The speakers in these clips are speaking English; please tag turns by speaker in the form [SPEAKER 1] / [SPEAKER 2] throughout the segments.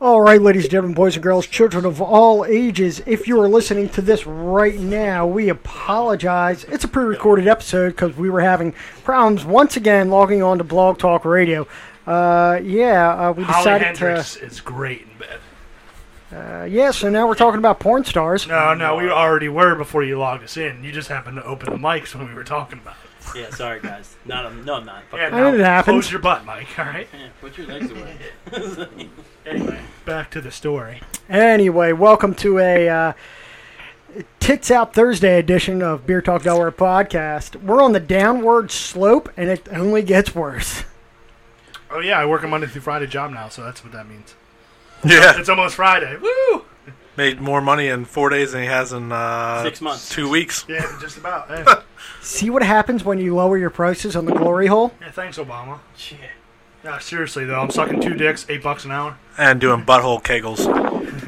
[SPEAKER 1] All right, ladies and gentlemen, boys and girls, children of all ages, if you are listening to this right now, we apologize. It's a pre recorded episode because we were having problems once again logging on to Blog Talk Radio. Uh, yeah, uh, we
[SPEAKER 2] Holly
[SPEAKER 1] decided
[SPEAKER 2] Hendricks is great in bed.
[SPEAKER 1] to. Uh, yeah, so now we're talking about porn stars.
[SPEAKER 2] No, no, we already were before you logged us in. You just happened to open the mics when we were talking about it.
[SPEAKER 3] Yeah, sorry guys. Not I'm, no, I'm not. Fuck
[SPEAKER 2] Yeah,
[SPEAKER 3] it.
[SPEAKER 2] now
[SPEAKER 1] it happens.
[SPEAKER 2] Close your butt, Mike. All right.
[SPEAKER 3] Yeah, put your legs away.
[SPEAKER 2] Anyway, back to the story.
[SPEAKER 1] Anyway, welcome to a uh, Tits Out Thursday edition of Beer Talk Delaware podcast. We're on the downward slope, and it only gets worse.
[SPEAKER 2] Oh yeah, I work a Monday through Friday job now, so that's what that means.
[SPEAKER 4] Yeah,
[SPEAKER 2] It's almost Friday. Woo!
[SPEAKER 4] made more money in four days than he has in uh,
[SPEAKER 3] Six months.
[SPEAKER 4] two weeks.
[SPEAKER 2] Yeah, just about. eh.
[SPEAKER 1] See what happens when you lower your prices on the glory hole?
[SPEAKER 2] yeah, thanks, Obama.
[SPEAKER 3] Shit.
[SPEAKER 2] No, seriously though, I'm sucking two dicks, eight bucks an hour.
[SPEAKER 4] And doing butthole kegels.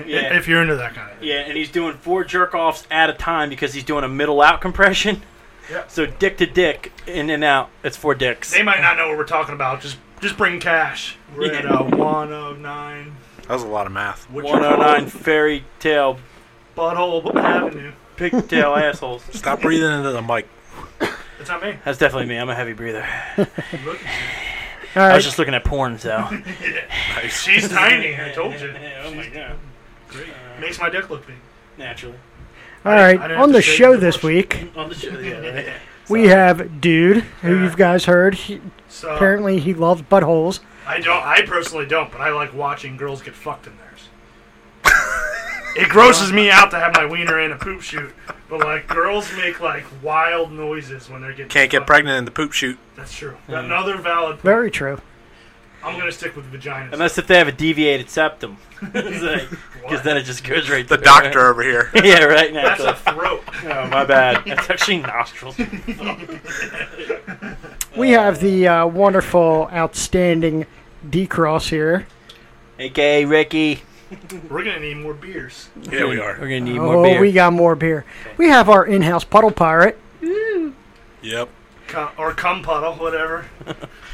[SPEAKER 3] Yeah.
[SPEAKER 2] If you're into that kind of. thing.
[SPEAKER 3] yeah, and he's doing four jerk offs at a time because he's doing a middle out compression.
[SPEAKER 2] Yeah.
[SPEAKER 3] So dick to dick, in and out. It's four dicks.
[SPEAKER 2] They might not know what we're talking about. Just, just bring cash. We're at uh, 109
[SPEAKER 4] That was a lot of math.
[SPEAKER 2] what you call
[SPEAKER 3] 109 fairy tail,
[SPEAKER 2] Butthole Avenue.
[SPEAKER 3] pigtail assholes.
[SPEAKER 4] Stop breathing into the mic.
[SPEAKER 2] It's not me.
[SPEAKER 3] That's definitely me. I'm a heavy breather.
[SPEAKER 2] Look,
[SPEAKER 1] All
[SPEAKER 3] I
[SPEAKER 1] right.
[SPEAKER 3] was just looking at porn, so.
[SPEAKER 2] she's tiny. I told you.
[SPEAKER 3] oh my god. Uh,
[SPEAKER 2] Makes my dick look big.
[SPEAKER 3] Naturally.
[SPEAKER 1] All
[SPEAKER 2] I
[SPEAKER 1] right,
[SPEAKER 2] didn't- I didn't
[SPEAKER 1] on
[SPEAKER 2] have
[SPEAKER 1] the
[SPEAKER 2] to say
[SPEAKER 1] show
[SPEAKER 2] your
[SPEAKER 1] this
[SPEAKER 2] question.
[SPEAKER 1] week,
[SPEAKER 3] On the show, yeah.
[SPEAKER 1] we have Dude, who
[SPEAKER 2] Yeah.
[SPEAKER 1] you've guys heard. He,
[SPEAKER 2] So
[SPEAKER 1] apparently, he loves buttholes.
[SPEAKER 2] I don't. I personally don't, but I like watching girls get fucked in theirs. it grosses me out to have my wiener in a poop chute, but like girls make like wild noises when they're getting
[SPEAKER 4] Can't get
[SPEAKER 2] fucked.
[SPEAKER 4] pregnant in the poop shoot.
[SPEAKER 2] That's true. Another valid. Point.
[SPEAKER 1] Very true.
[SPEAKER 2] I'm gonna stick with vaginas.
[SPEAKER 3] Unless if they have a deviated septum. Because
[SPEAKER 2] What?
[SPEAKER 3] then it just goes right
[SPEAKER 4] The
[SPEAKER 3] through, right?
[SPEAKER 4] doctor over here.
[SPEAKER 3] yeah, right now.
[SPEAKER 2] That's a throat.
[SPEAKER 3] oh, my bad. That's actually nostrils.
[SPEAKER 1] We have the uh, wonderful, outstanding D Cross here.
[SPEAKER 3] AKA Ricky.
[SPEAKER 2] We're gonna need more beers.
[SPEAKER 4] Yeah, we
[SPEAKER 3] We're
[SPEAKER 4] are.
[SPEAKER 3] gonna need
[SPEAKER 1] Oh,
[SPEAKER 3] more beer.
[SPEAKER 1] we got more beer. We have our in house puddle pirate.
[SPEAKER 4] Yep.
[SPEAKER 2] Cum, or cum puddle, whatever.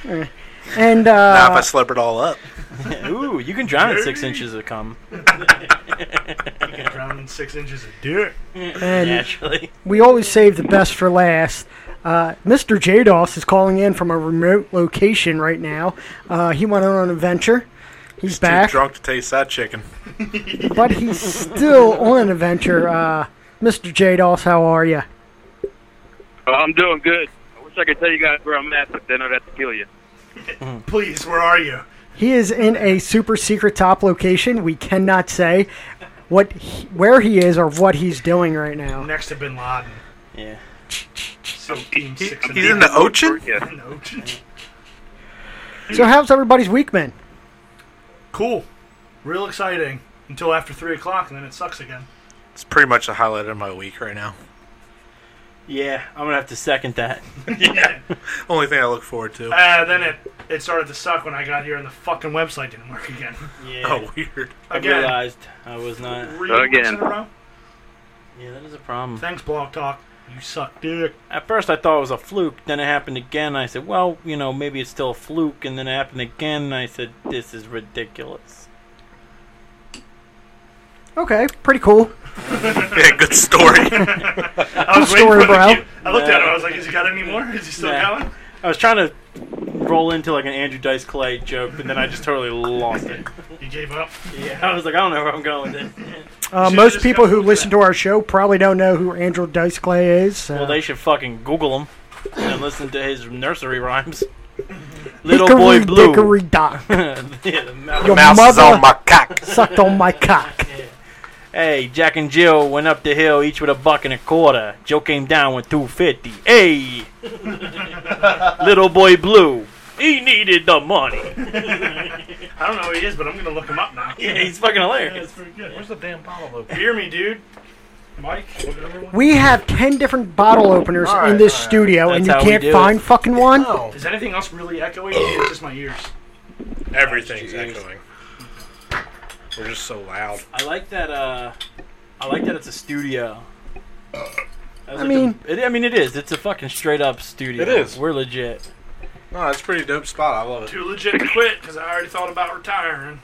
[SPEAKER 3] Eh.
[SPEAKER 1] And
[SPEAKER 4] Now if I
[SPEAKER 1] uh,
[SPEAKER 4] slurp it all up.
[SPEAKER 3] Ooh, you can drown in six inches of cum.
[SPEAKER 2] You can drown in six inches of dirt.
[SPEAKER 1] and
[SPEAKER 3] Naturally.
[SPEAKER 1] we always save the best for last. Uh, Mr. Jados is calling in from a remote location right now. Uh, he went on an adventure. He's, back.
[SPEAKER 4] Too drunk to taste that chicken.
[SPEAKER 1] but he's still on an adventure. Uh, Mr. Jados, how are you?
[SPEAKER 5] Oh, I'm doing good. I wish I could tell you guys where I'm at, but then I'd have to kill you.
[SPEAKER 2] Mm-hmm. Please, where are you?
[SPEAKER 1] He is in a super secret top location. We cannot say what, he, where he is or what he's doing right now.
[SPEAKER 2] Next to Bin Laden.
[SPEAKER 3] Yeah.
[SPEAKER 2] So team six and
[SPEAKER 4] He's in the ocean?
[SPEAKER 5] Yeah.
[SPEAKER 2] No.
[SPEAKER 1] So, how's everybody's week been?
[SPEAKER 2] Cool. Real exciting. Until after three o'clock, and then it sucks again.
[SPEAKER 4] It's pretty much the highlight of my week right now.
[SPEAKER 3] Yeah, I'm gonna have to second that.
[SPEAKER 2] yeah.
[SPEAKER 4] Only thing I look forward to.
[SPEAKER 2] Uh, then it it started to suck when I got here, and the fucking website didn't work again.
[SPEAKER 3] Yeah.
[SPEAKER 4] Oh, weird.
[SPEAKER 3] I
[SPEAKER 2] Again.
[SPEAKER 3] realized I was not.
[SPEAKER 2] Three weeks
[SPEAKER 5] Again.
[SPEAKER 2] in a row?
[SPEAKER 3] Yeah, that is a problem.
[SPEAKER 2] Thanks, Blog Talk. You suck, dick.
[SPEAKER 3] At first, I thought it was a fluke. Then it happened again. I said, well, you know, maybe it's still a fluke. And then it happened again. And I said, this is ridiculous.
[SPEAKER 1] Okay, pretty cool.
[SPEAKER 4] Yeah, good story.
[SPEAKER 2] I was
[SPEAKER 1] Good
[SPEAKER 2] waiting
[SPEAKER 1] story,
[SPEAKER 2] for the
[SPEAKER 1] bro.
[SPEAKER 2] cue. I looked at him. I was like, "Has he got any more? Is he still
[SPEAKER 3] Nah.
[SPEAKER 2] going?"
[SPEAKER 3] I was trying to roll into like an Andrew Dice Clay joke, and then I just totally lost it.
[SPEAKER 2] He gave up.
[SPEAKER 3] Yeah, I was like, I don't know where I'm going with this.
[SPEAKER 1] Uh,
[SPEAKER 2] should've
[SPEAKER 1] most
[SPEAKER 2] just
[SPEAKER 1] people
[SPEAKER 2] gone
[SPEAKER 1] who
[SPEAKER 2] with
[SPEAKER 1] listen to our show probably don't know who Andrew Dice Clay is. Uh, so-
[SPEAKER 3] Well, they should fucking Google him and listen to his nursery rhymes. Little
[SPEAKER 1] Hickory
[SPEAKER 3] boy blue.
[SPEAKER 1] dickory dock.
[SPEAKER 3] Yeah, the mouth-
[SPEAKER 1] Your
[SPEAKER 4] Mouse is
[SPEAKER 1] mother
[SPEAKER 4] on my cock.
[SPEAKER 1] sucked on my cock.
[SPEAKER 3] hey, Jack and Jill went up the hill, each with a buck and a quarter. Joe came down with two fifty. Hey, little boy blue. He needed the money.
[SPEAKER 2] I don't know who he is, but I'm gonna look him up now.
[SPEAKER 3] Yeah, he's fucking hilarious.
[SPEAKER 2] that's pretty good. Where's the damn bottle opener? Hear me, dude. Mike. whatever.
[SPEAKER 1] We have 10 different bottle openers
[SPEAKER 4] All right, Oh.
[SPEAKER 1] in this
[SPEAKER 4] all right.
[SPEAKER 1] studio, and
[SPEAKER 3] That's
[SPEAKER 1] you
[SPEAKER 3] how we
[SPEAKER 1] can't
[SPEAKER 3] do it.
[SPEAKER 1] find fucking one?
[SPEAKER 2] Is anything else really echoing? or is it just my ears.
[SPEAKER 4] Everything's echoing. We're just so loud.
[SPEAKER 3] I like that. Uh, I like that it's a studio. I
[SPEAKER 1] mean-
[SPEAKER 3] it, I mean, it is. It's a fucking straight up studio.
[SPEAKER 4] It is.
[SPEAKER 3] We're legit.
[SPEAKER 4] No, it's a pretty dope spot. I love it.
[SPEAKER 2] Too legit to quit because I already thought about retiring.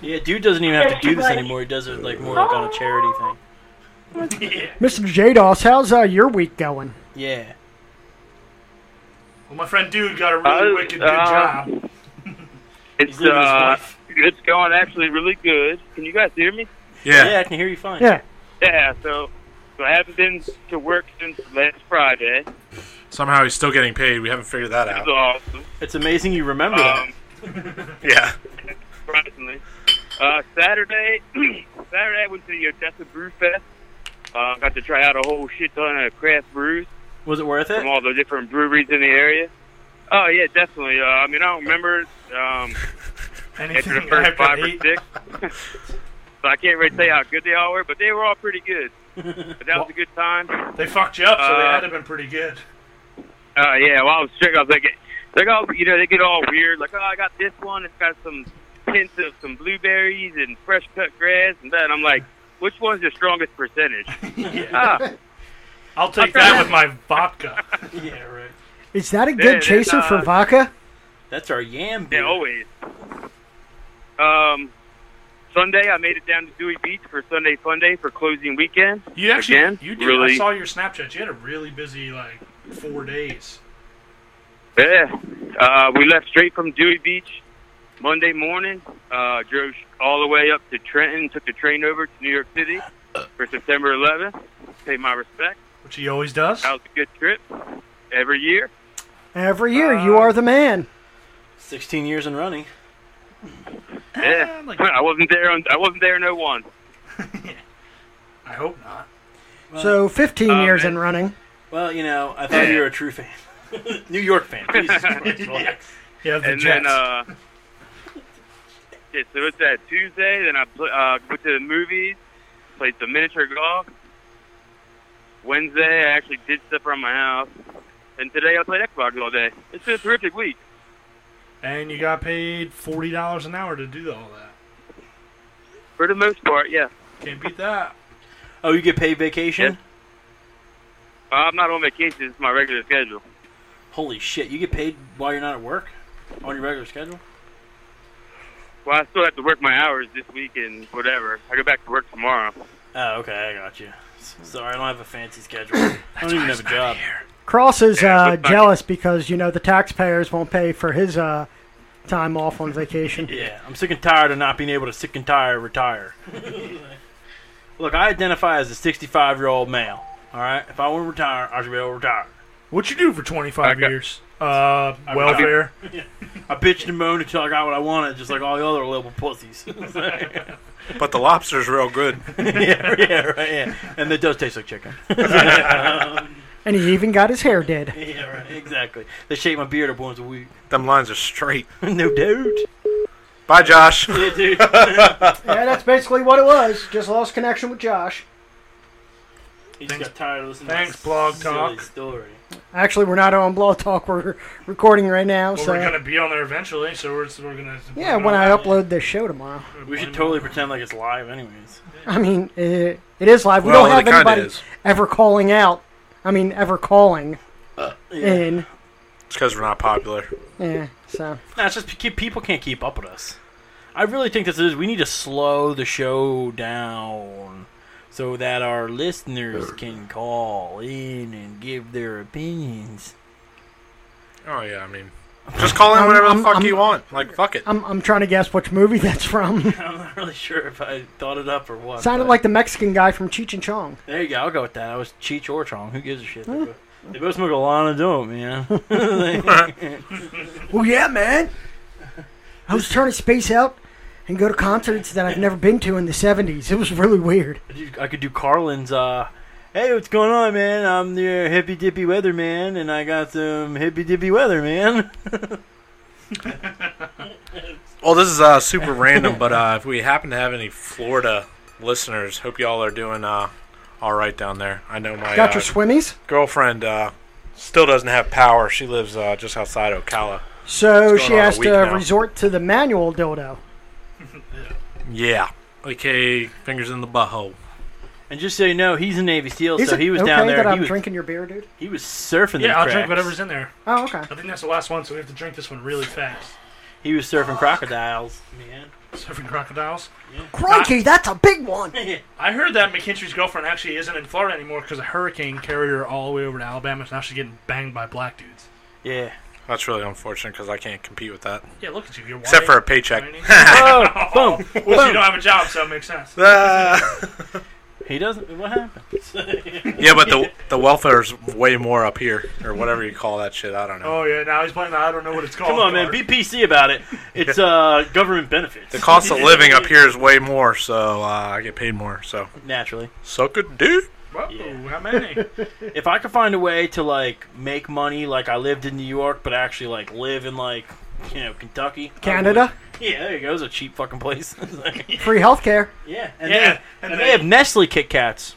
[SPEAKER 3] Yeah, dude doesn't even have to do this
[SPEAKER 6] Right.
[SPEAKER 3] anymore. He does it like more like on a charity thing.
[SPEAKER 2] yeah.
[SPEAKER 1] Mr. Jados, how's uh, your week going?
[SPEAKER 3] Yeah.
[SPEAKER 2] Well, my friend dude got a really
[SPEAKER 5] Uh,
[SPEAKER 2] wicked good
[SPEAKER 5] uh,
[SPEAKER 2] job.
[SPEAKER 5] It's
[SPEAKER 3] He's leaving his
[SPEAKER 5] uh,
[SPEAKER 3] wife.
[SPEAKER 5] it's going actually really good. Can you guys hear me?
[SPEAKER 4] Yeah.
[SPEAKER 3] Yeah, I can hear you fine.
[SPEAKER 1] Yeah.
[SPEAKER 5] Yeah. So, so I haven't been to work since last Friday.
[SPEAKER 4] Somehow he's still getting paid. We haven't figured that
[SPEAKER 5] It's
[SPEAKER 2] Um,
[SPEAKER 4] out.
[SPEAKER 5] awesome.
[SPEAKER 3] It's amazing you remember that.
[SPEAKER 5] Um,
[SPEAKER 4] Yeah.
[SPEAKER 5] surprisingly. Uh, Saturday, Saturday I went to the Odessa Brew Fest. Uh, got to try out a whole shit ton of craft brews
[SPEAKER 3] Was it worth
[SPEAKER 5] from
[SPEAKER 3] it?
[SPEAKER 5] all the different breweries in the area. Oh yeah, definitely. Uh, I mean, I don't remember um, after the
[SPEAKER 2] Anything
[SPEAKER 5] first
[SPEAKER 2] after
[SPEAKER 5] five or
[SPEAKER 2] eight.
[SPEAKER 5] six, so I can't really tell you how good they all were, but they were all pretty good. But that was a good time.
[SPEAKER 2] They fucked you up, so they
[SPEAKER 5] Uh,
[SPEAKER 2] had to have been pretty good.
[SPEAKER 5] Uh, yeah, well, I was sick. I was like, they all, you know, they get all weird. Like, oh, I got this one. It's got some hints of some blueberries and fresh cut grass and that. And I'm like, which one's the strongest percentage? Ah,
[SPEAKER 2] I'll take that with my vodka. yeah, right.
[SPEAKER 1] Is that a
[SPEAKER 5] Yeah,
[SPEAKER 1] good
[SPEAKER 5] it is,
[SPEAKER 1] chaser for
[SPEAKER 5] uh,
[SPEAKER 1] vodka?
[SPEAKER 3] That's our yam
[SPEAKER 5] yeah,
[SPEAKER 3] beer.
[SPEAKER 5] always. Um, Sunday, I made it down to Dewey Beach for Sunday Fun Day for closing weekend.
[SPEAKER 2] You actually,
[SPEAKER 5] Again?
[SPEAKER 2] you did. I
[SPEAKER 5] Really?
[SPEAKER 2] saw your Snapchat. You had a really busy like four days.
[SPEAKER 5] Yeah, uh, we left straight from Dewey Beach Monday morning. Uh, drove all the way up to Trenton, took the train over to New York City for September 11th. Pay my respects.
[SPEAKER 2] Which he always does.
[SPEAKER 5] That was a good trip every year.
[SPEAKER 1] Every year, you
[SPEAKER 2] uh,
[SPEAKER 1] are the man.
[SPEAKER 3] 16 years and running.
[SPEAKER 5] Yeah,
[SPEAKER 2] like-
[SPEAKER 5] I wasn't there. On, I wasn't there. No one.
[SPEAKER 2] I hope not.
[SPEAKER 1] So 15
[SPEAKER 2] um,
[SPEAKER 5] uh,
[SPEAKER 1] years
[SPEAKER 5] man.
[SPEAKER 1] in running.
[SPEAKER 3] Well, you know, I thought you were a true fan. New York fan. Jesus Christ, relax.
[SPEAKER 2] Yeah, the
[SPEAKER 5] and
[SPEAKER 2] Jets.
[SPEAKER 5] then uh yeah, so it's that Tuesday. Then I pl- uh, went to the movies, played some miniature golf. Wednesday, I actually did stuff around my house, and today I played Xbox all day. It's been a terrific week.
[SPEAKER 2] and you got paid forty dollars an hour to do all that.
[SPEAKER 5] For the most part, yeah.
[SPEAKER 2] Can't beat that.
[SPEAKER 3] Oh, you get paid vacation?
[SPEAKER 5] Yeah. Uh, I'm not on vacation. It's my regular schedule.
[SPEAKER 3] Holy shit, you get paid while you're not at work? On your regular schedule?
[SPEAKER 5] Well, I still have to work my hours this week and whatever. I go back to work tomorrow.
[SPEAKER 3] Oh, okay, I got you. S- Sorry, I don't have a fancy schedule. I don't even have a job.
[SPEAKER 1] Cross is
[SPEAKER 5] Yeah,
[SPEAKER 1] uh,
[SPEAKER 5] but-
[SPEAKER 1] jealous because, you know, the taxpayers won't pay for his uh, time off on vacation.
[SPEAKER 3] Yeah, I'm sick and tired of not being able to sick and tired retire. Look, I identify as a 65 year old male. All right, if I want to retire, I should be able to retire.
[SPEAKER 2] What you do for twenty five
[SPEAKER 5] I got-
[SPEAKER 2] years? Uh, welfare.
[SPEAKER 3] I bitched and moaned until I got what I wanted, just like all the other little pussies. yeah,
[SPEAKER 4] But the lobster's real good.
[SPEAKER 3] yeah, right, yeah. And it does taste like chicken.
[SPEAKER 1] And he even got his hair did.
[SPEAKER 3] yeah, right, exactly. They shave my beard up once a week.
[SPEAKER 4] Them lines are straight.
[SPEAKER 3] no doubt.
[SPEAKER 4] Bye, Josh.
[SPEAKER 3] Yeah, dude.
[SPEAKER 1] yeah, that's basically what it was. Just lost connection with Josh.
[SPEAKER 3] He just got tired of listening
[SPEAKER 2] Thanks,
[SPEAKER 3] to
[SPEAKER 2] Blog
[SPEAKER 3] silly
[SPEAKER 2] Talk.
[SPEAKER 3] story.
[SPEAKER 1] Actually, we're not on Blog Talk. We're recording right now.
[SPEAKER 2] Well,
[SPEAKER 1] so
[SPEAKER 2] we're gonna be on there eventually, so we're, so we're gonna.
[SPEAKER 1] yeah, when I upload this show tomorrow.
[SPEAKER 3] We should totally pretend like it's live, anyways.
[SPEAKER 1] I mean, it, it is live. We
[SPEAKER 4] Well,
[SPEAKER 1] don't have
[SPEAKER 4] it kinda
[SPEAKER 1] anybody
[SPEAKER 4] is.
[SPEAKER 1] ever calling out. I mean, ever calling in.
[SPEAKER 4] It's because we're not popular.
[SPEAKER 1] Yeah. So
[SPEAKER 3] Nah, it's just pe- people can't keep up with us. I really think this is. We need to slow the show down so that our listeners can call in and give their opinions.
[SPEAKER 4] Oh yeah, I mean, just call in
[SPEAKER 1] I'm-
[SPEAKER 4] whatever
[SPEAKER 1] I'm-
[SPEAKER 4] the fuck
[SPEAKER 1] I'm-
[SPEAKER 4] you want. Like fuck it.
[SPEAKER 1] I'm I'm trying to guess which movie that's from.
[SPEAKER 3] I'm not really sure if I thought it up or what.
[SPEAKER 1] Sounded
[SPEAKER 3] but-
[SPEAKER 1] like the Mexican guy from Cheech and Chong.
[SPEAKER 3] There you go. I'll go with that. I was Cheech or Chong. Who gives a shit? They both, they both smoke a lot of dope, man.
[SPEAKER 1] Well, Oh, yeah, man. I was trying to space out and go to concerts that I've never been to in the '70s. It was really weird.
[SPEAKER 3] I do- I could do Carlin's. Uh, hey, what's going on, man? I'm your hippy dippy weather man, and I got some hippy dippy weather, man.
[SPEAKER 4] Well, this is uh, super random, but uh, if we happen to have any Florida listeners, hope y'all are doing uh, all right down there. I know my
[SPEAKER 1] Got
[SPEAKER 4] uh,
[SPEAKER 1] your swimmies?
[SPEAKER 4] girlfriend uh, still doesn't have power. She lives uh, just outside Ocala.
[SPEAKER 1] So
[SPEAKER 4] It's going
[SPEAKER 1] she
[SPEAKER 4] on a
[SPEAKER 1] has
[SPEAKER 4] week
[SPEAKER 1] to
[SPEAKER 4] now.
[SPEAKER 1] resort to the manual dildo.
[SPEAKER 4] Yeah. Okay, fingers in the butthole.
[SPEAKER 3] And just so you know, he's a Navy SEAL,
[SPEAKER 1] Is
[SPEAKER 3] so
[SPEAKER 1] it
[SPEAKER 3] he was
[SPEAKER 1] okay
[SPEAKER 3] down there.
[SPEAKER 1] that
[SPEAKER 3] He
[SPEAKER 1] I'm
[SPEAKER 3] was,
[SPEAKER 1] drinking your beer, dude?
[SPEAKER 3] he was surfing. the
[SPEAKER 2] Yeah, I'll
[SPEAKER 3] cracks.
[SPEAKER 2] drink whatever's in there.
[SPEAKER 1] Oh, okay.
[SPEAKER 2] I think that's the last one, so we have to drink this one really fast.
[SPEAKER 3] He was surfing crocodiles, man.
[SPEAKER 2] Surfing crocodiles.
[SPEAKER 1] Crikey, that's a big one.
[SPEAKER 2] I heard that McKinstry's girlfriend actually isn't in Florida anymore because a hurricane carried her all the way over to Alabama. So now she's getting banged by black dudes.
[SPEAKER 3] yeah.
[SPEAKER 4] That's really unfortunate because I can't compete with that.
[SPEAKER 2] Yeah, look at you. You're white.
[SPEAKER 4] Except for a paycheck.
[SPEAKER 2] Whiny.
[SPEAKER 3] Oh, boom.
[SPEAKER 2] well, you don't have a job, so it makes sense. Oh,
[SPEAKER 4] Ah.
[SPEAKER 3] He doesn't. What happened?
[SPEAKER 4] yeah, but the the welfare's way more up here, or whatever you call that shit. I don't know.
[SPEAKER 2] Oh yeah, now he's playing. the I don't know what it's called.
[SPEAKER 3] Come on, man.
[SPEAKER 2] card.
[SPEAKER 3] Be PC about it. It's uh, government benefits.
[SPEAKER 4] The cost of living up here is way more, so uh, I get paid more. So
[SPEAKER 3] Naturally.
[SPEAKER 4] suck a dude.
[SPEAKER 2] Whoa,
[SPEAKER 3] Yeah.
[SPEAKER 2] how many?
[SPEAKER 3] If I could find a way to like make money, like I lived in New York, but actually like live in like you know Kentucky, I
[SPEAKER 1] Canada,
[SPEAKER 3] would. Yeah, there you go. It's a cheap fucking place.
[SPEAKER 1] free healthcare.
[SPEAKER 3] yeah, and
[SPEAKER 2] Yeah,
[SPEAKER 3] they have,
[SPEAKER 2] and
[SPEAKER 3] and
[SPEAKER 2] they-
[SPEAKER 3] they have Nestle Kit Kats.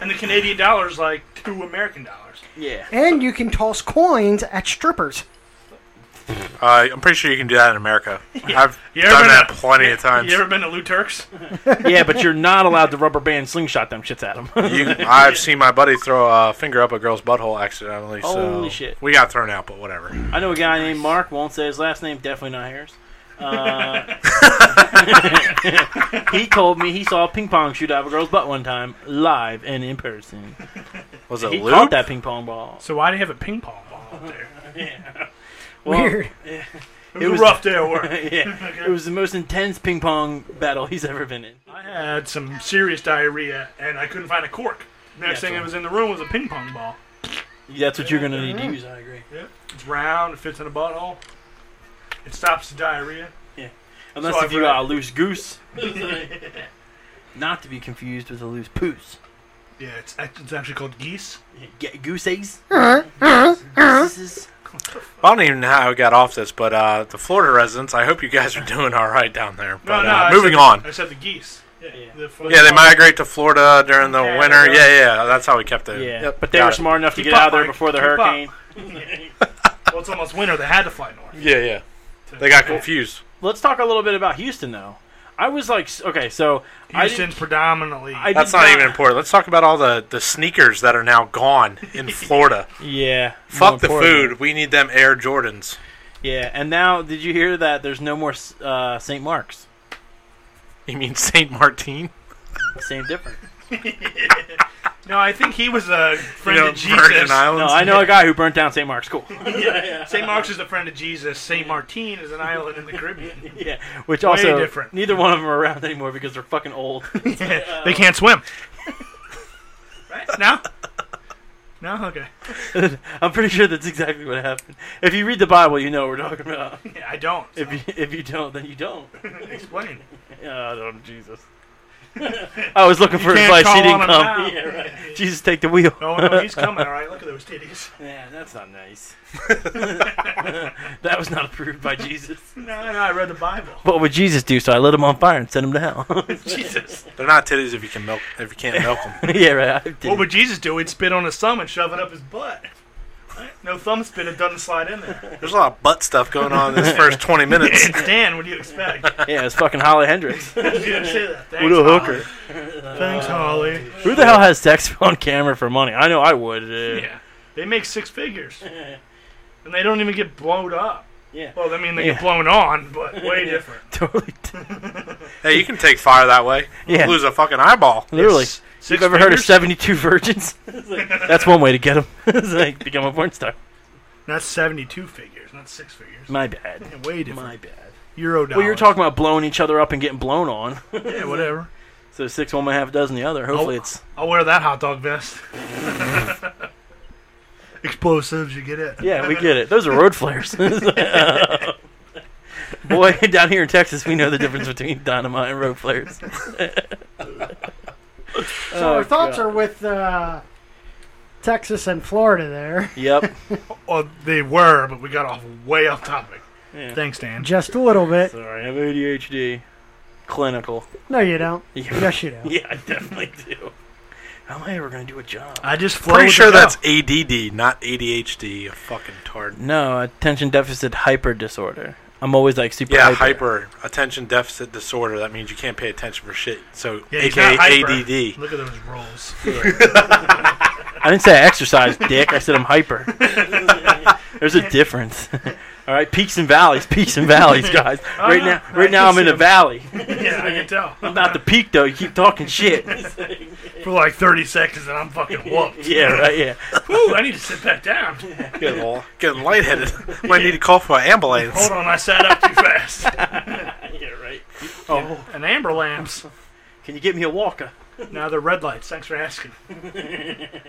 [SPEAKER 2] and the Canadian dollar's like two American dollars.
[SPEAKER 3] Yeah.
[SPEAKER 1] And you can toss coins at strippers.
[SPEAKER 4] Uh, I'm pretty sure you can do that in America. I've
[SPEAKER 2] You ever
[SPEAKER 4] done
[SPEAKER 2] been
[SPEAKER 4] that
[SPEAKER 2] to-
[SPEAKER 4] plenty of times.
[SPEAKER 2] You ever been to Lou Turk's?
[SPEAKER 3] yeah, but you're not allowed to rubber band slingshot them shits at them.
[SPEAKER 4] You- I've seen my buddy throw a finger up a girl's butthole accidentally. so
[SPEAKER 3] Holy shit.
[SPEAKER 4] We got thrown out, but whatever.
[SPEAKER 3] I know a guy named Mark. Won't say his last name. Definitely not hers. Uh, he told me he saw a ping pong shoot out of a girl's butt one time, live and in person.
[SPEAKER 4] Was it
[SPEAKER 3] He
[SPEAKER 4] Lou?
[SPEAKER 3] caught that ping pong ball.
[SPEAKER 2] So why do you have a ping pong ball up there?
[SPEAKER 3] Well,
[SPEAKER 1] Weird.
[SPEAKER 2] It was,
[SPEAKER 3] It was-
[SPEAKER 2] a rough day at work.
[SPEAKER 3] yeah, it was the most intense ping pong battle he's ever been in.
[SPEAKER 2] I had some serious diarrhea and I couldn't find a cork. Next thing that
[SPEAKER 3] Natural.
[SPEAKER 2] was in the room was a ping pong ball.
[SPEAKER 3] That's what you're gonna need to
[SPEAKER 2] Mm-hmm.
[SPEAKER 3] use. I agree.
[SPEAKER 2] Yeah. It's round, it fits in a butthole. It stops the diarrhea.
[SPEAKER 3] Unless
[SPEAKER 2] So I've
[SPEAKER 3] if you
[SPEAKER 2] read.
[SPEAKER 3] got a loose goose, not to be confused with a loose poos.
[SPEAKER 2] Yeah, it's, act- it's actually called geese.
[SPEAKER 3] Get goose eggs.
[SPEAKER 4] I don't even know how I got off this, but uh, the Florida residents, I hope you guys are doing all right down there. But uh,
[SPEAKER 2] I
[SPEAKER 4] moving
[SPEAKER 2] said-
[SPEAKER 4] on.
[SPEAKER 2] I said the geese. Yeah,
[SPEAKER 3] Yeah.
[SPEAKER 2] The fucking-
[SPEAKER 4] Yeah, they migrate to Florida during the
[SPEAKER 2] Yeah,
[SPEAKER 4] winter.
[SPEAKER 2] yeah.
[SPEAKER 4] Yeah, yeah, that's how we kept it.
[SPEAKER 3] Yeah,
[SPEAKER 4] Yep,
[SPEAKER 3] but they
[SPEAKER 4] got
[SPEAKER 3] were
[SPEAKER 4] it.
[SPEAKER 3] smart enough to
[SPEAKER 2] Keep
[SPEAKER 3] get out of
[SPEAKER 2] up,
[SPEAKER 3] there
[SPEAKER 2] Mike.
[SPEAKER 3] before the
[SPEAKER 2] Keep up.
[SPEAKER 3] hurricane.
[SPEAKER 2] Well, it's almost winter. They had to fly north.
[SPEAKER 4] Yeah, yeah. They got confused.
[SPEAKER 3] Let's talk a little bit about Houston, though. I was like, s- okay, so I did,
[SPEAKER 2] Houston's predominantly.
[SPEAKER 3] I
[SPEAKER 4] That's
[SPEAKER 3] did
[SPEAKER 4] not even important. Let's talk about all the, the sneakers that are now gone in Florida.
[SPEAKER 3] Yeah, more
[SPEAKER 4] Fuck the
[SPEAKER 3] importantly.
[SPEAKER 4] food. We need them Air Jordans.
[SPEAKER 3] Yeah, and now did you hear that? There's no more s- uh, St. Mark's.
[SPEAKER 4] You mean Saint Martin?
[SPEAKER 3] Same difference.
[SPEAKER 2] no, I think he was a
[SPEAKER 4] You
[SPEAKER 2] friend
[SPEAKER 4] know,
[SPEAKER 2] of Jesus.
[SPEAKER 4] Virgin
[SPEAKER 3] No,
[SPEAKER 4] Islands.
[SPEAKER 3] I know a guy who burnt down St. Mark's. Cool.
[SPEAKER 2] St. Mark's is a friend of Jesus. St. Martin is an island in the Caribbean.
[SPEAKER 3] Yeah, which also
[SPEAKER 2] different.
[SPEAKER 3] neither one of them are around anymore because they're fucking old.
[SPEAKER 2] they can't swim. right? No? No? Okay.
[SPEAKER 3] I'm pretty sure that's exactly what happened. If you read the Bible, you know what we're talking about.
[SPEAKER 2] Yeah, I don't. so
[SPEAKER 3] If you, if you don't, then you don't.
[SPEAKER 2] explain.
[SPEAKER 3] Oh, don't, Jesus. I was looking for
[SPEAKER 2] can't
[SPEAKER 3] advice. He
[SPEAKER 2] call
[SPEAKER 3] didn't
[SPEAKER 2] on him
[SPEAKER 3] come.
[SPEAKER 2] now.
[SPEAKER 3] Yeah, right. Jesus, take the wheel.
[SPEAKER 2] Oh, no, he's coming. All right, look at those titties.
[SPEAKER 3] Yeah, that's not nice. that was not approved by Jesus.
[SPEAKER 2] No, no, I read the Bible.
[SPEAKER 3] What would Jesus do? So I lit him on fire and sent him to hell.
[SPEAKER 2] Jesus.
[SPEAKER 4] They're not titties if you can milk if you can't milk them.
[SPEAKER 3] yeah, right. I did.
[SPEAKER 2] What would Jesus do? He'd spit on his thumb and shove it up his butt. Right? No thumb spit, it doesn't slide in there.
[SPEAKER 4] There's a lot of butt stuff going on in this first 20 minutes.
[SPEAKER 2] It's Dan, what do you expect?
[SPEAKER 3] yeah, it's fucking Holly Hendricks. What
[SPEAKER 2] You didn't say that. Thanks,
[SPEAKER 3] a hooker.
[SPEAKER 2] Holly. Thanks,
[SPEAKER 3] Uh,
[SPEAKER 2] Holly.
[SPEAKER 3] Who the hell has sex on camera for money? I know I would. Uh,
[SPEAKER 2] Yeah. They make six figures. And they don't even get blown up.
[SPEAKER 3] Yeah.
[SPEAKER 2] Well, I mean, they
[SPEAKER 3] Yeah.
[SPEAKER 2] get blown on, but way different.
[SPEAKER 3] Totally. t-
[SPEAKER 4] Hey, you can take fire that way.
[SPEAKER 3] Yeah.
[SPEAKER 4] Lose a fucking eyeball.
[SPEAKER 3] Literally.
[SPEAKER 2] Six
[SPEAKER 3] You've ever heard of
[SPEAKER 2] figures?
[SPEAKER 3] 72 virgins? It's like, that's one way to get them. it's like become a porn star.
[SPEAKER 2] That's 72 figures, not six figures.
[SPEAKER 3] My bad.
[SPEAKER 2] Yeah, way different.
[SPEAKER 3] My bad.
[SPEAKER 2] Euro dollar.
[SPEAKER 3] Well, you're talking about blowing each other up and getting blown on.
[SPEAKER 2] Yeah, whatever.
[SPEAKER 3] So six one, half a dozen the other. Hopefully
[SPEAKER 2] Oh.
[SPEAKER 3] it's
[SPEAKER 2] I'll wear that hot dog vest. Explosives, you get it.
[SPEAKER 3] yeah, we get it. Those are road flares. Boy, down here in Texas, we know the difference between dynamite and road flares.
[SPEAKER 1] So
[SPEAKER 3] Oh,
[SPEAKER 1] our thoughts are with uh, Texas and Florida there.
[SPEAKER 3] Yep.
[SPEAKER 2] Well, they were, but we got off way off topic.
[SPEAKER 3] Yeah.
[SPEAKER 2] Thanks, Dan.
[SPEAKER 1] Just a little bit.
[SPEAKER 3] Sorry, I have ADHD. Clinical.
[SPEAKER 1] No, you don't.
[SPEAKER 3] Yeah,
[SPEAKER 1] Yes, you do.
[SPEAKER 3] yeah I definitely do. How am I ever going to do a job?
[SPEAKER 2] I just flow
[SPEAKER 4] Pretty
[SPEAKER 2] with the
[SPEAKER 4] sure
[SPEAKER 2] flow.
[SPEAKER 4] that's ADD, not ADHD. You fucking tard.
[SPEAKER 3] No, attention deficit hyper disorder. I'm always like super
[SPEAKER 4] Yeah,
[SPEAKER 3] hyper.
[SPEAKER 4] hyper attention deficit disorder. That means you can't pay attention for shit. So,
[SPEAKER 2] Yeah, he's
[SPEAKER 4] aka
[SPEAKER 2] not hyper.
[SPEAKER 4] ADD.
[SPEAKER 2] Look at those rolls.
[SPEAKER 3] I didn't say I exercise, dick. I said I'm hyper. There's a difference. All right, peaks and valleys, peaks and valleys, guys.
[SPEAKER 2] Oh,
[SPEAKER 3] Right now, right now I'm in a valley.
[SPEAKER 2] yeah, I can tell.
[SPEAKER 3] I'm about to peak though. You keep talking shit.
[SPEAKER 2] For like 30 seconds, and I'm fucking whooped.
[SPEAKER 3] yeah, right. Yeah.
[SPEAKER 2] Whew, I need to sit back down.
[SPEAKER 4] Getting, l- getting lightheaded. Might need to call for an ambulance.
[SPEAKER 2] Hold on, I sat up too fast.
[SPEAKER 3] Yeah, right.
[SPEAKER 2] Oh, and amber lamps.
[SPEAKER 3] Can you get me a walker?
[SPEAKER 2] Now they're red lights. Thanks for asking.
[SPEAKER 3] Oh,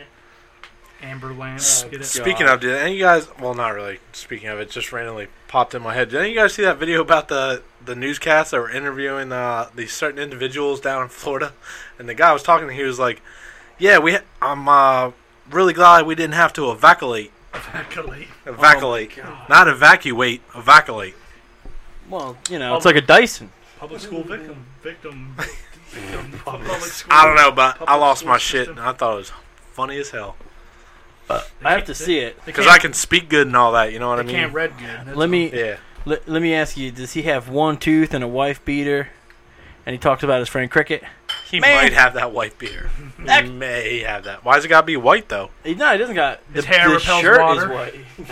[SPEAKER 2] Amber lamps. Get it?
[SPEAKER 4] Speaking of, did any of you guys? Well, not really. Speaking of, it just randomly popped in my head. Did any of you guys see that video about the the newscast that were interviewing uh, these certain individuals down in Florida? And the guy was talking, and he was like, "Yeah, we. I'm uh, really glad we didn't have to evacuate.
[SPEAKER 2] Luckily.
[SPEAKER 4] Evacuate,
[SPEAKER 2] Oh
[SPEAKER 4] not evacuate. Evacuate.
[SPEAKER 3] Well, you know, it's like a Dyson.
[SPEAKER 2] Public school victim. Victim. victim public school.
[SPEAKER 4] I don't know, but I
[SPEAKER 2] Public
[SPEAKER 4] lost my
[SPEAKER 2] school
[SPEAKER 4] shit,
[SPEAKER 2] system.
[SPEAKER 4] and I thought it was funny as hell
[SPEAKER 3] I have to see it.
[SPEAKER 2] They
[SPEAKER 4] because
[SPEAKER 2] can't-
[SPEAKER 4] I can speak good and all that. You know what I
[SPEAKER 2] They
[SPEAKER 4] mean?
[SPEAKER 2] can't read good.
[SPEAKER 3] Let me
[SPEAKER 4] yeah.
[SPEAKER 3] let, let me ask you: Does he have one tooth and a wife beater? And he talked about his friend Cricket.
[SPEAKER 4] He
[SPEAKER 3] Man.
[SPEAKER 4] might have that white beard.
[SPEAKER 3] That-
[SPEAKER 4] He may have that. Why's it gotta be white though?
[SPEAKER 3] He, no, he doesn't got
[SPEAKER 2] His hair repels water.
[SPEAKER 3] white.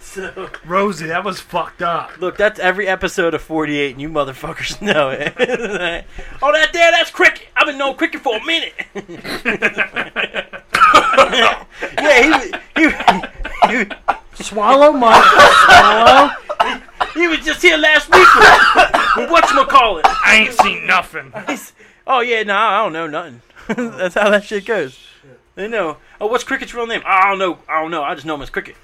[SPEAKER 3] so
[SPEAKER 2] Rosie, that was fucked up.
[SPEAKER 3] look, that's every episode of Forty Eight, and you motherfuckers know it. oh, that there, that's Cricket. I've been knowing Cricket for a minute. yeah, he, was- he, he
[SPEAKER 1] Swallow my swallow.
[SPEAKER 3] He was just here last week with, with whatchamacallit.
[SPEAKER 2] I ain't seen nothing.
[SPEAKER 3] He's, oh, yeah, no, I don't know nothing. That's how that shit goes. They know. Oh, what's Cricket's real name? I don't know. I don't know. I just know him as Cricket.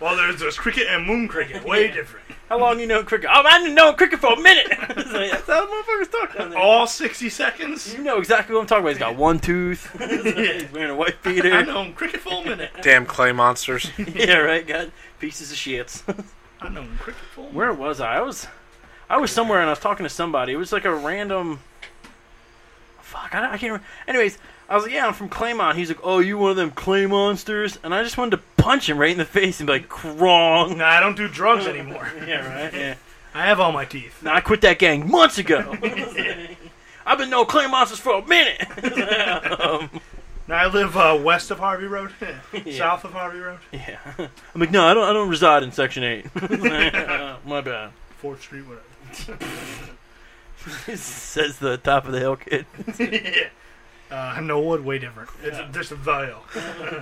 [SPEAKER 2] Well, there's there's cricket and moon cricket. Way different.
[SPEAKER 3] how long you know Cricket? Oh, I've known Cricket for a minute. That's how motherfuckers talk down there.
[SPEAKER 2] All 60 seconds.
[SPEAKER 3] You know exactly what I'm talking about. He's got one tooth. He's wearing a white
[SPEAKER 2] I
[SPEAKER 3] beater.
[SPEAKER 2] know him cricket for a minute.
[SPEAKER 4] Damn clay monsters.
[SPEAKER 3] Yeah, right. Got pieces of shits.
[SPEAKER 2] I know him cricket for a minute.
[SPEAKER 3] Where was I? I was, I was somewhere and I was talking to somebody. It was like a random. Fuck, I, don't- I can't remember. Anyways, I was like, "Yeah, I'm from Claymont." He's like, "Oh, you one of them Clay monsters?" And I just wanted to punch him right in the face and be like, "Wrong."
[SPEAKER 2] Nah, I don't do drugs anymore.
[SPEAKER 3] Yeah, right. Yeah.
[SPEAKER 2] I have all my teeth.
[SPEAKER 3] Now I quit that gang months ago. I've been no Clay monsters for a minute. um,
[SPEAKER 2] Now I live uh, west of Harvey Road, south of Harvey Road,
[SPEAKER 3] yeah. I'm like, no, I don't. I don't reside in Section Eight. Uh, My bad.
[SPEAKER 2] Fourth Street, whatever.
[SPEAKER 3] Says the top of the hill kid.
[SPEAKER 2] yeah. Uh, I know Wood, way different. It's just a veil.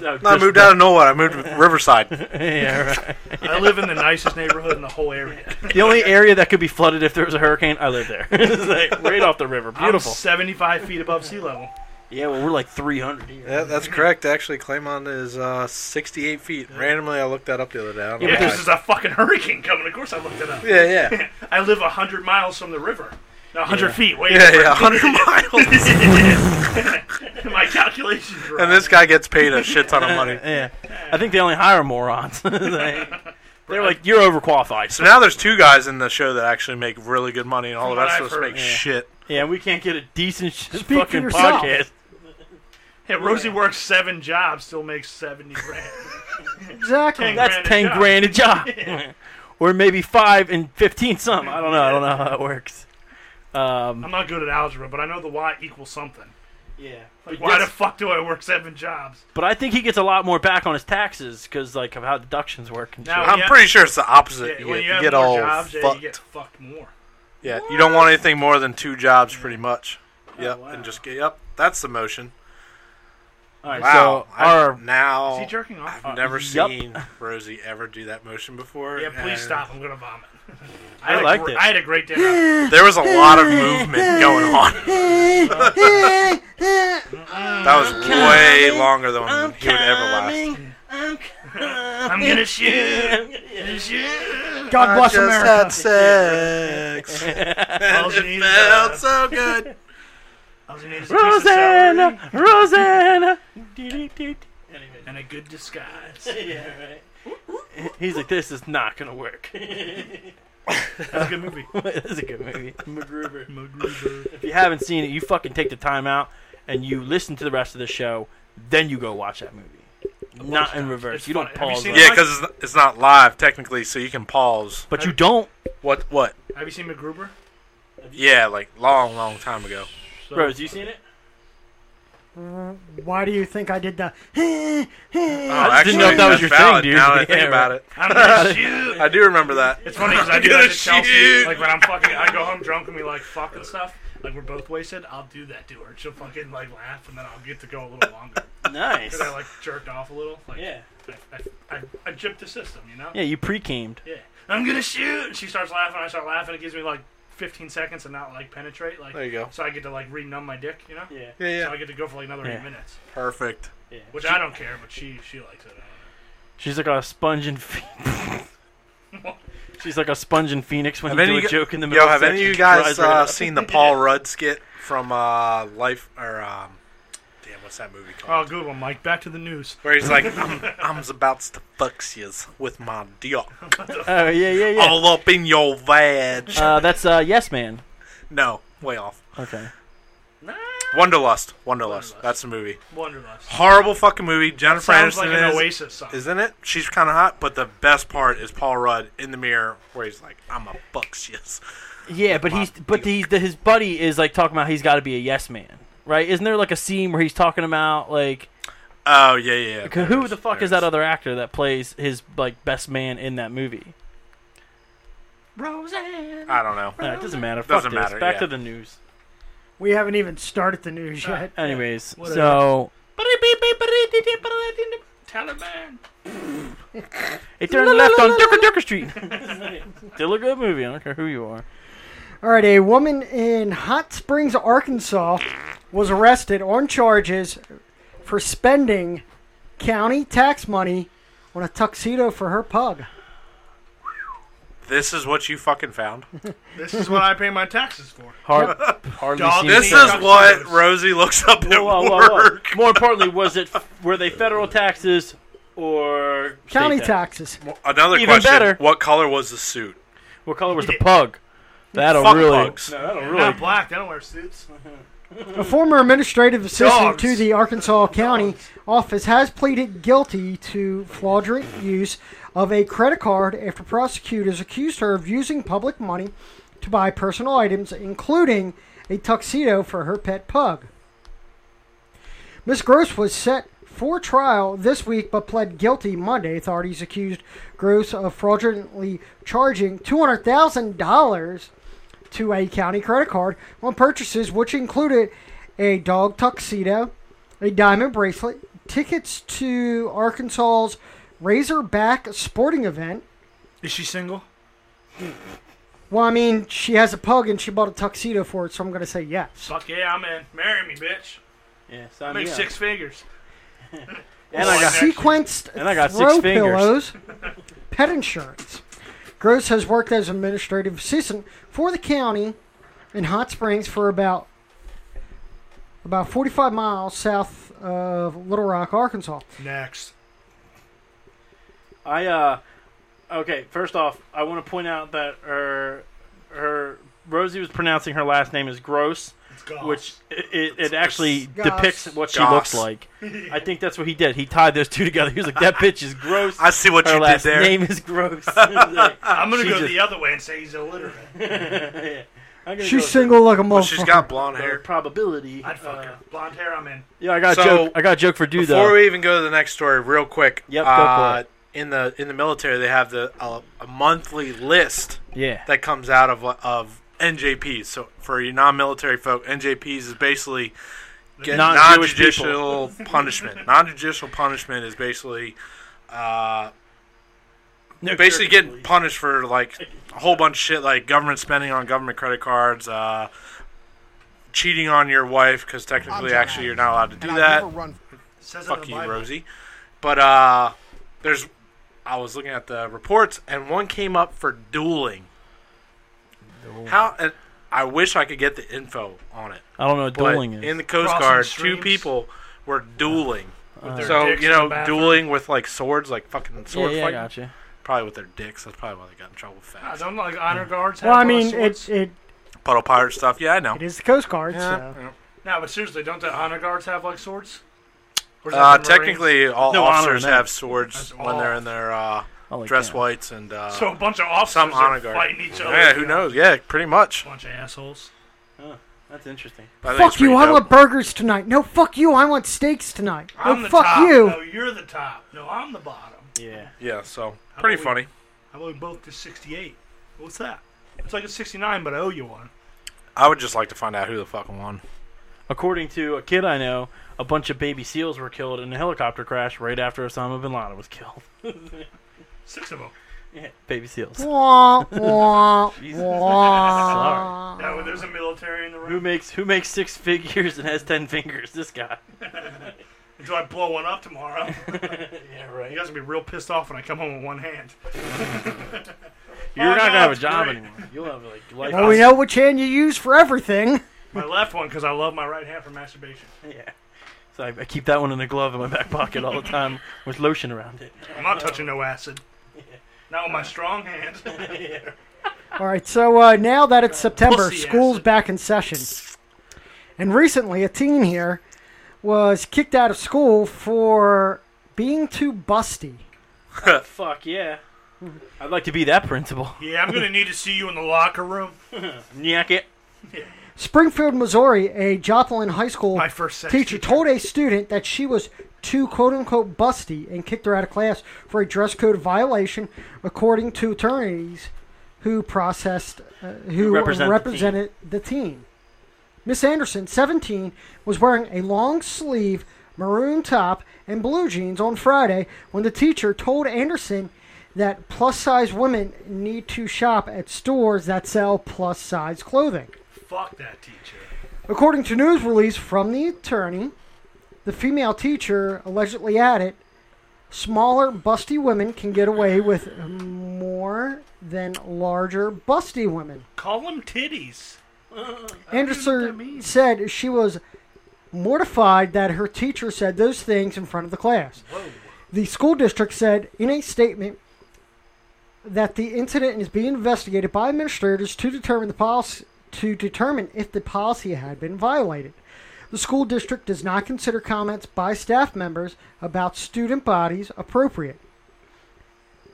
[SPEAKER 4] No, I moved out of nowhere. I moved to Riverside.
[SPEAKER 3] yeah, right.
[SPEAKER 2] I live in the nicest neighborhood in the whole area.
[SPEAKER 3] The only area that could be flooded if there was a hurricane, I live there. It's like right off the river. Beautiful.
[SPEAKER 2] I'm 75 feet above sea level.
[SPEAKER 3] Yeah, well, we're like 300 here.
[SPEAKER 4] Yeah, that's correct. Actually, Claymont is uh, 68 feet. Randomly, I looked that up the other day. I don't know
[SPEAKER 2] Yeah,
[SPEAKER 4] why.
[SPEAKER 2] this is a fucking hurricane coming. Of course, I looked it up.
[SPEAKER 4] yeah, yeah,
[SPEAKER 2] I live 100 miles from the river. No, 100 feet. Wait,
[SPEAKER 4] yeah, yeah. 100 miles.
[SPEAKER 2] my calculations were
[SPEAKER 4] And
[SPEAKER 2] off.
[SPEAKER 4] this guy gets paid a shit ton of money.
[SPEAKER 3] Yeah. I think they only hire morons. They- They're like, you're overqualified.
[SPEAKER 4] So now there's two guys in the show that actually make really good money, and all the
[SPEAKER 2] From what
[SPEAKER 4] rest
[SPEAKER 2] I've
[SPEAKER 4] of us
[SPEAKER 2] heard,
[SPEAKER 4] make
[SPEAKER 2] yeah.
[SPEAKER 4] shit.
[SPEAKER 3] Yeah, we can't get a decent sh-
[SPEAKER 1] for
[SPEAKER 3] fucking
[SPEAKER 1] yourself.
[SPEAKER 3] podcast.
[SPEAKER 2] Hey, Rosie works seven jobs, still makes 70 grand.
[SPEAKER 1] Exactly.
[SPEAKER 2] That-
[SPEAKER 3] That's
[SPEAKER 2] Grand a
[SPEAKER 3] 10
[SPEAKER 2] job.
[SPEAKER 3] grand a job. or maybe 5 and 15 some. I don't know. I don't know how it works. Um,
[SPEAKER 2] I'm not good at algebra, but I know the Y equals something.
[SPEAKER 3] yeah.
[SPEAKER 2] Like, why the fuck do I work seven jobs?
[SPEAKER 3] but I think he gets a lot more back on his taxes because like of how deductions work and
[SPEAKER 2] Now-
[SPEAKER 3] shit.
[SPEAKER 4] I'm
[SPEAKER 2] yeah.
[SPEAKER 4] pretty sure it's the opposite.
[SPEAKER 2] Yeah,
[SPEAKER 4] you
[SPEAKER 2] when
[SPEAKER 4] get,
[SPEAKER 2] you have
[SPEAKER 4] you get
[SPEAKER 2] more
[SPEAKER 4] all
[SPEAKER 2] jobs, yeah,
[SPEAKER 4] fucked.
[SPEAKER 2] you get fucked more.
[SPEAKER 4] yeah, you don't want anything more than two jobs, pretty much.
[SPEAKER 2] Oh,
[SPEAKER 4] Yep,
[SPEAKER 3] wow.
[SPEAKER 4] and just get yep. That's the motion.
[SPEAKER 3] All right,
[SPEAKER 4] Wow.
[SPEAKER 3] so
[SPEAKER 4] I've
[SPEAKER 3] our
[SPEAKER 4] now
[SPEAKER 2] Is he jerking off? Uh,
[SPEAKER 4] I've never
[SPEAKER 3] yup.
[SPEAKER 4] seen Rosie ever do that motion before.
[SPEAKER 2] yeah,
[SPEAKER 4] and
[SPEAKER 2] please stop. I'm gonna vomit.
[SPEAKER 3] I
[SPEAKER 2] had a
[SPEAKER 3] liked
[SPEAKER 2] gr-
[SPEAKER 3] it.
[SPEAKER 2] I had a great dinner.
[SPEAKER 4] There was a lot of movement going on. that was way longer than he would ever last.
[SPEAKER 3] I'm
[SPEAKER 2] I'm gonna shoot. shoot.
[SPEAKER 1] God bless America.
[SPEAKER 4] sex.
[SPEAKER 2] All you need is, uh,
[SPEAKER 4] so good.
[SPEAKER 2] all you need is a piece of celery
[SPEAKER 3] Rosanna, Rosanna.
[SPEAKER 2] and a good disguise.
[SPEAKER 3] He's like, this is not gonna work.
[SPEAKER 2] That's a good movie.
[SPEAKER 3] this is a good movie. MacGruber.
[SPEAKER 2] MacGruber.
[SPEAKER 3] If you haven't seen it, you fucking take the time out and you listen to the rest of the show, then you go watch that movie. Not in reverse.
[SPEAKER 2] It's
[SPEAKER 3] You don't
[SPEAKER 2] funny.
[SPEAKER 3] pause.
[SPEAKER 2] Have you seen
[SPEAKER 3] on
[SPEAKER 2] it?
[SPEAKER 3] it.
[SPEAKER 4] Yeah, because it's, it's not live technically, so you can pause.
[SPEAKER 3] But you don't,
[SPEAKER 4] What? What?
[SPEAKER 2] Have you seen MacGruber?
[SPEAKER 4] Yeah, like long, long time ago.
[SPEAKER 2] So,
[SPEAKER 3] Rose. You seen it?
[SPEAKER 1] Why do you think I did the?
[SPEAKER 3] I just didn't know if that was
[SPEAKER 4] Oh, that's
[SPEAKER 3] your
[SPEAKER 4] valid
[SPEAKER 3] thing, dude.
[SPEAKER 4] Now that I think
[SPEAKER 3] Yeah,
[SPEAKER 4] about it,
[SPEAKER 2] I'm gonna shoot.
[SPEAKER 4] I do remember that.
[SPEAKER 2] It's funny because I do
[SPEAKER 4] Gonna
[SPEAKER 2] that to Chelsea.
[SPEAKER 4] shoot.
[SPEAKER 2] Like when I'm fucking, I go home drunk and we like fuck and stuff. Like we're both wasted. I'll do that to her. She'll fucking like laugh and then I'll get to go a little longer
[SPEAKER 3] Nice.
[SPEAKER 2] because I like jerked off a little. Like,
[SPEAKER 3] Yeah.
[SPEAKER 2] I, I, I, I gypped the system, you know.
[SPEAKER 3] Yeah, you pre-camed.
[SPEAKER 2] Yeah. I'm gonna shoot. And she starts laughing. I start laughing. It gives me like 15 seconds to not like penetrate. Like
[SPEAKER 4] There you go.
[SPEAKER 2] So I get to like renumb my dick, you know.
[SPEAKER 3] Yeah.
[SPEAKER 4] Yeah,
[SPEAKER 2] So I
[SPEAKER 4] yeah.
[SPEAKER 2] get to go for like another
[SPEAKER 3] Yeah.
[SPEAKER 2] eight minutes,
[SPEAKER 4] Perfect.
[SPEAKER 3] yeah.
[SPEAKER 2] which I don't care, but she she likes it.
[SPEAKER 3] She's like a sponge and. Phe- She's like a sponge and phoenix when
[SPEAKER 4] Have
[SPEAKER 3] you
[SPEAKER 4] any
[SPEAKER 3] do a
[SPEAKER 4] you-
[SPEAKER 3] joke in the middle.
[SPEAKER 4] Yo, have
[SPEAKER 3] of
[SPEAKER 4] any of you
[SPEAKER 3] sex, she
[SPEAKER 4] guys
[SPEAKER 3] flies right
[SPEAKER 4] uh,
[SPEAKER 3] up.
[SPEAKER 4] seen the Paul Rudd skit from uh, Life or um, damn, what's that movie called?
[SPEAKER 2] Oh, good one, Mike. Back to the news.
[SPEAKER 4] Where he's like, "Mm." I'm, I'm about to fuck yous with my dick
[SPEAKER 3] Oh yeah, yeah, yeah.
[SPEAKER 4] all up in your vag.
[SPEAKER 3] Uh, that's uh, yes, man.
[SPEAKER 4] No, way off.
[SPEAKER 3] Okay.
[SPEAKER 2] Nah.
[SPEAKER 4] Wonderlust. Wonderlust.
[SPEAKER 2] Wonderlust.
[SPEAKER 4] That's the movie.
[SPEAKER 2] Wonderlust.
[SPEAKER 4] Horrible fucking movie. Jennifer
[SPEAKER 2] Sounds
[SPEAKER 4] Aniston
[SPEAKER 2] like an
[SPEAKER 4] is,
[SPEAKER 2] Oasis song.
[SPEAKER 4] isn't it? She's kind of hot, but the best part is Paul Rudd in the mirror where he's like, I'm a bucksius.
[SPEAKER 3] Yeah, but he's but he's the, his buddy is like talking about he's got to be a yes man, right? Isn't there like a scene where he's talking about like
[SPEAKER 4] Oh, yeah, yeah. yeah.
[SPEAKER 3] c-
[SPEAKER 4] There
[SPEAKER 3] who
[SPEAKER 4] is,
[SPEAKER 3] the fuck
[SPEAKER 4] there
[SPEAKER 3] is that other actor that plays his like best man in that movie?
[SPEAKER 2] Roseanne.
[SPEAKER 4] I don't know.
[SPEAKER 3] Uh, it doesn't matter.
[SPEAKER 4] Doesn't
[SPEAKER 3] Fuck this.
[SPEAKER 4] matter,
[SPEAKER 3] Back
[SPEAKER 4] yeah.
[SPEAKER 3] to the news.
[SPEAKER 1] we haven't even started the news yet.
[SPEAKER 3] Anyways,
[SPEAKER 1] Whatever.
[SPEAKER 3] so
[SPEAKER 2] Taliban.
[SPEAKER 3] it turned left on Durker Durker Street. Still a good movie. I don't care who you are.
[SPEAKER 1] All right, a woman in Hot Springs, Arkansas, was arrested on charges for spending county tax money on a tuxedo for her pug.
[SPEAKER 4] This is what you fucking found.
[SPEAKER 2] This is what I pay my taxes for.
[SPEAKER 3] Hard, hardly
[SPEAKER 2] Dog,
[SPEAKER 3] seen
[SPEAKER 2] this
[SPEAKER 4] This
[SPEAKER 3] it.
[SPEAKER 4] is what Rosie looks up at
[SPEAKER 3] Whoa, whoa, whoa, whoa.
[SPEAKER 4] work.
[SPEAKER 3] More importantly, was it were they Oh, federal taxes or state
[SPEAKER 1] County
[SPEAKER 3] tax?
[SPEAKER 1] taxes.
[SPEAKER 4] Another
[SPEAKER 3] Even
[SPEAKER 4] question.
[SPEAKER 3] better.
[SPEAKER 4] What color was the suit?
[SPEAKER 3] What color was the pug? That'll
[SPEAKER 4] Fuck
[SPEAKER 3] really.
[SPEAKER 4] bugs.
[SPEAKER 3] No, that'll
[SPEAKER 2] They're
[SPEAKER 3] really.
[SPEAKER 2] not black. They don't wear suits.
[SPEAKER 1] A former administrative assistant
[SPEAKER 2] Dogs.
[SPEAKER 1] to the Arkansas County office has pleaded guilty to fraudulent use of a credit card after prosecutors accused her of using public money to buy personal items, including a tuxedo for her pet pug. Miss Gross was set for trial this week but pled guilty Monday. Authorities accused Gross of fraudulently charging $200,000 to a county credit card on purchases which included a dog tuxedo, a diamond bracelet, tickets to Arkansas's Razorback sporting event.
[SPEAKER 2] Is she single?
[SPEAKER 1] Well, I mean, she has a pug and she bought a tuxedo for it, so I'm going to say yes.
[SPEAKER 2] Fuck yeah, I'm in. Marry me, bitch.
[SPEAKER 3] Yeah,
[SPEAKER 2] I
[SPEAKER 3] sign me
[SPEAKER 2] make
[SPEAKER 3] up.
[SPEAKER 2] six figures.
[SPEAKER 3] And I got.
[SPEAKER 1] sequenced
[SPEAKER 3] And I got six
[SPEAKER 1] throw
[SPEAKER 3] fingers.
[SPEAKER 1] pillows, pet insurance. Gross has worked as administrative assistant for the county in Hot Springs for about about 45 miles south of Little Rock, Arkansas.
[SPEAKER 2] Next.
[SPEAKER 3] I uh. Okay, first off, I want to point out that her, her Rosie was pronouncing her last name as Gross,
[SPEAKER 2] It's gone.
[SPEAKER 3] which it, it, it actually
[SPEAKER 1] Goss.
[SPEAKER 3] depicts what she looks
[SPEAKER 4] Goss.
[SPEAKER 3] like. I think that's what he did. He tied those two together. He was like, "That bitch is gross.
[SPEAKER 4] I see what
[SPEAKER 3] her
[SPEAKER 4] you did
[SPEAKER 3] last
[SPEAKER 4] there.
[SPEAKER 3] name is gross." I'm
[SPEAKER 2] I'm gonna
[SPEAKER 3] she
[SPEAKER 2] go
[SPEAKER 3] just-
[SPEAKER 2] the other way and say he's illiterate.
[SPEAKER 3] gonna go
[SPEAKER 1] She's
[SPEAKER 3] with
[SPEAKER 1] single like a
[SPEAKER 4] Well,
[SPEAKER 1] motherfucker.
[SPEAKER 4] she's got blonde
[SPEAKER 3] the
[SPEAKER 4] hair.
[SPEAKER 3] Probability. uh,
[SPEAKER 2] I'd fuck her. Blonde hair, I'm in.
[SPEAKER 3] Yeah, I got
[SPEAKER 4] So,
[SPEAKER 3] a joke. I got a joke for dude
[SPEAKER 4] Before
[SPEAKER 3] though.
[SPEAKER 4] we even go to the next story, real quick.
[SPEAKER 3] Yep, go for
[SPEAKER 4] uh,
[SPEAKER 3] it.
[SPEAKER 4] In the in the military, they have the uh, a monthly list
[SPEAKER 3] yeah.
[SPEAKER 4] that comes out of of NJPs. So for you non-military folk, NJPs is basically get
[SPEAKER 3] Non-Jewish
[SPEAKER 4] non-judicial punishment. Non-judicial punishment is basically uh, basically getting punished for like a whole bunch of shit, like government spending on government credit cards, uh, cheating on your wife because technically, actually, you're not allowed to do that.
[SPEAKER 2] It says that in
[SPEAKER 4] Fuck
[SPEAKER 2] the
[SPEAKER 4] you,
[SPEAKER 2] Bible.
[SPEAKER 4] Rosie. But uh, there's, I was looking at the reports, and one came up for dueling. How? And I wish I could get the info on it.
[SPEAKER 3] I don't know what
[SPEAKER 4] But
[SPEAKER 3] dueling is.
[SPEAKER 4] in the Coast
[SPEAKER 2] Crossing
[SPEAKER 4] Guard,
[SPEAKER 2] streams.
[SPEAKER 4] two people were dueling.
[SPEAKER 2] With their
[SPEAKER 4] so
[SPEAKER 2] dicks
[SPEAKER 4] you
[SPEAKER 2] in the
[SPEAKER 4] know,
[SPEAKER 2] bathroom.
[SPEAKER 4] dueling with like swords, like fucking
[SPEAKER 3] yeah,
[SPEAKER 4] sword
[SPEAKER 3] yeah, I
[SPEAKER 4] fighting.
[SPEAKER 3] gotcha.
[SPEAKER 4] Probably with their dicks. That's probably why they got in trouble with
[SPEAKER 2] Ah,
[SPEAKER 4] that.
[SPEAKER 2] don't like honor
[SPEAKER 3] Mm.
[SPEAKER 2] guards.
[SPEAKER 1] well,
[SPEAKER 2] have
[SPEAKER 1] I
[SPEAKER 2] a lot of
[SPEAKER 1] mean,
[SPEAKER 2] swords?
[SPEAKER 1] it, it,
[SPEAKER 4] Puddle pirate stuff. Yeah, I know. Uh,
[SPEAKER 1] it is the Coast Guard,
[SPEAKER 4] Yeah.
[SPEAKER 1] so.
[SPEAKER 2] No, but seriously, don't the honor guards have like swords? Or is that
[SPEAKER 4] Uh,
[SPEAKER 2] the Marines?
[SPEAKER 4] technically, all
[SPEAKER 3] No honor
[SPEAKER 4] officers
[SPEAKER 3] in that.
[SPEAKER 4] have swords
[SPEAKER 2] That's
[SPEAKER 4] when they're in their uh,
[SPEAKER 3] I like
[SPEAKER 4] dress
[SPEAKER 3] that.
[SPEAKER 4] whites and uh,
[SPEAKER 2] So a bunch of officers
[SPEAKER 4] some honor
[SPEAKER 2] are
[SPEAKER 4] guard.
[SPEAKER 2] fighting each other.
[SPEAKER 4] Yeah, who knows? Yeah, pretty much.
[SPEAKER 2] Bunch of assholes.
[SPEAKER 3] That's interesting.
[SPEAKER 4] I think it's
[SPEAKER 1] Fuck you!
[SPEAKER 4] pretty
[SPEAKER 1] I
[SPEAKER 4] dope.
[SPEAKER 1] want burgers tonight. No, fuck you! I want steaks tonight.
[SPEAKER 2] I'm
[SPEAKER 1] no,
[SPEAKER 2] the
[SPEAKER 1] fuck
[SPEAKER 2] top.
[SPEAKER 1] you!
[SPEAKER 2] No, you're the top. No, I'm the bottom.
[SPEAKER 3] Yeah.
[SPEAKER 4] Yeah, so pretty
[SPEAKER 2] about we-
[SPEAKER 4] funny.
[SPEAKER 2] I'm only both to 68. What's that? It's like a 69, but I owe you one.
[SPEAKER 4] I would just like to find out who the fuck won.
[SPEAKER 3] According to a kid I know, a bunch of baby seals were killed in a helicopter crash right after Osama bin Laden was killed.
[SPEAKER 2] Six of Oh, them.
[SPEAKER 3] yeah, baby seals.
[SPEAKER 1] Wah, wah,
[SPEAKER 3] Jesus.
[SPEAKER 1] wah.
[SPEAKER 2] That way there's a military in the
[SPEAKER 3] Who
[SPEAKER 2] room.
[SPEAKER 3] makes who makes six figures and has ten fingers? This guy.
[SPEAKER 2] Until I blow one up tomorrow.
[SPEAKER 3] Yeah, right.
[SPEAKER 2] you guys will be real pissed off when I come home with one hand.
[SPEAKER 3] You're
[SPEAKER 2] Oh,
[SPEAKER 3] not
[SPEAKER 2] no,
[SPEAKER 3] gonna have a
[SPEAKER 2] it's
[SPEAKER 3] job
[SPEAKER 2] great.
[SPEAKER 3] anymore. You'll have like life.
[SPEAKER 1] Well, we know which hand you use for everything.
[SPEAKER 2] My left one, because I love my right hand for masturbation.
[SPEAKER 3] Yeah. So I, I keep that one in a glove in my back pocket all the time with lotion around it.
[SPEAKER 2] I'm not touching no acid. Not with my strong hand.
[SPEAKER 1] All right, so uh, now that it's September,
[SPEAKER 2] Pussy
[SPEAKER 1] school's
[SPEAKER 2] acid.
[SPEAKER 1] back in session. And recently, a teen here was kicked out of school for being too busty.
[SPEAKER 3] Fuck yeah. I'd like to be that principal.
[SPEAKER 2] yeah, I'm going to need to see you in the locker room.
[SPEAKER 3] Nyack it.
[SPEAKER 1] Springfield, Missouri, a Joplin High School
[SPEAKER 2] My first sex
[SPEAKER 1] teacher told a student that she was too quote unquote busty and kicked her out of class for a dress code violation, according to attorneys who processed, uh, who
[SPEAKER 3] represent the
[SPEAKER 1] represented the team. Miss Anderson, 17, was wearing a long sleeve maroon top and blue jeans on Friday when the teacher told Anderson that plus size women need to shop at stores that sell plus size clothing.
[SPEAKER 2] Fuck that teacher.
[SPEAKER 1] According to news release from the attorney, the female teacher allegedly added, "Smaller, busty women can get away with more than larger, busty women."
[SPEAKER 2] Call them titties.
[SPEAKER 1] Anderson said she was mortified that her teacher said those things in front of the class. The school district said in a statement that the incident is being investigated by administrators to determine the policy to determine if the policy had been violated. The school district does not consider comments by staff members about student bodies appropriate.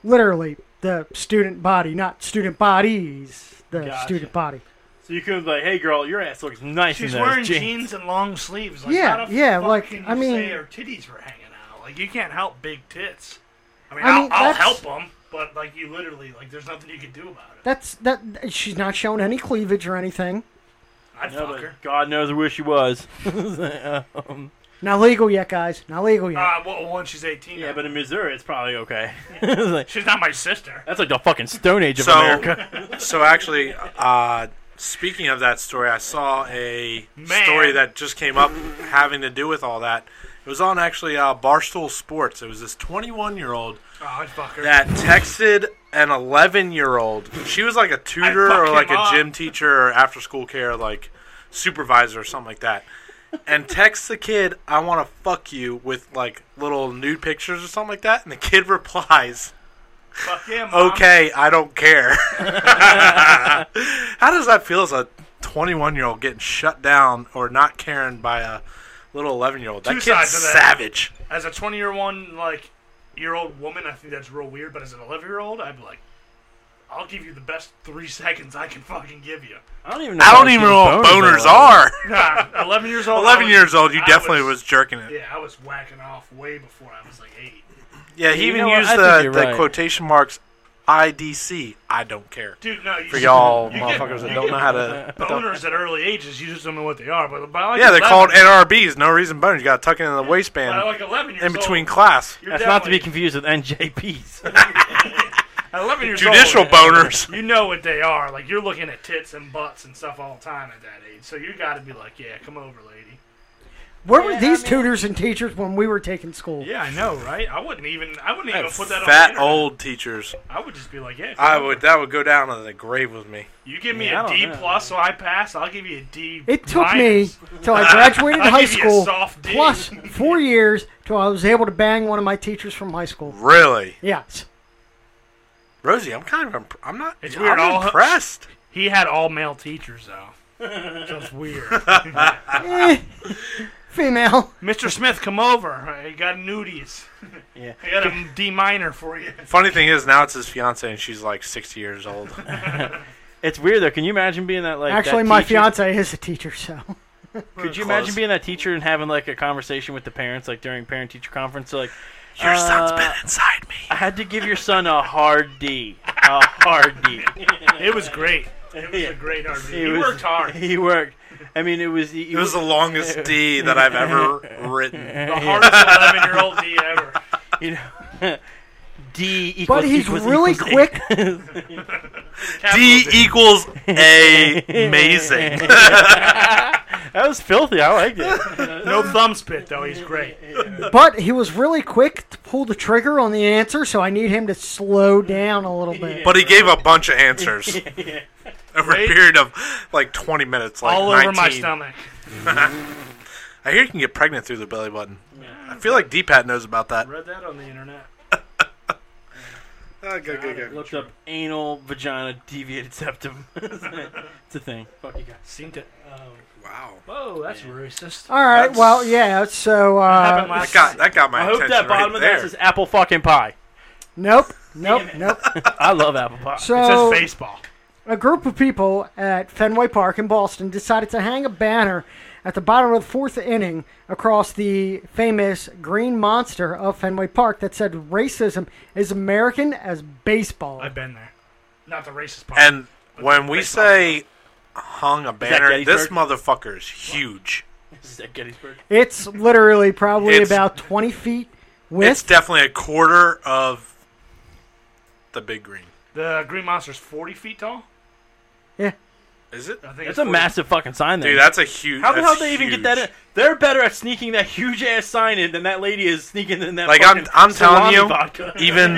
[SPEAKER 1] Literally, the student body, not student bodies, the
[SPEAKER 3] Gotcha.
[SPEAKER 1] student body.
[SPEAKER 3] So you could be like, hey girl, your ass looks nice
[SPEAKER 2] She's
[SPEAKER 3] in those
[SPEAKER 2] wearing
[SPEAKER 3] jeans.
[SPEAKER 2] jeans and long sleeves. Like,
[SPEAKER 1] Yeah,
[SPEAKER 2] how the
[SPEAKER 1] yeah,
[SPEAKER 2] fuck
[SPEAKER 1] like,
[SPEAKER 2] can you
[SPEAKER 1] I mean-
[SPEAKER 2] say her titties were hanging out. Like, you can't help big tits. I mean,
[SPEAKER 1] I
[SPEAKER 2] I
[SPEAKER 1] mean,
[SPEAKER 2] will I'll
[SPEAKER 1] that's-
[SPEAKER 2] help them, but like, you literally like, there's nothing you can do about it.
[SPEAKER 1] That's that. She's not showing any cleavage or anything.
[SPEAKER 2] I'd
[SPEAKER 3] No,
[SPEAKER 2] fuck
[SPEAKER 3] but
[SPEAKER 2] her.
[SPEAKER 3] God knows I wish she was. Um,
[SPEAKER 1] Not legal yet, guys. Not legal yet.
[SPEAKER 2] Uh, well, one, she's 18.
[SPEAKER 3] yeah,
[SPEAKER 2] now.
[SPEAKER 3] but in Missouri, it's probably okay.
[SPEAKER 2] she's not my sister.
[SPEAKER 3] That's like the fucking Stone Age of
[SPEAKER 4] So-
[SPEAKER 3] America.
[SPEAKER 4] So actually, uh, speaking of that story, I saw a
[SPEAKER 2] Man.
[SPEAKER 4] story that just came up having to do with all that. It was on actually uh, Barstool Sports. It was this 21 year old
[SPEAKER 2] Oh, I'd fuck her.
[SPEAKER 4] that texted an 11 year old. She was like a tutor
[SPEAKER 2] I fuck
[SPEAKER 4] or like
[SPEAKER 2] him
[SPEAKER 4] a
[SPEAKER 2] up.
[SPEAKER 4] gym teacher or after school care like supervisor or something like that. And texts the kid, "I want to fuck you" with like little nude pictures or something like that. And the kid replies,
[SPEAKER 2] fuck yeah, mom.
[SPEAKER 4] "Okay, I don't care." How does that feel as a 21 year old getting shut down or not caring by a little 11 year old? That
[SPEAKER 2] Two
[SPEAKER 4] kid's
[SPEAKER 2] sides of that.
[SPEAKER 4] savage.
[SPEAKER 2] As a 20 year one like year old woman, I think that's real weird. But as an 11 year old, I'd be like, I'll give you the best three seconds I can fucking give you.
[SPEAKER 3] I don't even know.
[SPEAKER 4] I
[SPEAKER 3] how
[SPEAKER 4] don't
[SPEAKER 3] she
[SPEAKER 4] even
[SPEAKER 3] was
[SPEAKER 4] know what
[SPEAKER 3] boned or
[SPEAKER 4] boners
[SPEAKER 3] not.
[SPEAKER 4] are.
[SPEAKER 2] Nah, 11 years old. I
[SPEAKER 4] 11
[SPEAKER 2] was-
[SPEAKER 4] years old, you
[SPEAKER 2] I
[SPEAKER 4] definitely was, jerking it.
[SPEAKER 2] Yeah, I was whacking off way before I was like eight.
[SPEAKER 4] Yeah, he
[SPEAKER 3] You
[SPEAKER 4] even
[SPEAKER 3] know what?
[SPEAKER 4] used
[SPEAKER 3] I think
[SPEAKER 4] the,
[SPEAKER 3] you're
[SPEAKER 4] the
[SPEAKER 3] right.
[SPEAKER 4] quotation marks IDC. I don't care.
[SPEAKER 2] Dude, no, you
[SPEAKER 4] For y'all
[SPEAKER 2] you
[SPEAKER 4] motherfuckers
[SPEAKER 2] get,
[SPEAKER 4] that
[SPEAKER 2] you
[SPEAKER 4] don't
[SPEAKER 2] get
[SPEAKER 4] know how to. don't-
[SPEAKER 2] boners at early ages. You just don't know what they are. But by like
[SPEAKER 4] Yeah, they're
[SPEAKER 2] 11
[SPEAKER 4] called NRBs. No reason boners. You gotta tuck it in the
[SPEAKER 2] By
[SPEAKER 4] waistband
[SPEAKER 2] like 11 years
[SPEAKER 4] in between
[SPEAKER 2] Old,
[SPEAKER 4] class.
[SPEAKER 2] you're
[SPEAKER 3] That's not to be
[SPEAKER 2] definitely-
[SPEAKER 3] confused with NJPs.
[SPEAKER 2] at 11 years
[SPEAKER 4] Judicial
[SPEAKER 2] old,
[SPEAKER 4] boners.
[SPEAKER 2] You know what they are. Like you're looking at tits and butts and stuff all the time at that age. So you got to be like, yeah, come over, lady.
[SPEAKER 1] Where were these tutors and teachers when we were taking school?
[SPEAKER 2] Yeah, I know, right? I wouldn't even. I wouldn't even put that on. the
[SPEAKER 4] Fat
[SPEAKER 2] internet.
[SPEAKER 4] old teachers.
[SPEAKER 2] I would just be like, yeah. come
[SPEAKER 4] I
[SPEAKER 2] over.
[SPEAKER 4] would. That would go down to the grave with me.
[SPEAKER 2] You give me
[SPEAKER 3] Yeah,
[SPEAKER 2] a
[SPEAKER 3] I
[SPEAKER 2] D
[SPEAKER 3] don't know.
[SPEAKER 2] plus, so I pass. I'll give you a D.
[SPEAKER 1] It took
[SPEAKER 2] minus.
[SPEAKER 1] me till I graduated
[SPEAKER 2] I'll
[SPEAKER 1] high
[SPEAKER 2] give you a
[SPEAKER 1] school,
[SPEAKER 2] soft D.
[SPEAKER 1] plus four years till I was able to bang one of my teachers from high school.
[SPEAKER 4] Really,
[SPEAKER 1] Yes.
[SPEAKER 4] Rosie? I'm kind of. Imp- I'm not.
[SPEAKER 2] It's
[SPEAKER 4] I'm
[SPEAKER 2] weird, all-
[SPEAKER 4] impressed.
[SPEAKER 2] He had all male teachers though. So it's weird.
[SPEAKER 1] Eh, female.
[SPEAKER 2] Mr. Smith, come over. I got nudies.
[SPEAKER 3] Yeah.
[SPEAKER 2] I got a D minor for you.
[SPEAKER 4] Funny thing is, now it's his fiance, and she's like 60 years old.
[SPEAKER 3] It's weird though. Can you imagine being that like? that
[SPEAKER 1] Actually, my
[SPEAKER 3] teacher-
[SPEAKER 1] fiance is a teacher, so
[SPEAKER 3] Could you
[SPEAKER 4] Close.
[SPEAKER 3] imagine being that teacher and having like a conversation with the parents, like during parent teacher conference, like
[SPEAKER 4] Your son's
[SPEAKER 3] uh,
[SPEAKER 4] been inside me.
[SPEAKER 3] I had to give your son a hard D, a hard D.
[SPEAKER 2] It was great. It was
[SPEAKER 3] Yeah.
[SPEAKER 2] a great RV.
[SPEAKER 3] He
[SPEAKER 2] He,
[SPEAKER 3] was-
[SPEAKER 2] worked hard.
[SPEAKER 3] He worked. I mean, it was. He,
[SPEAKER 4] It was the longest D that I've ever written.
[SPEAKER 2] The hardest 11 year old D ever.
[SPEAKER 3] you know. D equals.
[SPEAKER 1] but he's
[SPEAKER 3] equals,
[SPEAKER 1] really
[SPEAKER 3] equals
[SPEAKER 1] quick.
[SPEAKER 4] D equals amazing.
[SPEAKER 3] That was filthy. I liked it.
[SPEAKER 2] No thumb spit, though. He's great.
[SPEAKER 1] but he was really quick to pull the trigger on the answer, so I need him to slow down a little bit.
[SPEAKER 4] But he gave a bunch of answers over a
[SPEAKER 2] Right?
[SPEAKER 4] period of like 20 minutes, like
[SPEAKER 2] All
[SPEAKER 4] 19.
[SPEAKER 2] over my stomach.
[SPEAKER 4] I hear you can get pregnant through the belly button. I feel like D-Pat knows about that.
[SPEAKER 2] Read that on the internet.
[SPEAKER 4] Oh, good, good,
[SPEAKER 3] I looked up anal vagina deviated septum. it's a thing. Fuck you guys.
[SPEAKER 2] Seemed it. Um,
[SPEAKER 4] Wow.
[SPEAKER 2] whoa, that's racist.
[SPEAKER 1] All right,
[SPEAKER 4] That's-
[SPEAKER 1] well, yeah. So
[SPEAKER 2] happened
[SPEAKER 1] uh,
[SPEAKER 2] last-
[SPEAKER 4] That got, that got my
[SPEAKER 3] I hope
[SPEAKER 4] attention
[SPEAKER 3] that bottom
[SPEAKER 4] right
[SPEAKER 3] of
[SPEAKER 4] there.
[SPEAKER 3] that says apple fucking pie.
[SPEAKER 1] nope, nope, nope.
[SPEAKER 3] I love apple pie.
[SPEAKER 2] It says
[SPEAKER 1] So
[SPEAKER 2] baseball.
[SPEAKER 1] a group of people at Fenway Park in Boston decided to hang a banner at the bottom of the fourth inning across the famous green monster of Fenway Park that said racism is American as baseball.
[SPEAKER 2] I've been there. Not the racist part.
[SPEAKER 4] and when we
[SPEAKER 2] Baseball.
[SPEAKER 4] say hung a banner, this
[SPEAKER 3] Gettysburg?
[SPEAKER 4] motherfucker is huge.
[SPEAKER 3] This is at Gettysburg.
[SPEAKER 1] It's literally probably
[SPEAKER 4] It's-
[SPEAKER 1] about 20 feet
[SPEAKER 4] It's
[SPEAKER 1] width.
[SPEAKER 4] definitely a quarter of the big green.
[SPEAKER 2] the Green Monster's 40 feet tall.
[SPEAKER 1] yeah.
[SPEAKER 4] Is it?
[SPEAKER 2] I
[SPEAKER 3] That's
[SPEAKER 2] think it's
[SPEAKER 3] a
[SPEAKER 2] 40.
[SPEAKER 3] massive fucking sign there.
[SPEAKER 4] Dude, that's a huge.
[SPEAKER 3] How the
[SPEAKER 4] that's
[SPEAKER 3] hell they even get
[SPEAKER 4] huge.
[SPEAKER 3] that in? They're better at sneaking that huge ass sign in than that lady is sneaking in that.
[SPEAKER 4] Like, I'm-
[SPEAKER 3] fucking
[SPEAKER 4] I'm telling
[SPEAKER 3] salami
[SPEAKER 4] you,
[SPEAKER 3] vodka.
[SPEAKER 4] Even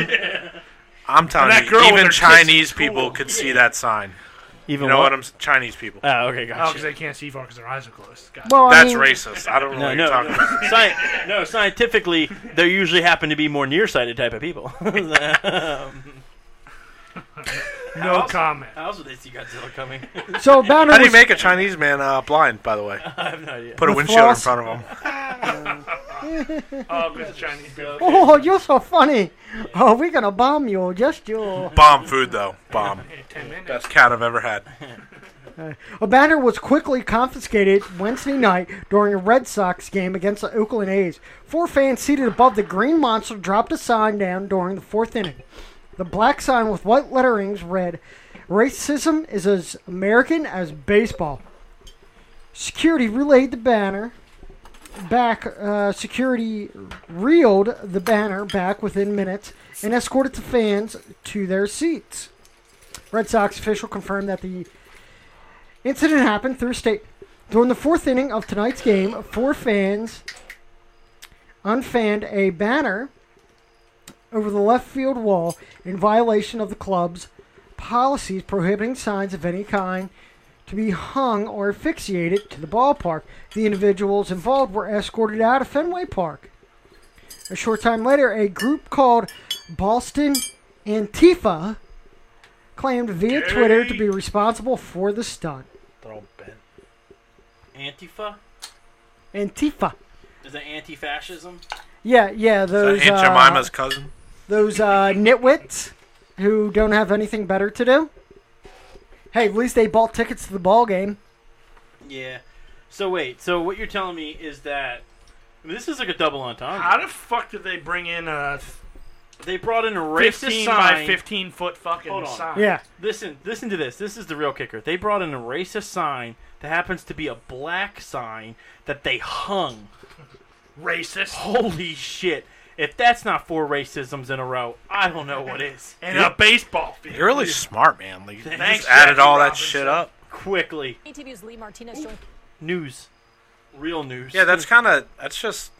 [SPEAKER 4] I'm telling
[SPEAKER 2] And that
[SPEAKER 4] you,
[SPEAKER 2] girl with
[SPEAKER 4] even
[SPEAKER 2] her tits
[SPEAKER 4] Chinese
[SPEAKER 2] is
[SPEAKER 4] people
[SPEAKER 2] cool.
[SPEAKER 4] could see that sign.
[SPEAKER 3] even
[SPEAKER 4] You know what I'm s- Chinese people.
[SPEAKER 3] Oh, okay,
[SPEAKER 2] Oh, because
[SPEAKER 3] gotcha.
[SPEAKER 2] they can't see far because their eyes are closed. Got it.
[SPEAKER 1] Well, I
[SPEAKER 4] That's
[SPEAKER 1] mean,
[SPEAKER 4] racist. I don't know
[SPEAKER 3] no,
[SPEAKER 4] what you're
[SPEAKER 3] no,
[SPEAKER 4] talking about.
[SPEAKER 3] no. Sci- no. Scientifically, they usually happen to be more nearsighted type of people. Um,
[SPEAKER 2] no comment.
[SPEAKER 3] How else would they see Godzilla coming?
[SPEAKER 1] So banner
[SPEAKER 4] How do you
[SPEAKER 1] was,
[SPEAKER 4] make a Chinese man uh, blind? By the way,
[SPEAKER 3] I have no idea.
[SPEAKER 4] put a
[SPEAKER 1] With
[SPEAKER 4] windshield
[SPEAKER 1] floss?
[SPEAKER 4] in front of him.
[SPEAKER 2] Oh, because Chinese people.
[SPEAKER 1] oh, you're so funny. Oh, we're gonna bomb you, just you.
[SPEAKER 4] Bomb food though. Bomb.
[SPEAKER 2] Hey, 10 minutes.
[SPEAKER 4] Best cat I've ever had.
[SPEAKER 1] A banner was quickly confiscated Wednesday night during a Red Sox game against the Oakland A's. Four fans seated above the green monster dropped a sign down during the fourth inning. The black sign with white letterings read, "Racism is as American as baseball." Security relayed the banner back. Uh, security reeled the banner back within minutes and escorted the fans to their seats. Red Sox official confirmed that the incident happened through state during the fourth inning of tonight's game. Four fans unfanned a banner over the left field wall in violation of the club's policies prohibiting signs of any kind to be hung or asphyxiated to the ballpark. The individuals involved were escorted out of Fenway Park. A short time later, a group called Boston Antifa claimed via Twitter to be responsible for the stunt.
[SPEAKER 3] They're all bent. Antifa?
[SPEAKER 1] Antifa.
[SPEAKER 3] Is that anti-fascism?
[SPEAKER 1] Yeah, yeah,
[SPEAKER 4] Aunt
[SPEAKER 1] those uh,
[SPEAKER 4] Jemima's cousin.
[SPEAKER 1] those uh, nitwits who don't have anything better to do. Hey, at least they bought tickets to the ball game.
[SPEAKER 3] Yeah. So wait. So what you're telling me is that I mean, this is like a double entendre.
[SPEAKER 2] How the fuck did they bring in a
[SPEAKER 3] they brought in a racist
[SPEAKER 2] 15 by
[SPEAKER 3] sign.
[SPEAKER 2] 15 foot fucking
[SPEAKER 3] Hold on.
[SPEAKER 2] sign?
[SPEAKER 1] Yeah,
[SPEAKER 3] Listen, listen to this. This is the real kicker. They brought in a racist sign that happens to be a black sign that they hung.
[SPEAKER 2] Racist.
[SPEAKER 3] Holy shit! If that's not four racisms in a row, I don't know what is.
[SPEAKER 2] And a baseball field.
[SPEAKER 4] You're really smart, man. Like, you
[SPEAKER 2] Thanks,
[SPEAKER 4] just added
[SPEAKER 2] Jackie
[SPEAKER 4] all that
[SPEAKER 2] Robinson.
[SPEAKER 4] shit up.
[SPEAKER 3] Quickly,
[SPEAKER 6] ATV's Lee Martinez joined.
[SPEAKER 3] news, real news.
[SPEAKER 4] Yeah, that's kind of that's just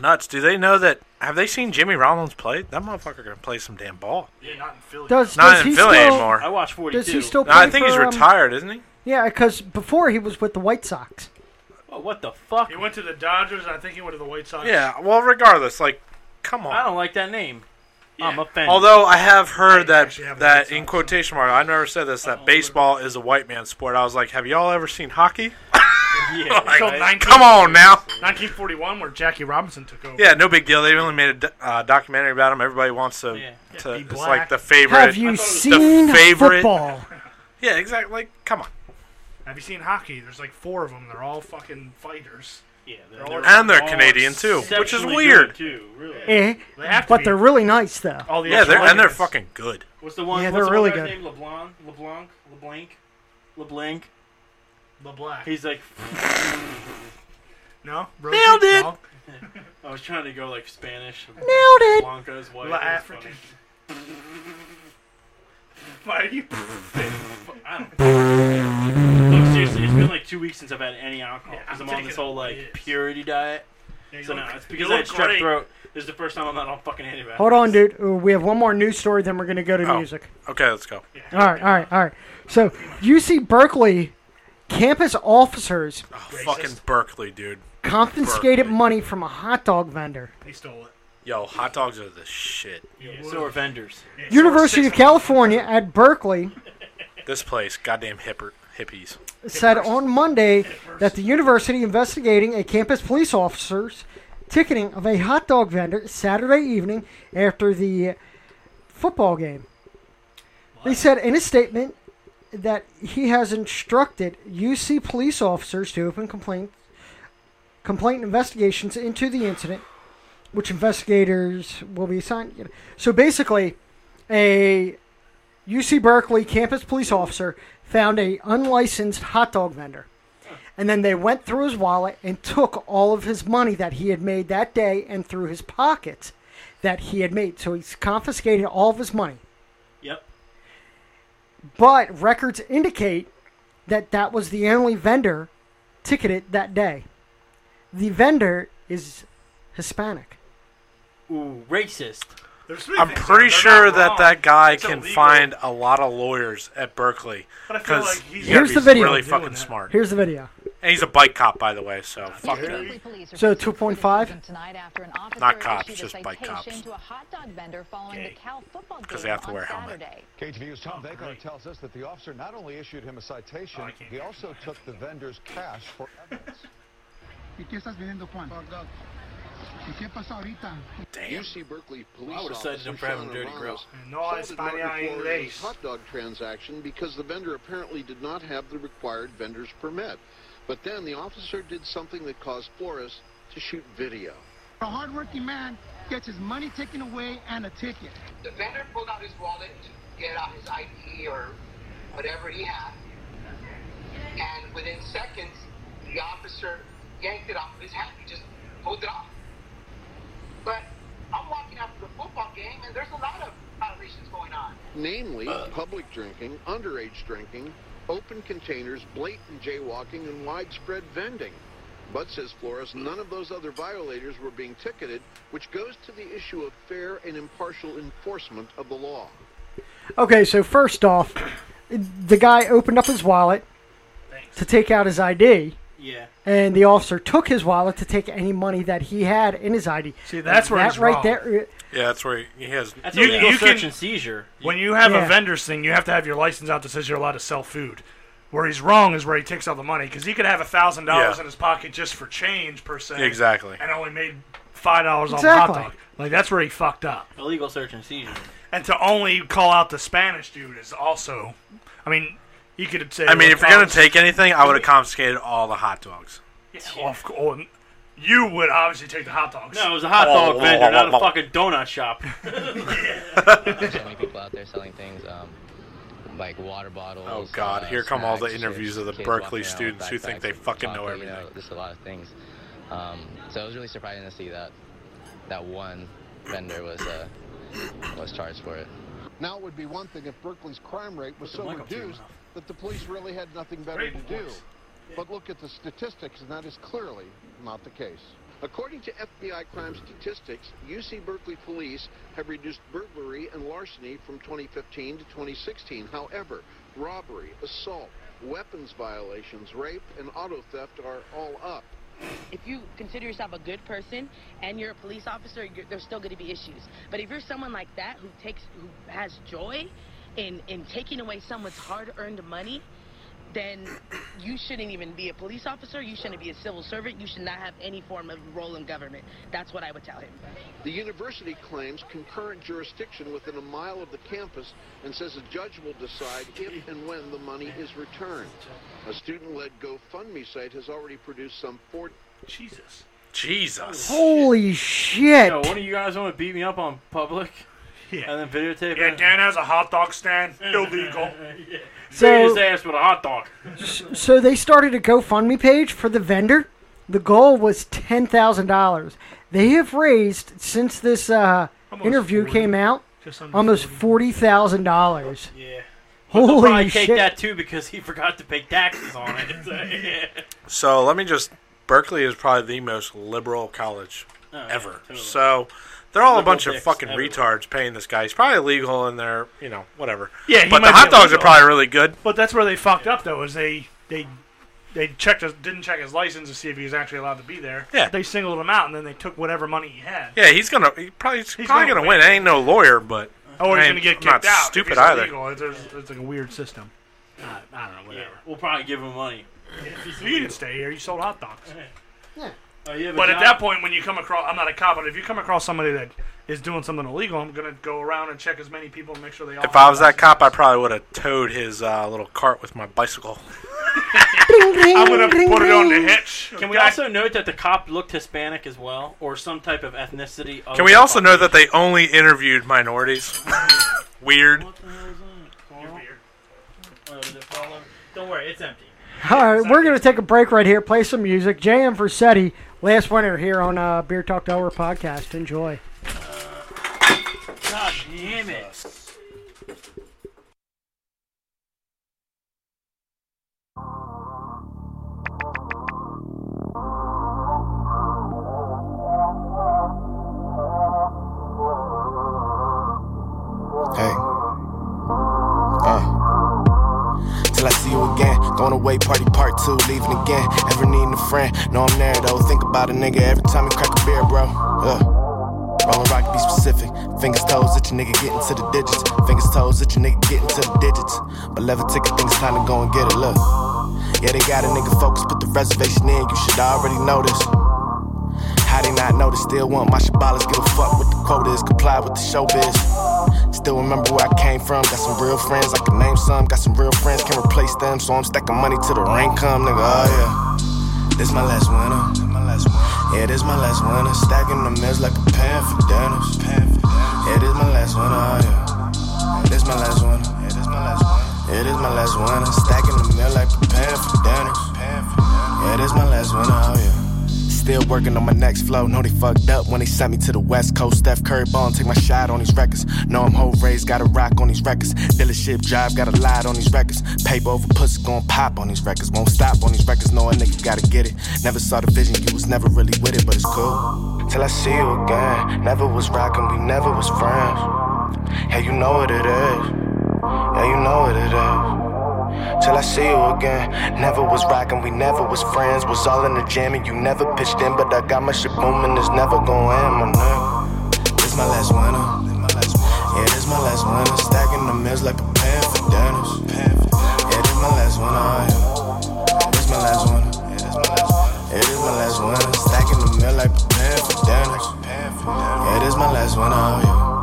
[SPEAKER 4] nuts. Do they know that? Have they seen Jimmy Rollins play? That motherfucker can play some damn ball.
[SPEAKER 2] Yeah, not in Philly.
[SPEAKER 1] does
[SPEAKER 4] Not
[SPEAKER 1] does
[SPEAKER 4] in
[SPEAKER 1] he
[SPEAKER 4] Philly
[SPEAKER 1] still,
[SPEAKER 4] anymore.
[SPEAKER 3] I watched forty-two.
[SPEAKER 1] Does he still?
[SPEAKER 4] No,
[SPEAKER 1] play
[SPEAKER 4] I think he's
[SPEAKER 1] for, um,
[SPEAKER 4] retired, isn't he?
[SPEAKER 1] yeah, because before he was with the White Sox.
[SPEAKER 3] Oh, what the fuck?
[SPEAKER 2] He went to the Dodgers, and I think he went to the White Sox.
[SPEAKER 4] Yeah. Well, regardless, like, come
[SPEAKER 3] I
[SPEAKER 4] on.
[SPEAKER 3] don't like that name. I'm offended.
[SPEAKER 4] Although I have heard
[SPEAKER 2] I
[SPEAKER 4] that
[SPEAKER 2] actually have
[SPEAKER 4] that
[SPEAKER 2] that Oh,
[SPEAKER 4] in
[SPEAKER 2] song.
[SPEAKER 4] quotation mark, I never said this that baseball is a white man's sport. I was like, have y'all ever seen hockey?
[SPEAKER 3] yeah,
[SPEAKER 4] Like,
[SPEAKER 2] Till
[SPEAKER 3] right?
[SPEAKER 2] 19
[SPEAKER 4] come on now.
[SPEAKER 2] 1941, where Jackie Robinson took over.
[SPEAKER 4] Yeah, no big deal. They only made a do- uh, documentary about him. Everybody wants to.
[SPEAKER 3] Yeah.
[SPEAKER 4] to
[SPEAKER 2] Be
[SPEAKER 4] it's
[SPEAKER 2] black.
[SPEAKER 4] like the favorite.
[SPEAKER 1] Have you
[SPEAKER 4] the
[SPEAKER 1] seen
[SPEAKER 4] favorite-
[SPEAKER 1] football?
[SPEAKER 4] Yeah, exactly. Like, come on.
[SPEAKER 2] Have you seen hockey? There's like four of them. They're all fucking fighters.
[SPEAKER 3] Yeah,
[SPEAKER 2] They're all-
[SPEAKER 4] And they're
[SPEAKER 3] all
[SPEAKER 4] Canadian too, which is
[SPEAKER 3] exceptionally
[SPEAKER 4] weird.
[SPEAKER 3] good, too, really.
[SPEAKER 1] Eh,
[SPEAKER 2] They have to
[SPEAKER 1] but
[SPEAKER 2] be.
[SPEAKER 1] they're really nice though.
[SPEAKER 2] All the
[SPEAKER 4] Yeah, they're and they're
[SPEAKER 2] Australians.
[SPEAKER 4] fucking good.
[SPEAKER 3] What's the one?
[SPEAKER 1] Yeah,
[SPEAKER 3] what's
[SPEAKER 1] they're
[SPEAKER 3] the
[SPEAKER 1] really
[SPEAKER 3] one guy's
[SPEAKER 1] good.
[SPEAKER 3] Name LeBlanc, LeBlanc, LeBlanc, LeBlanc.
[SPEAKER 2] LeBlack.
[SPEAKER 3] He's like,
[SPEAKER 2] no,
[SPEAKER 4] Nailed it!
[SPEAKER 3] I was trying to go like Spanish. Nailed
[SPEAKER 1] it.
[SPEAKER 3] Blanca's wife.
[SPEAKER 2] La
[SPEAKER 3] it was
[SPEAKER 2] African. Why are you?
[SPEAKER 3] funny. I don't. know. Look, seriously, it's been like two weeks since I've had any alcohol
[SPEAKER 2] Yeah,
[SPEAKER 3] because
[SPEAKER 2] I'm
[SPEAKER 3] I'm on
[SPEAKER 2] taking
[SPEAKER 3] this whole
[SPEAKER 2] it.
[SPEAKER 3] like
[SPEAKER 2] Yes.
[SPEAKER 3] purity diet.
[SPEAKER 2] You
[SPEAKER 3] So
[SPEAKER 2] look-
[SPEAKER 3] no, it's
[SPEAKER 2] you
[SPEAKER 3] because I had
[SPEAKER 2] look
[SPEAKER 3] strep
[SPEAKER 2] great.
[SPEAKER 3] throat. This is the first time I'm not on fucking antibiotics.
[SPEAKER 1] Hold on, dude. Ooh, we have one more news story, then we're gonna go to
[SPEAKER 4] Oh.
[SPEAKER 1] music.
[SPEAKER 4] Okay, let's go.
[SPEAKER 1] All right, all right, all right. So UC Berkeley campus officers
[SPEAKER 4] Oh, fucking Berkeley, dude.
[SPEAKER 1] confiscated
[SPEAKER 4] Berkeley.
[SPEAKER 1] money from a hot dog vendor.
[SPEAKER 2] He stole it.
[SPEAKER 4] Yo, hot dogs are the shit.
[SPEAKER 3] Yeah, so are vendors.
[SPEAKER 2] Yeah, so
[SPEAKER 1] University
[SPEAKER 2] we're
[SPEAKER 1] of
[SPEAKER 2] six-
[SPEAKER 1] California at Berkeley
[SPEAKER 4] This place, goddamn hipper, hippies.
[SPEAKER 1] said on Monday that the university investigating a campus police officer's ticketing of a hot dog vendor Saturday evening after the football game. They said in a statement that he has instructed UC police officers to open complaint complaint investigations into the incident, which investigators will be assigned. you know. So basically, a UC Berkeley campus police officer found a unlicensed hot dog vendor. And then they went through his wallet and took all of his money that he had made that day and through his pockets that he had made. So he's confiscated all of his money.
[SPEAKER 3] Yep.
[SPEAKER 1] But records indicate that that was the only vendor ticketed that day. The vendor is Hispanic.
[SPEAKER 3] Ooh, racist.
[SPEAKER 2] There's three
[SPEAKER 4] I'm
[SPEAKER 2] things,
[SPEAKER 4] pretty
[SPEAKER 2] though. They're
[SPEAKER 4] sure
[SPEAKER 2] not
[SPEAKER 4] that
[SPEAKER 2] wrong.
[SPEAKER 4] that guy
[SPEAKER 2] It's
[SPEAKER 4] can
[SPEAKER 2] illegal.
[SPEAKER 4] find a lot of lawyers at Berkeley
[SPEAKER 2] But I feel
[SPEAKER 4] because
[SPEAKER 2] like he's
[SPEAKER 4] he's
[SPEAKER 1] Here's the video.
[SPEAKER 4] really
[SPEAKER 2] Doing
[SPEAKER 4] fucking
[SPEAKER 2] that.
[SPEAKER 4] smart,
[SPEAKER 1] Here's the video.
[SPEAKER 4] and he's a bike cop, by the way. So fuck
[SPEAKER 2] Yeah.
[SPEAKER 4] him.
[SPEAKER 1] So 2.5?
[SPEAKER 4] Not cops, just bike cops.
[SPEAKER 2] Okay.
[SPEAKER 6] Because
[SPEAKER 4] they have to wear a helmet.
[SPEAKER 7] Cage News' Tom Baker tells us that the officer not only issued him a citation,
[SPEAKER 2] Oh, I can't
[SPEAKER 7] he also took the vendor's cash for evidence.
[SPEAKER 8] ¿Y qué estás vendiendo, Juan? ¿Y qué pasa ahorita?
[SPEAKER 4] Damn.
[SPEAKER 9] UC Berkeley police
[SPEAKER 3] I would've cited
[SPEAKER 9] officer
[SPEAKER 3] him for having
[SPEAKER 9] Sean
[SPEAKER 3] dirty
[SPEAKER 9] Arranos
[SPEAKER 3] grills.
[SPEAKER 2] No,
[SPEAKER 9] halted
[SPEAKER 2] it's
[SPEAKER 9] Martin
[SPEAKER 2] Spaniard
[SPEAKER 9] Flores'
[SPEAKER 2] lace.
[SPEAKER 9] hot dog transaction because the vendor apparently did not have the required vendor's permit. But then the officer did something that caused Flores to shoot video.
[SPEAKER 8] A hardworking man gets his money taken away and a ticket.
[SPEAKER 10] The vendor pulled out his wallet to get out his ID or whatever he had. And within seconds, the officer yanked it off of his hat. He just pulled it off. But I'm walking after the football game, and there's a lot of violations going on.
[SPEAKER 9] Namely, public drinking, underage drinking, open containers, blatant jaywalking, and widespread vending. But, says Flores, none of those other violators were being ticketed, which goes to the issue of fair and impartial enforcement of the law.
[SPEAKER 1] Okay, so first off, the guy opened up his wallet to take out his ID,
[SPEAKER 3] Yeah.
[SPEAKER 1] and the officer took his wallet to take any money that he had in his ID.
[SPEAKER 2] See, that's where
[SPEAKER 1] that
[SPEAKER 2] he's
[SPEAKER 1] right
[SPEAKER 2] wrong.
[SPEAKER 1] there.
[SPEAKER 4] Yeah, that's where he, he has.
[SPEAKER 3] That's
[SPEAKER 2] You-
[SPEAKER 3] a legal
[SPEAKER 2] you
[SPEAKER 3] search
[SPEAKER 2] can-
[SPEAKER 3] and seizure.
[SPEAKER 2] When you have
[SPEAKER 1] Yeah.
[SPEAKER 2] a vendor's thing, you have to have your license out that says you're allowed to sell food. Where he's wrong is where he takes all the money because he could have a thousand dollars
[SPEAKER 4] Yeah.
[SPEAKER 2] in his pocket just for change per se.
[SPEAKER 4] Exactly.
[SPEAKER 2] And only made five dollars off the
[SPEAKER 1] Exactly.
[SPEAKER 2] hot dog. Like that's where he fucked up.
[SPEAKER 3] Illegal search and seizure.
[SPEAKER 2] And to only call out the Spanish dude is also, I mean, you could say.
[SPEAKER 4] I mean, if you're gonna
[SPEAKER 2] McDonald's-
[SPEAKER 4] take anything, I would have confiscated all the hot dogs.
[SPEAKER 2] Well, of course, you would obviously take the hot dogs.
[SPEAKER 3] No, it was a hot
[SPEAKER 4] Oh,
[SPEAKER 3] dog vendor, not
[SPEAKER 4] oh, oh,
[SPEAKER 3] a fucking donut shop.
[SPEAKER 10] There's so many people out there selling things, um, like water bottles.
[SPEAKER 4] Oh, God.
[SPEAKER 10] uh,
[SPEAKER 4] Here come all the
[SPEAKER 10] snacks,
[SPEAKER 4] interviews
[SPEAKER 10] chips,
[SPEAKER 4] of the
[SPEAKER 10] kids
[SPEAKER 4] Berkeley
[SPEAKER 10] walking around with
[SPEAKER 4] students who think they
[SPEAKER 10] backpacks,
[SPEAKER 4] fucking know
[SPEAKER 10] chocolate, you
[SPEAKER 4] everything.
[SPEAKER 10] There's a lot of things. Um, so it was really surprising to see that that one vendor was uh, was charged for it.
[SPEAKER 7] Now it would be one thing if Berkeley's crime rate was so
[SPEAKER 3] mic up to your
[SPEAKER 7] reduced
[SPEAKER 3] mouth.
[SPEAKER 7] that the police really had nothing better to
[SPEAKER 2] Great
[SPEAKER 7] do.
[SPEAKER 2] voice.
[SPEAKER 7] But look at the statistics, and that is clearly not the case.
[SPEAKER 9] According to FBI crime statistics, UC Berkeley police have reduced burglary and larceny from 2015 to 2016. However, robbery, assault, weapons violations, rape, and auto theft are all up.
[SPEAKER 10] If you consider yourself a good person and you're a police officer, you're, there's still going to be issues. But if you're someone like that who takes who has joy in in taking away someone's hard-earned money,
[SPEAKER 6] then you shouldn't even be a police officer. You shouldn't be a civil servant. You should not have any form of role in government. That's what I would tell him.
[SPEAKER 9] The university claims concurrent jurisdiction within a mile of the campus and says a judge will decide if and when the money is returned. A student-led GoFundMe site has already produced some 40...
[SPEAKER 2] Jesus.
[SPEAKER 4] Jesus.
[SPEAKER 1] Holy shit!
[SPEAKER 3] Yo, one of you guys want to beat me up on public?
[SPEAKER 2] Yeah.
[SPEAKER 3] And then videotape
[SPEAKER 2] Yeah,
[SPEAKER 3] it?
[SPEAKER 2] Dan has a hot dog stand. Illegal.
[SPEAKER 3] Beat his
[SPEAKER 1] So,
[SPEAKER 3] ass with a hot dog.
[SPEAKER 1] so they started a GoFundMe page for the vendor. The goal was ten thousand dollars. They have raised since this uh,
[SPEAKER 2] Almost
[SPEAKER 1] interview
[SPEAKER 2] 40.
[SPEAKER 1] came out
[SPEAKER 2] Just under
[SPEAKER 1] almost forty thousand dollars.
[SPEAKER 3] Yeah. They'll
[SPEAKER 1] Holy
[SPEAKER 3] probably take
[SPEAKER 1] shit!
[SPEAKER 3] that too because he forgot to pay taxes on it. So, yeah.
[SPEAKER 4] So let me just. Berkeley is probably the most liberal college
[SPEAKER 3] Oh, yeah,
[SPEAKER 4] ever.
[SPEAKER 3] totally.
[SPEAKER 4] So they're all
[SPEAKER 3] Liberal
[SPEAKER 4] a bunch of
[SPEAKER 3] dicks
[SPEAKER 4] fucking
[SPEAKER 3] everywhere.
[SPEAKER 4] retards paying this guy. He's probably illegal and they're, you know, whatever.
[SPEAKER 2] Yeah, he
[SPEAKER 4] but
[SPEAKER 2] might
[SPEAKER 4] the
[SPEAKER 2] be
[SPEAKER 4] hot dogs
[SPEAKER 2] illegal.
[SPEAKER 4] are probably really good.
[SPEAKER 2] But that's where they fucked up though, is they they they checked his, didn't check his license to see if he was actually allowed to be there.
[SPEAKER 4] Yeah.
[SPEAKER 2] They singled him out and then they took whatever money he had.
[SPEAKER 4] Yeah, he's gonna he probably he's, probably
[SPEAKER 2] gonna
[SPEAKER 4] gonna win. I ain't no lawyer, but
[SPEAKER 2] Or he's
[SPEAKER 4] I
[SPEAKER 2] gonna
[SPEAKER 4] ain't-
[SPEAKER 2] get
[SPEAKER 4] I'm
[SPEAKER 2] kicked
[SPEAKER 4] not
[SPEAKER 2] out. if
[SPEAKER 4] Stupid
[SPEAKER 2] he's
[SPEAKER 4] either.
[SPEAKER 2] illegal. It's, there's- it's like a weird system. I, I don't know,
[SPEAKER 3] Yeah,
[SPEAKER 2] whatever.
[SPEAKER 3] We'll probably give him money.
[SPEAKER 2] You can stay here. You sold hot dogs.
[SPEAKER 3] Oh, you have a
[SPEAKER 2] But at
[SPEAKER 3] job?
[SPEAKER 2] that point, when you come across, I'm not a cop, but if you come across somebody that is doing something illegal, I'm gonna go around and check as many people and make sure they all.
[SPEAKER 4] If I was that cop, I probably would have towed his uh, little cart with my bicycle.
[SPEAKER 2] I'm gonna put it on the hitch.
[SPEAKER 3] Can we
[SPEAKER 2] okay?
[SPEAKER 3] also note that the cop looked Hispanic as well, or some type of ethnicity?
[SPEAKER 2] Oh,
[SPEAKER 3] Of
[SPEAKER 4] Can we
[SPEAKER 3] the
[SPEAKER 4] also know that
[SPEAKER 3] population?
[SPEAKER 4] they only interviewed minorities? Weird.
[SPEAKER 3] What the hell is that? Carl? Oh, did it fall over? Don't worry, it's empty.
[SPEAKER 1] All right, we're gonna take a break right here. Play some music. J.M. Versetti, last winner here on uh, Beer Talk Delaware podcast. Enjoy.
[SPEAKER 3] God damn it!
[SPEAKER 11] Hey. Uh. Till I see you again. Going away, party part two, leaving again. Ever needing a friend? No, I'm there though. Think about a nigga every time you crack a beer, bro. Ugh. Rolling rock, be specific. Fingers, toes, that your nigga getting to the digits. Fingers, toes, that your nigga getting to the digits. But level ticket, think it's time to go and get it. Look. Yeah, they got a nigga focused, put the reservation in. You should already know this. How they not know they still want my shabalas? Give a fuck what the quote is, comply with the showbiz. Still remember where I came from, got some real friends, I can name some. Got some real friends, can replace them, so I'm stacking money till the rain come, nigga. Oh yeah. This my last winter. Yeah, this my last winter. Stacking the mills like a pan for dinners. Yeah, this my last winter. Oh yeah. This my last winter. Yeah, this my last winter. Yeah, this my last winter. Stacking the mill like a pan for dinners. Yeah, this my last winter. Oh yeah. Still working on my next flow. Know they fucked up when they sent me to the West Coast. Steph Curry ball and take my shot on these records. Know I'm whole raised, got a rock on these records. Dealership drive, got a lot on these records. Paper over pussy gon' pop on these records. Won't stop on these records. Know a nigga gotta get it. Never saw the vision, you was never really with it, but it's cool. Till I see you again. Never was rockin', we never was friends. Hey, you know what it is. Yeah, you know what it is till I see you again. Never was rockin', we never was friends. Was all in the jam and you never pitched in, but I got my shit booming. It's never gon' end, my nigga. This my last winter. Yeah, this my last winter. Stacking the mills like a pan for dinners. Yeah, this my last winter. oh yeah. This my last winter. Yeah, this my last winter. Stacking the mill like a pan for dinners. Yeah, this my last winter. oh yeah.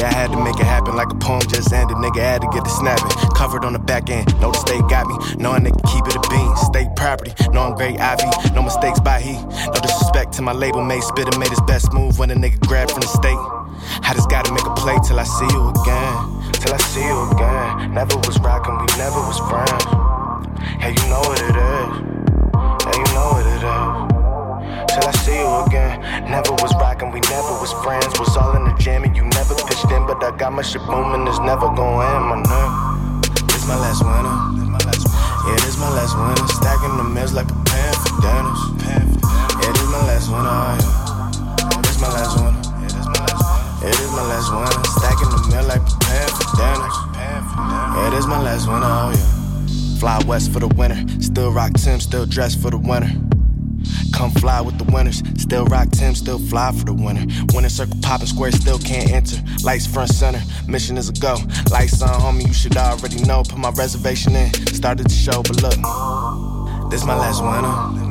[SPEAKER 11] Yeah, I had to make it happen like a poem just ended. Nigga had to get the snapping. Covered on the back end. Notice they got me. Knowing they keep it a bean. State property. Know I'm great IV. No mistakes by he. No disrespect to my label mate. Spitter made his best move when a nigga grabbed from the state. I just gotta make a play till I see you again. Till I see you again. Never was rockin', we never was friends. Hey, you know what it is. Hey, you know what it is till I see you again. Never was rockin', we never was friends. Was all in the jam and you never pitched in, but I got my shit booming. It's never gon' end, my nigga. This my last winter. Yeah, this my last winter. Stacking the mills like a pan for dinners. Yeah, this my last winter. Oh, yeah. This my last winter. Yeah, this my last winter. Stacking the mill like a pan for dinners. Yeah, this my last winter. Oh yeah. Fly west for the winter. Still rock Tim, still dressed for the winter. Come fly with the winners. Still rock Tim, still fly for the winner. Winning circle popping square, still can't enter. Lights front center, mission is a go. Lights on, homie, you should already know. Put my reservation in. Started the show, but look. This my last oh. winner.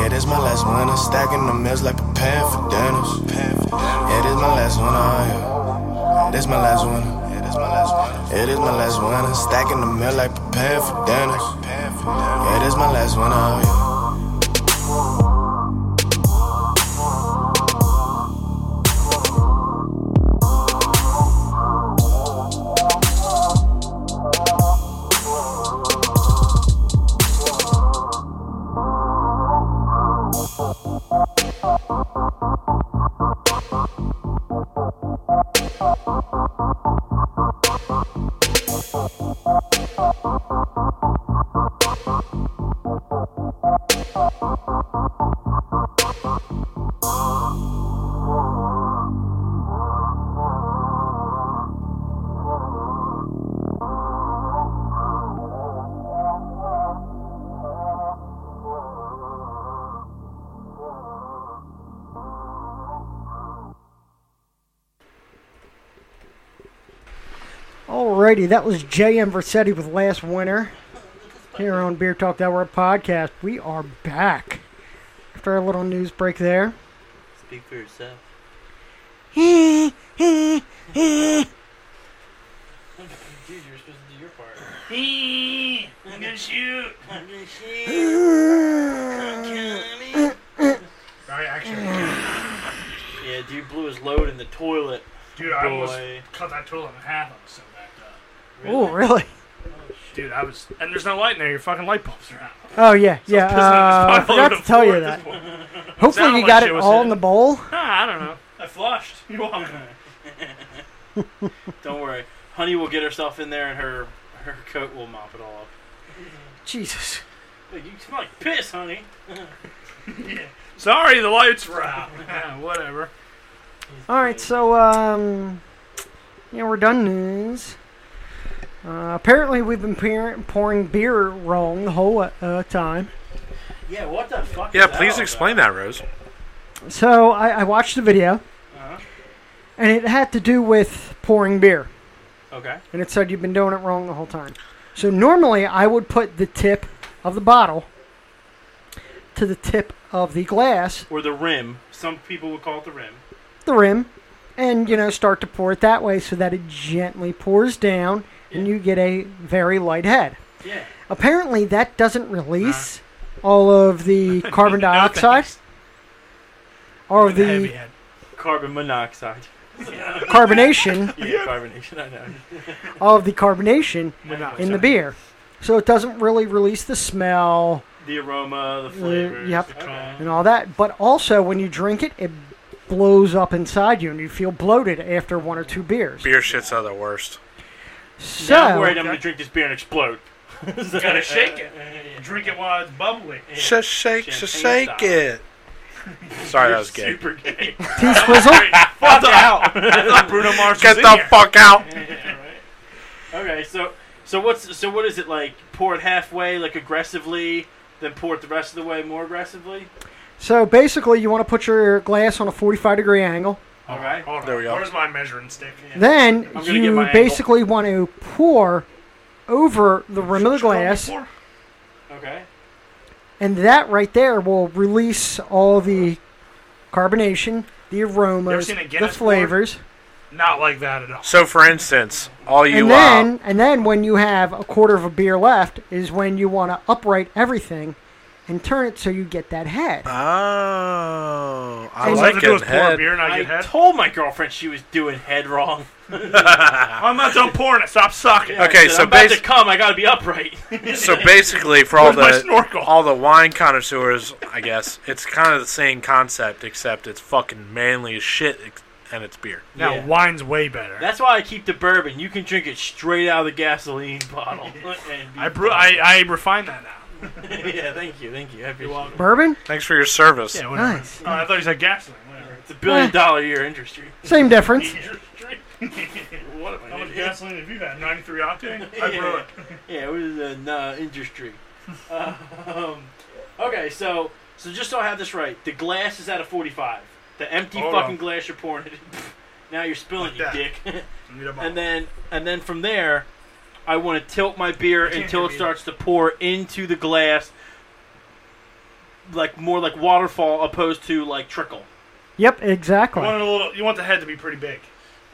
[SPEAKER 11] Yeah, this my last winner. Stacking the meals like a pan for dinners. Yeah, this my last winner. oh, yeah. This my last winner. Yeah, this my last winner. Stacking the meal like a pan for dinners. Yeah, this my last winner. oh, yeah.
[SPEAKER 1] Alrighty, that was J.M. Versetti with Last Winter here on Beer Talk That Word podcast. We are back after our little news break there.
[SPEAKER 3] Speak for yourself.
[SPEAKER 1] Dude, you're
[SPEAKER 3] supposed to do your part.
[SPEAKER 2] I'm gonna shoot.
[SPEAKER 3] I'm gonna
[SPEAKER 2] Right, actually,
[SPEAKER 3] Yeah, dude blew his load in the toilet.
[SPEAKER 2] dude, I almost
[SPEAKER 3] Boy.
[SPEAKER 2] cut that toilet in half. I was so backed up.
[SPEAKER 1] Oh, really?
[SPEAKER 2] Dude, I was, and there's no light in there. Your fucking light bulbs are out.
[SPEAKER 1] Oh, yeah,
[SPEAKER 2] So
[SPEAKER 1] yeah.
[SPEAKER 2] I'm pissing on
[SPEAKER 1] Uh,
[SPEAKER 2] this
[SPEAKER 1] I
[SPEAKER 2] pile
[SPEAKER 1] forgot
[SPEAKER 2] of
[SPEAKER 1] to tell you
[SPEAKER 2] floor at
[SPEAKER 1] that.
[SPEAKER 2] this point.
[SPEAKER 1] Hopefully,
[SPEAKER 2] Sounded
[SPEAKER 1] you
[SPEAKER 2] like
[SPEAKER 1] got
[SPEAKER 2] shit
[SPEAKER 1] it
[SPEAKER 2] was
[SPEAKER 1] all
[SPEAKER 2] hit.
[SPEAKER 1] in the bowl.
[SPEAKER 2] Ah, I don't know. I flushed. You walked.
[SPEAKER 3] Don't worry, Honey will get herself in there, and her her coat will mop it all up.
[SPEAKER 1] Jesus.
[SPEAKER 3] Look, you smell like piss, Honey.
[SPEAKER 2] Sorry, the lights were out. Yeah, whatever.
[SPEAKER 1] All right, so um, yeah, we're done news. Uh, apparently, we've been peer- pouring beer wrong the whole uh, time.
[SPEAKER 3] Yeah, what the fuck?
[SPEAKER 4] Yeah,
[SPEAKER 3] is that
[SPEAKER 4] please
[SPEAKER 3] all
[SPEAKER 4] explain that, Rose.
[SPEAKER 1] So I, I watched the video,
[SPEAKER 3] Uh-huh.
[SPEAKER 1] and it had to do with pouring beer,
[SPEAKER 3] about? Okay.
[SPEAKER 1] and it said you've been doing it wrong the whole time. So normally, I would put the tip of the bottle to the tip of the glass,
[SPEAKER 3] Or the rim. Some people would call it the rim.
[SPEAKER 1] the rim, and you know start to pour it that way so that it gently pours down, and you get a very light head.
[SPEAKER 3] Yeah.
[SPEAKER 1] Apparently, that doesn't release all of the carbon dioxide or the
[SPEAKER 3] Carbon monoxide.
[SPEAKER 1] carbonation
[SPEAKER 3] Yeah, carbonation. I know.
[SPEAKER 1] all of the carbonation in the beer. So it doesn't really release the smell,
[SPEAKER 3] The aroma, the
[SPEAKER 1] uh,
[SPEAKER 3] flavor.
[SPEAKER 1] yep, and all that. But also, when you drink it, it blows up inside you, and you feel bloated after one or two beers.
[SPEAKER 4] Beer shits are the worst.
[SPEAKER 1] So
[SPEAKER 3] Now I'm worried I'm gonna drink this beer and explode.
[SPEAKER 2] Gotta shake it. Drink it while it's bubbling.
[SPEAKER 4] Just shake, just shake
[SPEAKER 3] Champagne
[SPEAKER 4] it. Sorry, that was gay.
[SPEAKER 3] Super gay.
[SPEAKER 1] T Swizzle.
[SPEAKER 2] Fuck out. I thought Bruno Mars
[SPEAKER 4] Get
[SPEAKER 2] was
[SPEAKER 4] the
[SPEAKER 2] in here.
[SPEAKER 4] fuck out.
[SPEAKER 3] Okay, so so what's so what is it like? Pour it halfway, like aggressively, then pour it the rest of the way more aggressively.
[SPEAKER 1] So basically, you want to put your glass on a 45 degree angle.
[SPEAKER 3] All right.
[SPEAKER 2] Hold on.
[SPEAKER 4] There we go.
[SPEAKER 2] Where's my measuring stick?
[SPEAKER 1] Then
[SPEAKER 3] I'm gonna get my
[SPEAKER 1] you
[SPEAKER 3] angle.
[SPEAKER 1] basically want to pour over the rim of the glass,
[SPEAKER 3] Okay.
[SPEAKER 1] and that right there will release all the carbonation, the aromas,
[SPEAKER 2] seen a
[SPEAKER 1] the
[SPEAKER 2] Guinness pour?
[SPEAKER 1] flavors.
[SPEAKER 2] Not like that at all.
[SPEAKER 4] So, for instance, all you
[SPEAKER 1] and
[SPEAKER 4] uh,
[SPEAKER 1] then and then when you have a quarter of a beer left is when you want to upright everything and turn it so you get that head.
[SPEAKER 4] Oh, I
[SPEAKER 1] And-
[SPEAKER 2] All I have
[SPEAKER 4] like
[SPEAKER 2] to do
[SPEAKER 4] it.
[SPEAKER 2] is pour a
[SPEAKER 4] Head.
[SPEAKER 2] beer and I,
[SPEAKER 3] I
[SPEAKER 2] get head.
[SPEAKER 3] told my girlfriend she was doing head wrong.
[SPEAKER 2] I'm not done pouring it. Stop sucking.
[SPEAKER 3] I
[SPEAKER 4] Okay,
[SPEAKER 3] said,
[SPEAKER 4] so
[SPEAKER 3] I'm about to
[SPEAKER 4] basi-
[SPEAKER 3] come. I gotta be upright.
[SPEAKER 4] uh, So basically, for all
[SPEAKER 2] Where's my
[SPEAKER 4] the
[SPEAKER 2] snorkel?
[SPEAKER 4] all the wine connoisseurs, I guess it's kind of the same concept, except it's fucking manly as shit, ex- and it's beer.
[SPEAKER 2] Now
[SPEAKER 3] Yeah.
[SPEAKER 2] wine's way better.
[SPEAKER 3] That's why I keep the bourbon. You can drink it straight out of the gasoline bottle. and be
[SPEAKER 2] I brew. I, I refine that now.
[SPEAKER 3] fine. yeah, thank you, thank you. I appreciate it.
[SPEAKER 1] Bourbon,
[SPEAKER 4] Thanks for your service.
[SPEAKER 2] Yeah, whatever.
[SPEAKER 1] nice,
[SPEAKER 2] Oh, I thought you said gasoline. Whatever.
[SPEAKER 3] It's a billion dollar a year industry.
[SPEAKER 1] same difference.
[SPEAKER 2] what, how much gasoline have you had? 93 octane. I brew it.
[SPEAKER 3] Yeah, it was an uh, industry. um, okay, so So just so I have this right, the glass is at a 45. The empty
[SPEAKER 2] Hold
[SPEAKER 3] fucking
[SPEAKER 2] on.
[SPEAKER 3] glass you're pouring it. in. now you're spilling, you
[SPEAKER 2] Like that.
[SPEAKER 3] dick.
[SPEAKER 2] Need 'em all.
[SPEAKER 3] and then and then from there, I want to tilt my beer
[SPEAKER 2] I can't
[SPEAKER 3] until
[SPEAKER 2] hear
[SPEAKER 3] it
[SPEAKER 2] you.
[SPEAKER 3] starts to pour into the glass, like more like waterfall opposed to like trickle.
[SPEAKER 1] Yep,
[SPEAKER 2] You
[SPEAKER 1] exactly.
[SPEAKER 2] want, a little, you want the head to be pretty big.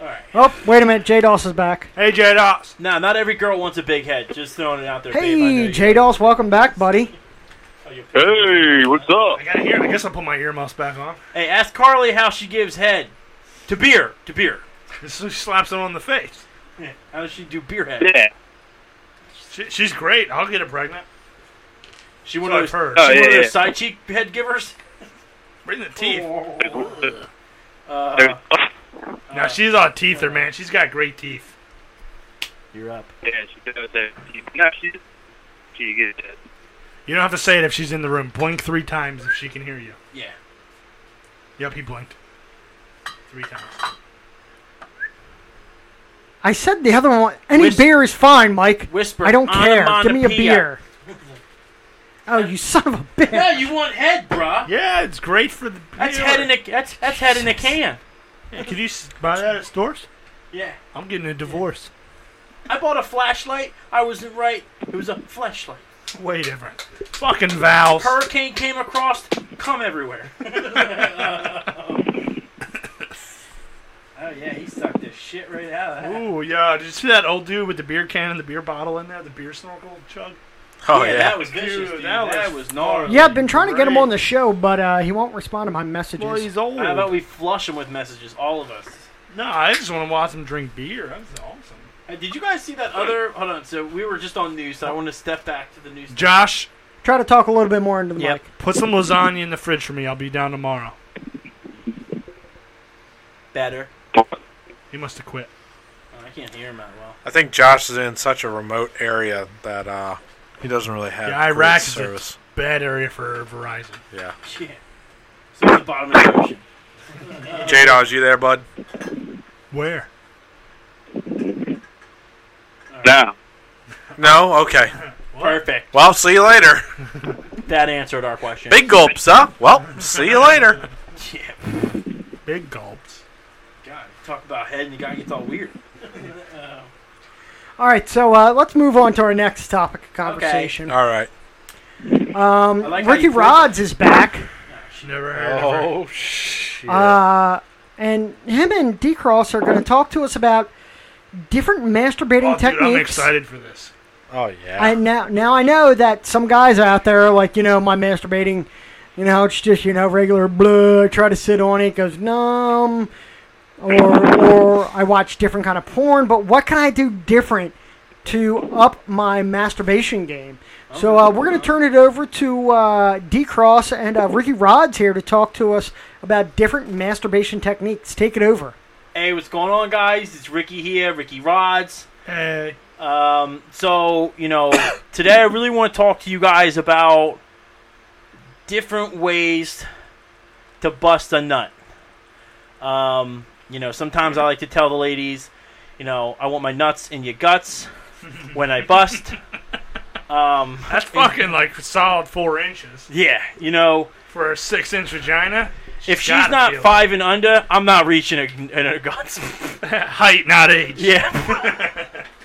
[SPEAKER 3] All right.
[SPEAKER 1] Oh, wait a minute. J Doss is back.
[SPEAKER 2] Hey, J Doss.
[SPEAKER 3] No, not every girl wants a big head. Just throwing it out there. babe. I know
[SPEAKER 1] Hey,
[SPEAKER 3] you-
[SPEAKER 1] J Doss, welcome back, buddy.
[SPEAKER 5] Hey, what's up?
[SPEAKER 2] I gotta hear. I guess I'll put my earmuffs back on.
[SPEAKER 3] Hey, ask Carly how she gives head to beer. To beer.
[SPEAKER 2] She slaps him on the face.
[SPEAKER 3] How does she do beer head?
[SPEAKER 2] Yeah. She, she's great. I'll get her pregnant.
[SPEAKER 3] She one
[SPEAKER 2] So
[SPEAKER 3] of those,
[SPEAKER 2] I've heard.
[SPEAKER 3] she
[SPEAKER 2] Oh,
[SPEAKER 3] one
[SPEAKER 2] yeah,
[SPEAKER 3] of those
[SPEAKER 2] yeah.
[SPEAKER 3] side cheek head givers.
[SPEAKER 2] Bring the teeth.
[SPEAKER 3] Uh,
[SPEAKER 2] now she's on teether, man. She's got great teeth.
[SPEAKER 3] You're up.
[SPEAKER 5] Yeah, she does that. She, no, she, she gets it.
[SPEAKER 2] You don't have to say it if she's in the room. Blink three times if she can hear you.
[SPEAKER 3] Yeah.
[SPEAKER 2] Yep, he blinked. Three times.
[SPEAKER 1] I said the other one. Any beer is fine, Mike.
[SPEAKER 3] Whisper.
[SPEAKER 1] I don't care. Give me a
[SPEAKER 3] onomatopoeia.
[SPEAKER 1] beer. Oh, you son of a bitch.
[SPEAKER 3] No, you want head, bruh.
[SPEAKER 2] Yeah, it's great for the.
[SPEAKER 3] That's head in a that's that's head in a can.
[SPEAKER 2] Yeah, could you s- buy that at stores?
[SPEAKER 3] Yeah.
[SPEAKER 2] I'm getting a divorce.
[SPEAKER 3] I bought a flashlight. I wasn't right. It was a flashlight.
[SPEAKER 2] Way different. Fucking vows.
[SPEAKER 3] Hurricane came across. Come everywhere. oh yeah, he sucked the shit right out of that.
[SPEAKER 2] Ooh, yeah. Did you see that old dude with the beer can and the beer bottle in there? The beer snorkel chug?
[SPEAKER 3] Oh, yeah, that was vicious, dude. That, was, gnarly.
[SPEAKER 1] Yeah, I've been trying to get him on the show, but uh, he won't respond to my messages.
[SPEAKER 3] How about we flush him with messages, all of us?
[SPEAKER 2] No, I just want to watch him drink beer. That was awesome.
[SPEAKER 3] Hey, Uh, did you guys see that other? Hold on. So we were just on news. So I want to step back to the news.
[SPEAKER 2] Josh,
[SPEAKER 1] Try to talk a little bit more into the mic.
[SPEAKER 2] put some lasagna in the fridge for me. I'll be down tomorrow.
[SPEAKER 3] Better.
[SPEAKER 2] He must have quit.
[SPEAKER 3] Oh, I can't hear him that well.
[SPEAKER 4] I think Josh is in such a remote area that uh, he doesn't really have
[SPEAKER 2] Yeah,
[SPEAKER 4] great
[SPEAKER 2] Iraq is
[SPEAKER 4] service.
[SPEAKER 2] a bad area for Verizon.
[SPEAKER 4] Yeah.
[SPEAKER 3] Yeah. So at the bottom of the ocean.
[SPEAKER 4] J Dawes, you there, bud?
[SPEAKER 2] Where?
[SPEAKER 5] No.
[SPEAKER 4] No? Okay.
[SPEAKER 3] Perfect.
[SPEAKER 4] Well, see you later.
[SPEAKER 3] That answered our question.
[SPEAKER 4] Big gulps, huh? Well, see you later.
[SPEAKER 3] Yeah.
[SPEAKER 2] Big gulps.
[SPEAKER 3] God, talk about head and the guy gets all weird.
[SPEAKER 1] All right, so uh, let's move on to our next topic of conversation.
[SPEAKER 4] All right.
[SPEAKER 1] Um,
[SPEAKER 3] I like how
[SPEAKER 1] Ricky
[SPEAKER 3] you put it.
[SPEAKER 1] Rods is back,
[SPEAKER 2] She never heard of her.
[SPEAKER 4] Oh, shit.
[SPEAKER 1] uh, and him and D Cross are going to talk to us about different masturbating
[SPEAKER 2] Oh, dude,
[SPEAKER 1] techniques.
[SPEAKER 2] I'm excited for this.
[SPEAKER 4] oh, yeah.
[SPEAKER 1] I now now I know that some guys out there are like you know my masturbating, you know it's just you know regular blood. Try to sit on it, it goes numb, or or I watch different kind of porn. But what can I do different to up my masturbation game? So uh, we're gonna turn it over to uh, D Cross and uh, Ricky Rods here to talk to us about different masturbation techniques. Take it over.
[SPEAKER 3] Hey, what's going on, guys? It's Ricky here, Ricky Rods.
[SPEAKER 2] Hey,
[SPEAKER 3] Um, so, you know, today I really want to talk to you guys about different ways to bust a nut. Um, you know, sometimes I like to tell the ladies, you know, I want my nuts in your guts when I bust. Um,
[SPEAKER 2] that's fucking like solid four inches
[SPEAKER 3] yeah, you know,
[SPEAKER 2] for a six inch vagina.
[SPEAKER 3] if she's
[SPEAKER 2] gotta
[SPEAKER 3] not
[SPEAKER 2] feel it.
[SPEAKER 3] five and under, I'm not reaching her, in her guts.
[SPEAKER 2] height, not age.
[SPEAKER 3] yeah.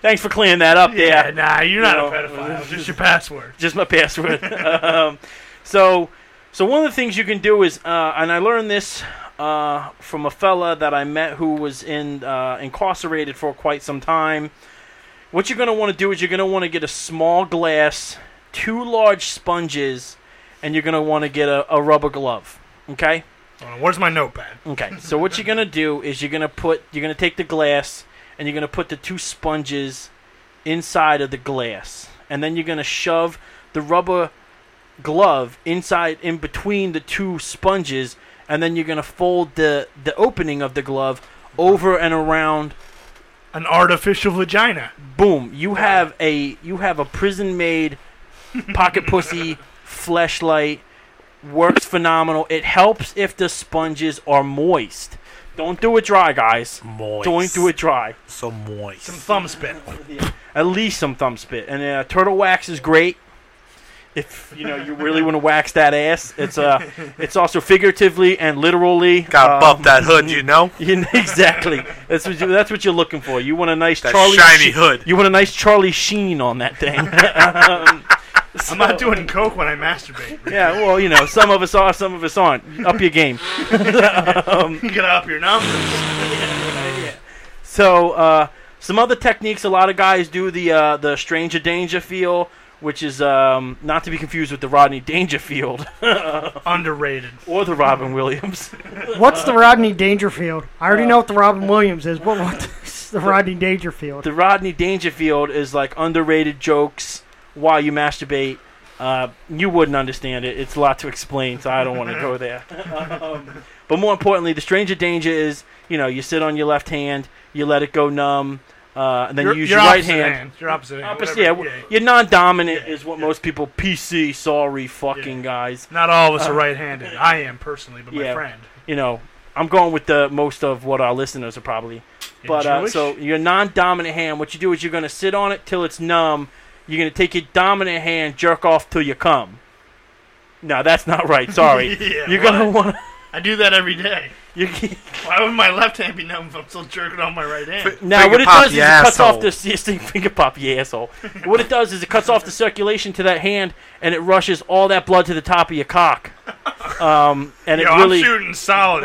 [SPEAKER 3] Thanks for clearing that up there.
[SPEAKER 2] Yeah, nah, you're not
[SPEAKER 3] No.
[SPEAKER 2] a pedophile. It's just your password.
[SPEAKER 3] just my password. um, so, so one of the things you can do is, uh, and I learned this uh, from a fella that I met who was in uh, incarcerated for quite some time. What you're gonna want to do is you're gonna want to get a small glass, two large sponges, and you're gonna want to get a, a rubber glove. Okay.
[SPEAKER 2] Hold on, where's my notepad?
[SPEAKER 3] Okay. So what you're gonna do is you're gonna put you're gonna take the glass and you're gonna put the two sponges inside of the glass, and then you're gonna shove the rubber glove inside in between the two sponges, and then you're gonna fold the the opening of the glove over and around.
[SPEAKER 2] An artificial vagina.
[SPEAKER 3] Boom! You have a you have a prison made pocket pussy fleshlight. Works phenomenal. It helps if the sponges are moist. Don't do it dry, guys.
[SPEAKER 4] Moist.
[SPEAKER 3] Don't do it dry.
[SPEAKER 4] So moist.
[SPEAKER 2] Some thumb spit.
[SPEAKER 3] At least some thumb spit. And uh, turtle wax is great. if you know you really want to wax that ass, it's uh, it's also figuratively and literally.
[SPEAKER 4] Gotta bump that hood, you know.
[SPEAKER 3] You, exactly. That's what you, that's what you're looking for. You want a nice
[SPEAKER 4] That
[SPEAKER 3] Charlie
[SPEAKER 4] shiny
[SPEAKER 3] Sheen-
[SPEAKER 4] hood.
[SPEAKER 3] You want a nice Charlie Sheen on that thing. Um, so-
[SPEAKER 2] I'm not doing coke when I masturbate.
[SPEAKER 3] Yeah, well, you know, some of us are, some of us aren't. Up your game. um,
[SPEAKER 2] you gotta up your numbers.
[SPEAKER 3] so uh, some other techniques. A lot of guys do the uh, the stranger danger feel, which is um, not to be confused with the Rodney Dangerfield
[SPEAKER 2] Underrated.
[SPEAKER 3] or the Robin Williams.
[SPEAKER 1] What's the Rodney Dangerfield? I already know what the Robin Williams is. What what's the Rodney Dangerfield?
[SPEAKER 3] The Rodney Dangerfield is like underrated jokes while you masturbate. Uh, you wouldn't understand it. It's a lot to explain, so I don't want to go there. Um, but more importantly, the stranger danger is you know you sit on your left hand, you let it go numb, uh, and then
[SPEAKER 2] Your-
[SPEAKER 3] you use
[SPEAKER 2] your
[SPEAKER 3] your right
[SPEAKER 2] opposite
[SPEAKER 3] hand.
[SPEAKER 2] hand. Your opposite hand,
[SPEAKER 3] Opposite- yeah,
[SPEAKER 2] whatever.
[SPEAKER 3] w- your non-dominant is what most people PC. Sorry, fucking guys.
[SPEAKER 2] Not all of us are
[SPEAKER 3] Uh,
[SPEAKER 2] right-handed. I am personally, but my
[SPEAKER 3] yeah,
[SPEAKER 2] friend.
[SPEAKER 3] You know, I'm going with the most of what our listeners are probably.
[SPEAKER 2] You're
[SPEAKER 3] But uh,
[SPEAKER 2] Jewish?
[SPEAKER 3] so your non-dominant hand, what you do is you're going to sit on it till it's numb. You're going to take your dominant hand, jerk off till you come. No, that's not right. Sorry.
[SPEAKER 2] Yeah,
[SPEAKER 3] you're going to
[SPEAKER 2] what?
[SPEAKER 3] want to.
[SPEAKER 2] I do that every day. Why would my left hand be numb if I'm still jerking on my right hand?
[SPEAKER 3] Now what it does is it cuts off the yes, think- finger pop, you asshole. what it does is it cuts off the circulation to that hand, and it rushes all that blood to the top of your cock. Um, and
[SPEAKER 2] Yo,
[SPEAKER 3] it really
[SPEAKER 2] I'm shooting solid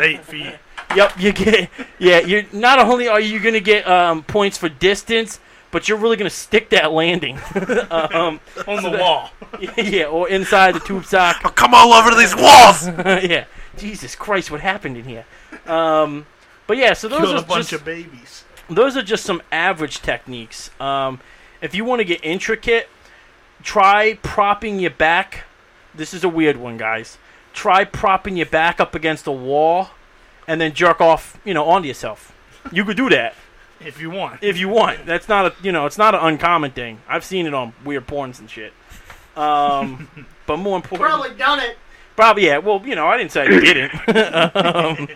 [SPEAKER 2] eight feet.
[SPEAKER 3] Yep, you get. Yeah, you're not only are you gonna get um, points for distance, but you're really gonna stick that landing um,
[SPEAKER 2] On the
[SPEAKER 3] that-
[SPEAKER 2] wall. Oh,
[SPEAKER 3] Yeah, or inside the tube sock.
[SPEAKER 4] come all over these walls.
[SPEAKER 3] yeah, Jesus Christ, what happened in here? Um, but yeah, so those
[SPEAKER 2] Killed
[SPEAKER 3] are
[SPEAKER 2] a bunch
[SPEAKER 3] just,
[SPEAKER 2] of babies.
[SPEAKER 3] those are just some average techniques. Um, if you want to get intricate, try propping your back. This is a weird one, guys. Try propping your back up against a wall, and then jerk off, you know, onto yourself. You could do that
[SPEAKER 2] If you want.
[SPEAKER 3] if you want. That's not a you know, it's not an uncommon thing. I've seen it on weird porns and shit. Um, but more important,
[SPEAKER 1] done it.
[SPEAKER 3] probably yeah. Well, you know, I didn't say I didn't. um,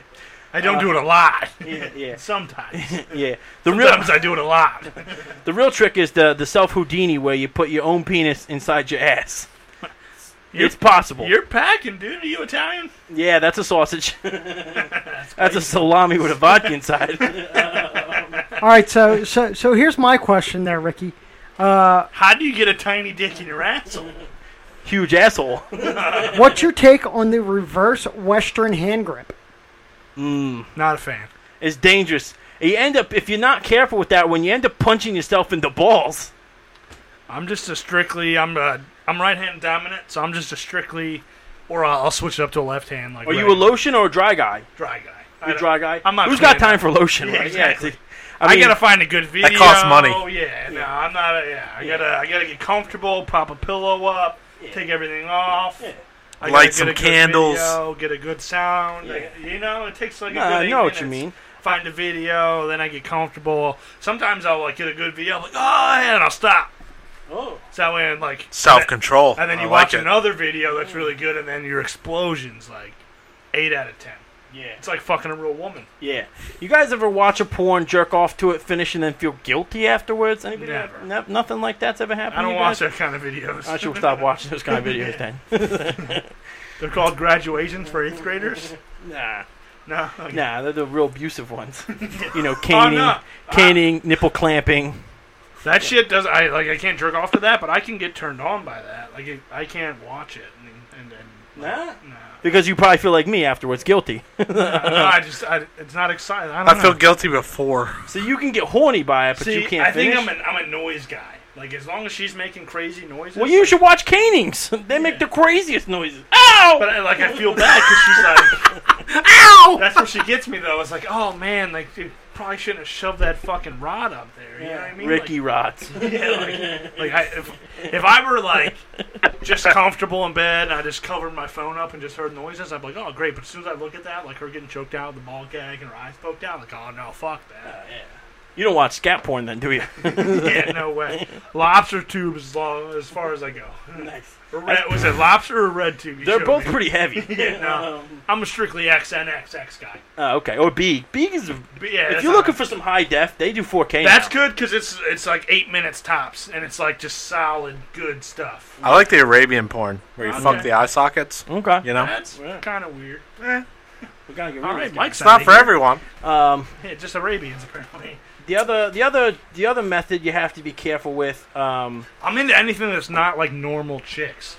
[SPEAKER 2] I don't do it a lot.
[SPEAKER 3] Yeah, yeah.
[SPEAKER 2] Sometimes.
[SPEAKER 3] yeah, the real
[SPEAKER 2] Sometimes I do it a lot.
[SPEAKER 3] the real trick is the the self Houdini where you put your own penis inside your ass. it's possible.
[SPEAKER 2] You're packing, dude. Are you Italian?
[SPEAKER 3] Yeah, that's a sausage. that's a salami with a vodka inside.
[SPEAKER 1] All right, so so so here's my question there, Ricky. Uh,
[SPEAKER 2] How do you get a tiny dick in your asshole?
[SPEAKER 3] Huge asshole.
[SPEAKER 1] what's your take on the reverse Western hand grip?
[SPEAKER 3] Mm.
[SPEAKER 2] Not a fan.
[SPEAKER 3] It's dangerous. You end up if you're not careful with that one, you end up punching yourself in the balls.
[SPEAKER 2] I'm just a strictly. I'm a. I'm right hand dominant, so I'm just a strictly. Or I'll, I'll switch it up to a left hand. Like
[SPEAKER 3] Are you a
[SPEAKER 2] right.
[SPEAKER 3] lotion or a dry guy?
[SPEAKER 2] dry guy?
[SPEAKER 3] You a dry guy?
[SPEAKER 2] I'm not.
[SPEAKER 3] Who's got
[SPEAKER 2] clean.
[SPEAKER 3] time for lotion?
[SPEAKER 2] Yeah,
[SPEAKER 3] right?
[SPEAKER 2] exactly.
[SPEAKER 3] see.
[SPEAKER 2] I, gotta find a good video.
[SPEAKER 3] That costs money.
[SPEAKER 2] Oh yeah, no, I'm not. A, yeah, I gotta. I gotta get comfortable. Pop a pillow up. Take everything off. I gotta
[SPEAKER 4] Light
[SPEAKER 2] get
[SPEAKER 4] some
[SPEAKER 2] a good
[SPEAKER 4] candles.
[SPEAKER 2] video, get a good sound. I- you know, it takes like.
[SPEAKER 3] No,
[SPEAKER 2] a good
[SPEAKER 3] I
[SPEAKER 2] eight
[SPEAKER 3] know what you
[SPEAKER 2] minutes.
[SPEAKER 3] mean.
[SPEAKER 2] Find a video, then I get comfortable. Sometimes I'll like get a good video, I'm like oh, yeah, and I'll stop.
[SPEAKER 3] Oh.
[SPEAKER 2] So that way, I'm, like
[SPEAKER 4] Self control.
[SPEAKER 2] and then you watch another video that's really good, and then your explosions like eight out of ten.
[SPEAKER 3] Yeah.
[SPEAKER 2] It's like fucking a real woman.
[SPEAKER 3] Yeah. You guys ever watch a porn, jerk off to it, finish, and then feel guilty afterwards? Anybody?
[SPEAKER 2] Never.
[SPEAKER 3] No- nothing like that's ever happened.
[SPEAKER 2] I
[SPEAKER 3] to
[SPEAKER 2] don't
[SPEAKER 3] you
[SPEAKER 2] watch
[SPEAKER 3] guys?
[SPEAKER 2] that kind of videos.
[SPEAKER 3] I should stop watching those kind of videos then.
[SPEAKER 2] They're called graduations for eighth graders.
[SPEAKER 3] Nah.
[SPEAKER 2] No. okay.
[SPEAKER 3] Nah, they're the real abusive ones. you know,
[SPEAKER 2] Oh,
[SPEAKER 3] caning,
[SPEAKER 2] no.
[SPEAKER 3] caning, nipple clamping.
[SPEAKER 2] That shit does. I like. I can't jerk off to that, but I can get turned on by that. Like it, I can't watch it. And, and, and
[SPEAKER 3] Nah.
[SPEAKER 2] no.
[SPEAKER 3] Because you probably feel like me afterwards, guilty.
[SPEAKER 2] No, no, I just. I, it's not exciting. I, don't
[SPEAKER 4] I feel
[SPEAKER 2] know.
[SPEAKER 4] guilty before.
[SPEAKER 3] so you can get horny by it, but
[SPEAKER 2] See,
[SPEAKER 3] you can't
[SPEAKER 2] I think
[SPEAKER 3] finish.
[SPEAKER 2] I'm an, I'm a noise guy. Like as long as she's making crazy noises.
[SPEAKER 3] well, you
[SPEAKER 2] like-
[SPEAKER 3] should watch canings. They make the craziest noises. Ow!
[SPEAKER 2] But I, like I feel bad because she's like, "Ow!" That's where she gets me though. It's like, oh man, like dude, probably shouldn't have shoved that fucking rod up there. You know what I mean?
[SPEAKER 3] Ricky Rods.
[SPEAKER 2] Like, yeah, like, like I, if, if I were like just comfortable in bed and I just covered my phone up and just heard noises, I'd be like, oh great. But as soon as I look at that, like her getting choked out, with the ball gag, and her eyes poked out, like, oh no, fuck that.
[SPEAKER 3] yeah. You don't watch scat porn then, do you?
[SPEAKER 2] yeah, no way. Lobster tubes as long as far as I go.
[SPEAKER 3] Nice.
[SPEAKER 2] Red, was it lobster or red tube? you
[SPEAKER 3] They're
[SPEAKER 2] showed
[SPEAKER 3] both
[SPEAKER 2] me?
[SPEAKER 3] pretty heavy.
[SPEAKER 2] yeah, no.
[SPEAKER 3] Um,
[SPEAKER 2] I'm a strictly XNXX guy.
[SPEAKER 3] Uh, okay, or B. B is.
[SPEAKER 2] But yeah,
[SPEAKER 3] if
[SPEAKER 2] that's
[SPEAKER 3] you're
[SPEAKER 2] not-
[SPEAKER 3] looking for some high def, they do 4K.
[SPEAKER 2] That's
[SPEAKER 3] now.
[SPEAKER 2] good because it's it's like eight minutes tops, and it's like just solid good stuff.
[SPEAKER 4] I like the Arabian porn where you fuck
[SPEAKER 2] Okay.
[SPEAKER 4] the eye sockets.
[SPEAKER 3] Okay.
[SPEAKER 4] You know?
[SPEAKER 2] that's kind of weird.
[SPEAKER 3] We gotta get
[SPEAKER 2] Eh. All right, Mike's
[SPEAKER 4] it's not for
[SPEAKER 2] outta here.
[SPEAKER 4] everyone.
[SPEAKER 3] Um,
[SPEAKER 2] Yeah, just Arabians apparently.
[SPEAKER 3] the other, the other, the other method you have to be careful with. Um,
[SPEAKER 2] I'm into anything that's not like normal chicks.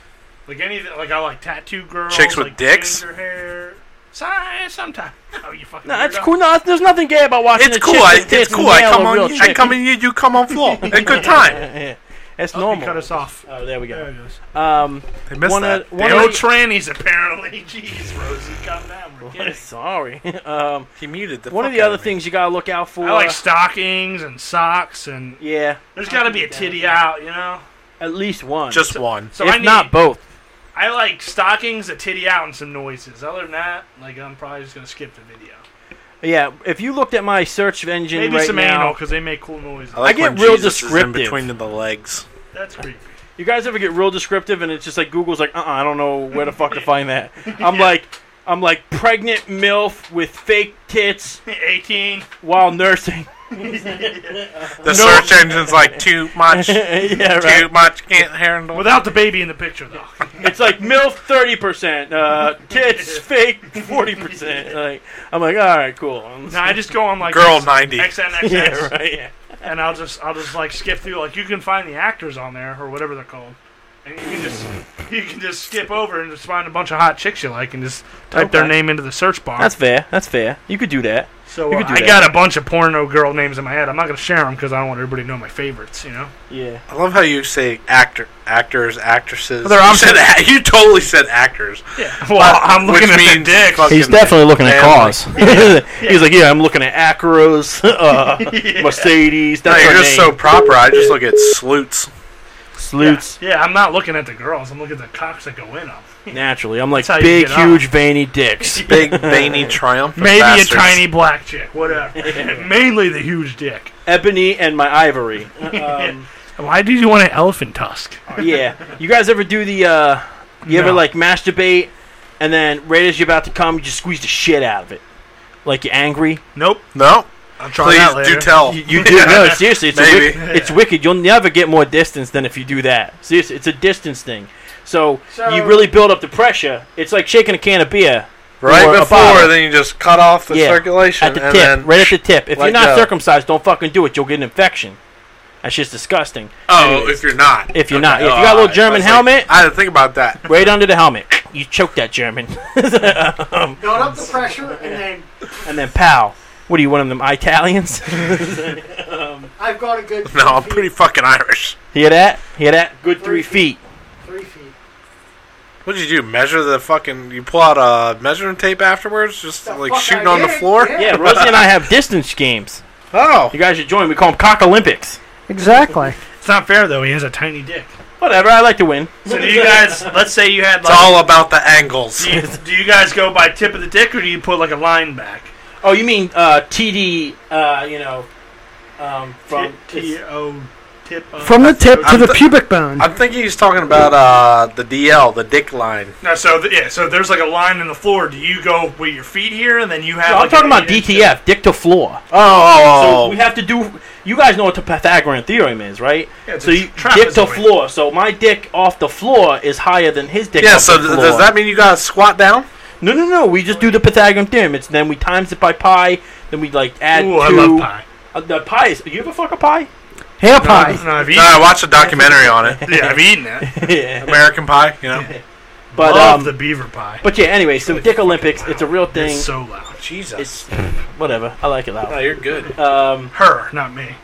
[SPEAKER 2] Like anything, like I like tattoo girls.
[SPEAKER 4] Chicks with
[SPEAKER 2] like
[SPEAKER 4] dicks?
[SPEAKER 2] ginger hair. Si- Sometimes. Oh, you fucking.
[SPEAKER 3] no, that's
[SPEAKER 2] weirdo.
[SPEAKER 3] cool. No, there's nothing gay about watching.
[SPEAKER 4] It's
[SPEAKER 3] a
[SPEAKER 4] cool.
[SPEAKER 3] chick
[SPEAKER 4] I,
[SPEAKER 3] with tits
[SPEAKER 4] it's
[SPEAKER 3] and
[SPEAKER 4] cool. I
[SPEAKER 3] nail
[SPEAKER 4] come
[SPEAKER 3] a real
[SPEAKER 4] on. I
[SPEAKER 3] chick.
[SPEAKER 4] come in you. You come on floor. A good time.
[SPEAKER 3] Yeah, That's
[SPEAKER 2] Oh,
[SPEAKER 3] normal.
[SPEAKER 2] You cut us off.
[SPEAKER 3] Oh, there we go.
[SPEAKER 2] There it goes.
[SPEAKER 3] Um,
[SPEAKER 4] They missed
[SPEAKER 3] one
[SPEAKER 4] that.
[SPEAKER 3] of- one
[SPEAKER 2] the
[SPEAKER 3] of
[SPEAKER 2] old
[SPEAKER 3] the-
[SPEAKER 2] trannies apparently. Jeez, Rosie, calm down. We're kidding.
[SPEAKER 3] Sorry. Um,
[SPEAKER 4] He muted the.
[SPEAKER 3] one of
[SPEAKER 4] fuck
[SPEAKER 3] the
[SPEAKER 4] out
[SPEAKER 3] other
[SPEAKER 4] me.
[SPEAKER 3] things you gotta look out for. uh,
[SPEAKER 2] I like stockings and socks, and
[SPEAKER 3] yeah,
[SPEAKER 2] there's got to be a titty out, you know.
[SPEAKER 3] at least one.
[SPEAKER 4] Just one.
[SPEAKER 2] So
[SPEAKER 3] if
[SPEAKER 2] I need,
[SPEAKER 3] not both.
[SPEAKER 2] I like stockings, a titty out, and some noises. Other than that, like I'm probably just gonna skip the video.
[SPEAKER 3] Yeah, if you looked at my search engine
[SPEAKER 2] Maybe
[SPEAKER 3] right
[SPEAKER 2] some
[SPEAKER 3] now,
[SPEAKER 2] anal because they make cool noises.
[SPEAKER 4] like
[SPEAKER 3] I get
[SPEAKER 4] when
[SPEAKER 3] real
[SPEAKER 4] Jesus is in
[SPEAKER 3] descriptive.
[SPEAKER 4] between the legs.
[SPEAKER 2] That's creepy.
[SPEAKER 3] You guys ever get real descriptive and it's just like Google's like, uh, uh I don't know where the fuck to find that. I'm like, I'm like pregnant milf with fake tits
[SPEAKER 2] 18.
[SPEAKER 3] while nursing.
[SPEAKER 4] The search engine's like too much.
[SPEAKER 3] yeah,
[SPEAKER 4] Too
[SPEAKER 3] right.
[SPEAKER 4] much. Can't handle.
[SPEAKER 2] Without the baby in the picture, though.
[SPEAKER 3] It's like milf thirty percent, uh, tits fake forty percent. Like, I'm like, all right, cool. I'm-
[SPEAKER 2] no, I just go on like
[SPEAKER 4] Girl
[SPEAKER 2] X-
[SPEAKER 4] ninety.
[SPEAKER 2] XNXX,
[SPEAKER 3] yeah, right. Yeah.
[SPEAKER 2] and I'll just I'll just like skip through. Like you can find the actors on there or whatever they're called, and you can just you can just skip over and just find a bunch of hot chicks you like and just type their
[SPEAKER 3] Okay.
[SPEAKER 2] name into the search bar.
[SPEAKER 3] That's fair. That's fair. You could do that.
[SPEAKER 2] so
[SPEAKER 3] you
[SPEAKER 2] uh,
[SPEAKER 3] could do
[SPEAKER 2] I
[SPEAKER 3] that.
[SPEAKER 2] got a bunch of porno girl names in my head. I'm not gonna share them because I don't want everybody to know my favorites. You know.
[SPEAKER 3] Yeah.
[SPEAKER 4] I love how you say actor, actors, actresses.
[SPEAKER 2] Well, they're
[SPEAKER 4] you,
[SPEAKER 2] options.
[SPEAKER 4] said, a- you totally said actors.
[SPEAKER 2] Yeah. Well, I'm
[SPEAKER 4] Which
[SPEAKER 2] looking at the
[SPEAKER 4] means
[SPEAKER 2] dick.
[SPEAKER 4] fucking
[SPEAKER 3] He's definitely looking at
[SPEAKER 4] family.
[SPEAKER 3] cars. He's like, yeah, I'm looking at Acros, uh, Mercedes.
[SPEAKER 4] No,
[SPEAKER 3] That's
[SPEAKER 4] you're
[SPEAKER 3] her
[SPEAKER 4] just so
[SPEAKER 3] name.
[SPEAKER 4] proper. I just look at sleuts.
[SPEAKER 3] Sleuts.
[SPEAKER 2] Yeah, I'm not looking at the girls. I'm looking at the cocks that go in them.
[SPEAKER 3] Naturally, I'm like
[SPEAKER 2] That's how you
[SPEAKER 3] big,
[SPEAKER 2] get off.
[SPEAKER 3] huge, veiny dicks.
[SPEAKER 4] Big veiny triumph.
[SPEAKER 2] Maybe a tiny black chick, whatever. Mainly the huge dick.
[SPEAKER 3] Ebony and my ivory. Um,
[SPEAKER 2] Why did you want an elephant tusk?
[SPEAKER 3] yeah. You guys ever do the? uh You ever
[SPEAKER 2] No.
[SPEAKER 3] like masturbate, and then right as you're about to come, you just squeeze the shit out of it, like you're angry.
[SPEAKER 2] Nope.
[SPEAKER 4] No,
[SPEAKER 2] I'll try that
[SPEAKER 4] please
[SPEAKER 2] later.
[SPEAKER 4] do tell.
[SPEAKER 3] You, you do no, seriously. It's a
[SPEAKER 4] Maybe.
[SPEAKER 3] wicked, it's wicked. You'll never get more distance than if you do that. Seriously, it's a distance thing. So, you
[SPEAKER 2] So-
[SPEAKER 3] really build up the pressure. It's like shaking a can of beer
[SPEAKER 4] right
[SPEAKER 3] or a
[SPEAKER 4] before,
[SPEAKER 3] bottle.
[SPEAKER 4] then you just cut off the
[SPEAKER 3] Yeah,
[SPEAKER 4] circulation
[SPEAKER 3] at the
[SPEAKER 4] and
[SPEAKER 3] tip,
[SPEAKER 4] then
[SPEAKER 3] right at the tip. If you're
[SPEAKER 4] let
[SPEAKER 3] not
[SPEAKER 4] go.
[SPEAKER 3] circumcised, don't fucking do it. You'll get an infection. That's just disgusting.
[SPEAKER 4] oh,
[SPEAKER 3] Anyways,
[SPEAKER 4] if you're not,
[SPEAKER 3] if you're
[SPEAKER 4] Okay,
[SPEAKER 3] not, if you
[SPEAKER 4] oh,
[SPEAKER 3] got a little
[SPEAKER 4] I-
[SPEAKER 3] German
[SPEAKER 4] I was like-
[SPEAKER 3] helmet,
[SPEAKER 4] I had to think about that.
[SPEAKER 3] right under the helmet, you choke that German,
[SPEAKER 1] Build up the pressure, and then
[SPEAKER 3] and then pow. What are you, one of them Italians?
[SPEAKER 1] I've got a good.
[SPEAKER 4] No, I'm pretty fucking Irish.
[SPEAKER 3] Hear that? Hear that? Good three feet.
[SPEAKER 1] Three feet.
[SPEAKER 4] What did you do? Measure the fucking? You pull out a measuring tape afterwards, just
[SPEAKER 1] The
[SPEAKER 4] like
[SPEAKER 1] fuck
[SPEAKER 4] shooting
[SPEAKER 1] I
[SPEAKER 4] on the
[SPEAKER 1] did,
[SPEAKER 4] floor.
[SPEAKER 1] yeah.
[SPEAKER 3] Yeah, Rosie and I have distance games.
[SPEAKER 4] Oh,
[SPEAKER 3] You guys should join. We call them Cock Olympics.
[SPEAKER 1] Exactly.
[SPEAKER 2] It's not fair though. He has a tiny dick.
[SPEAKER 3] Whatever, I like to win.
[SPEAKER 2] So do you guys? Let's say you had
[SPEAKER 4] it's
[SPEAKER 2] like.
[SPEAKER 4] all about the angles.
[SPEAKER 2] do, you, do you guys go by tip of the dick or do you put like a line back?
[SPEAKER 3] Oh, you mean uh, TD? Uh, you know, um, from
[SPEAKER 2] T O tip. Of
[SPEAKER 1] From the tip to
[SPEAKER 4] I'm
[SPEAKER 1] the
[SPEAKER 4] th-
[SPEAKER 1] pubic bone.
[SPEAKER 4] I'm thinking he's talking about uh, the DL, the dick line.
[SPEAKER 2] No, so th- yeah, so if there's like a line in the floor. Do you go with your feet here and then you have?
[SPEAKER 3] No, I'm
[SPEAKER 2] like,
[SPEAKER 3] talking
[SPEAKER 2] an
[SPEAKER 3] about
[SPEAKER 2] eight-inch-
[SPEAKER 3] DTF, dick to floor.
[SPEAKER 4] Oh, oh,
[SPEAKER 3] So we have to do. You guys know what the Pythagorean theorem is, right?
[SPEAKER 2] Yeah, it's
[SPEAKER 3] so
[SPEAKER 2] a
[SPEAKER 3] you dick to
[SPEAKER 2] trapezoid.
[SPEAKER 3] floor. So my dick off the floor is higher than his dick.
[SPEAKER 4] yeah.
[SPEAKER 3] off
[SPEAKER 4] So
[SPEAKER 3] the
[SPEAKER 4] th-
[SPEAKER 3] floor.
[SPEAKER 4] does that mean you gotta squat down?
[SPEAKER 3] No, no, no. We just do the Pythagorean theorem. It's then we times it by pi. Then we like add
[SPEAKER 2] Ooh,
[SPEAKER 3] two.
[SPEAKER 2] I love pie.
[SPEAKER 3] Uh, the pi is. You ever fuck a pie?
[SPEAKER 1] Hair
[SPEAKER 2] No,
[SPEAKER 1] pie.
[SPEAKER 2] no, I've
[SPEAKER 4] No,
[SPEAKER 2] eaten.
[SPEAKER 4] I watched a documentary on it.
[SPEAKER 2] yeah, I've eaten it.
[SPEAKER 3] yeah.
[SPEAKER 4] American Pie, you know.
[SPEAKER 3] But
[SPEAKER 2] love
[SPEAKER 3] um.
[SPEAKER 2] the beaver pie.
[SPEAKER 3] but yeah. Anyway, so Dick Olympics. It's a real thing.
[SPEAKER 2] It's so loud.
[SPEAKER 4] Jesus.
[SPEAKER 3] It's whatever. I like it loud.
[SPEAKER 4] you're good.
[SPEAKER 3] Um,
[SPEAKER 2] Her, not me.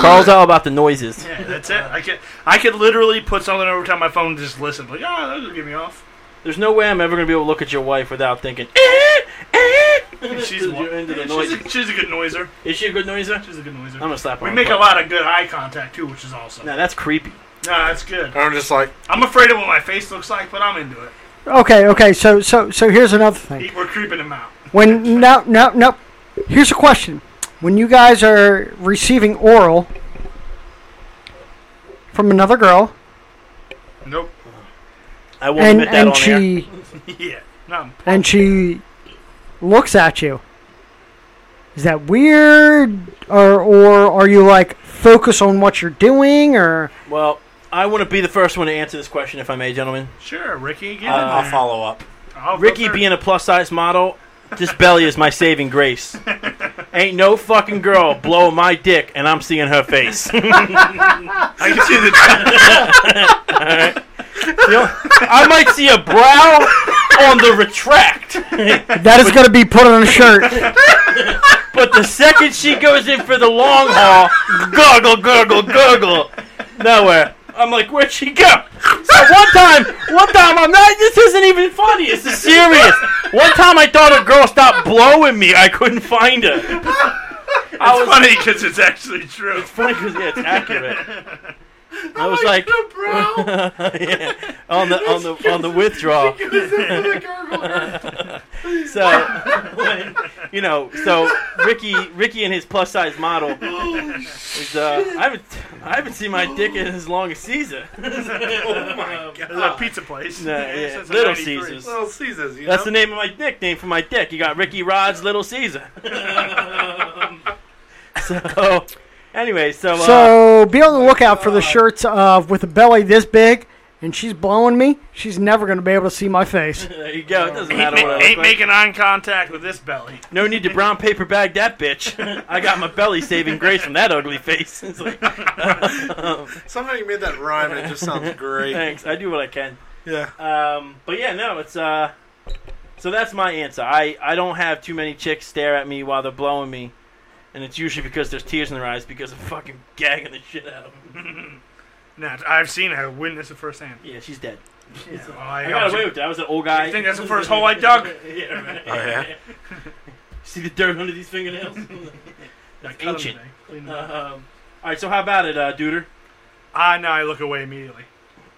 [SPEAKER 3] Carl's all about the noises.
[SPEAKER 2] Yeah, that's it. I could I could literally put something over top of my phone and just listen. Like, ah, oh, that'll get me off.
[SPEAKER 3] There's no way I'm ever gonna be able to look at your wife without thinking. Eh, eh.
[SPEAKER 2] She's one-
[SPEAKER 3] You're into the
[SPEAKER 2] she's
[SPEAKER 3] noise.
[SPEAKER 2] a- she's a good noiser.
[SPEAKER 3] Is she a good noiser?
[SPEAKER 2] She's a good noiser.
[SPEAKER 3] I'm gonna slap her.
[SPEAKER 2] we
[SPEAKER 3] on
[SPEAKER 2] make
[SPEAKER 3] the
[SPEAKER 2] a
[SPEAKER 3] butt.
[SPEAKER 2] lot of good eye contact too, which is awesome.
[SPEAKER 3] Now that's creepy.
[SPEAKER 2] Nah, that's good.
[SPEAKER 4] I'm just like,
[SPEAKER 2] I'm afraid of what my face looks like, but I'm into it.
[SPEAKER 1] Okay, okay. So, so, so here's another thing.
[SPEAKER 2] He- We're creeping him out.
[SPEAKER 1] When no, no, no. Here's a question. when you guys are receiving oral from another girl,
[SPEAKER 2] Nope.
[SPEAKER 3] I
[SPEAKER 1] won't And- admit that and on she-
[SPEAKER 2] yeah. Not
[SPEAKER 1] and she looks at you. Is that weird, or or are you like focus on what you're doing, or
[SPEAKER 3] Well, I want to be the first one to answer this question, if I may, gentlemen.
[SPEAKER 2] sure, Ricky. Get
[SPEAKER 3] Uh,
[SPEAKER 2] in
[SPEAKER 3] I'll
[SPEAKER 2] there.
[SPEAKER 3] follow up.
[SPEAKER 2] I'll go
[SPEAKER 3] Ricky
[SPEAKER 2] third.
[SPEAKER 3] being a plus size model, this belly is my saving grace. Ain't no fucking girl blowing my dick and I'm seeing her face.
[SPEAKER 2] I can see the.
[SPEAKER 3] Alright? You know, I might see a brow on the retract.
[SPEAKER 1] that is going to be put on a shirt?
[SPEAKER 3] But the second she goes in for the long haul, gurgle, gurgle, gurgle. Nowhere. I'm like, where'd she go? So one time, one time, I'm not, this isn't even funny, this is serious. One time I thought a girl stopped blowing me, I couldn't find her.
[SPEAKER 2] It's funny because it's actually true. It's
[SPEAKER 3] funny because yeah, it's accurate. I was like, yeah, on the on the on the withdrawal. so when, you know, so Ricky Ricky and his plus size model
[SPEAKER 2] Oh
[SPEAKER 3] is uh, I haven't I haven't seen my dick in as long as Caesar.
[SPEAKER 2] oh my god. a pizza place.
[SPEAKER 3] No, yeah,
[SPEAKER 2] Since
[SPEAKER 3] Little
[SPEAKER 2] 93.
[SPEAKER 3] Caesars.
[SPEAKER 2] Little Caesars. You
[SPEAKER 3] That's
[SPEAKER 2] know?
[SPEAKER 3] the name of my nickname for my dick. You got Ricky Rod's Little Caesar. so, anyway, so uh,
[SPEAKER 1] So be on the lookout for the shirts of with a belly this big, and she's blowing me. She's never going to be able to see my face.
[SPEAKER 3] there you go. It doesn't
[SPEAKER 2] Ain't,
[SPEAKER 3] matter
[SPEAKER 2] ma-
[SPEAKER 3] what I look
[SPEAKER 2] ain't
[SPEAKER 3] like.
[SPEAKER 2] making eye contact with this belly.
[SPEAKER 3] No need to brown paper bag that bitch. I got my belly saving grace from that ugly face. It's like,
[SPEAKER 4] Somehow you made that rhyme and it just sounds great.
[SPEAKER 3] Thanks. I do what I can.
[SPEAKER 4] Yeah.
[SPEAKER 3] Um, but yeah, no, it's uh. So that's my answer. I I don't have too many chicks stare at me while they're blowing me, and it's usually because there's tears in their eyes because I'm fucking gagging the shit out of them.
[SPEAKER 2] Nah, I've seen her witness it firsthand.
[SPEAKER 3] Yeah, she's dead.
[SPEAKER 2] Yeah, well,
[SPEAKER 3] I got away with that. I was an old guy.
[SPEAKER 2] You think that's the first hole I dug?
[SPEAKER 3] yeah, right.
[SPEAKER 4] Oh, yeah?
[SPEAKER 3] See the dirt under these fingernails? That's
[SPEAKER 2] cut 'em
[SPEAKER 3] ancient. Um,
[SPEAKER 2] today.
[SPEAKER 3] all right, so how about it, uh, Duder?
[SPEAKER 2] Ah, no, I look away immediately.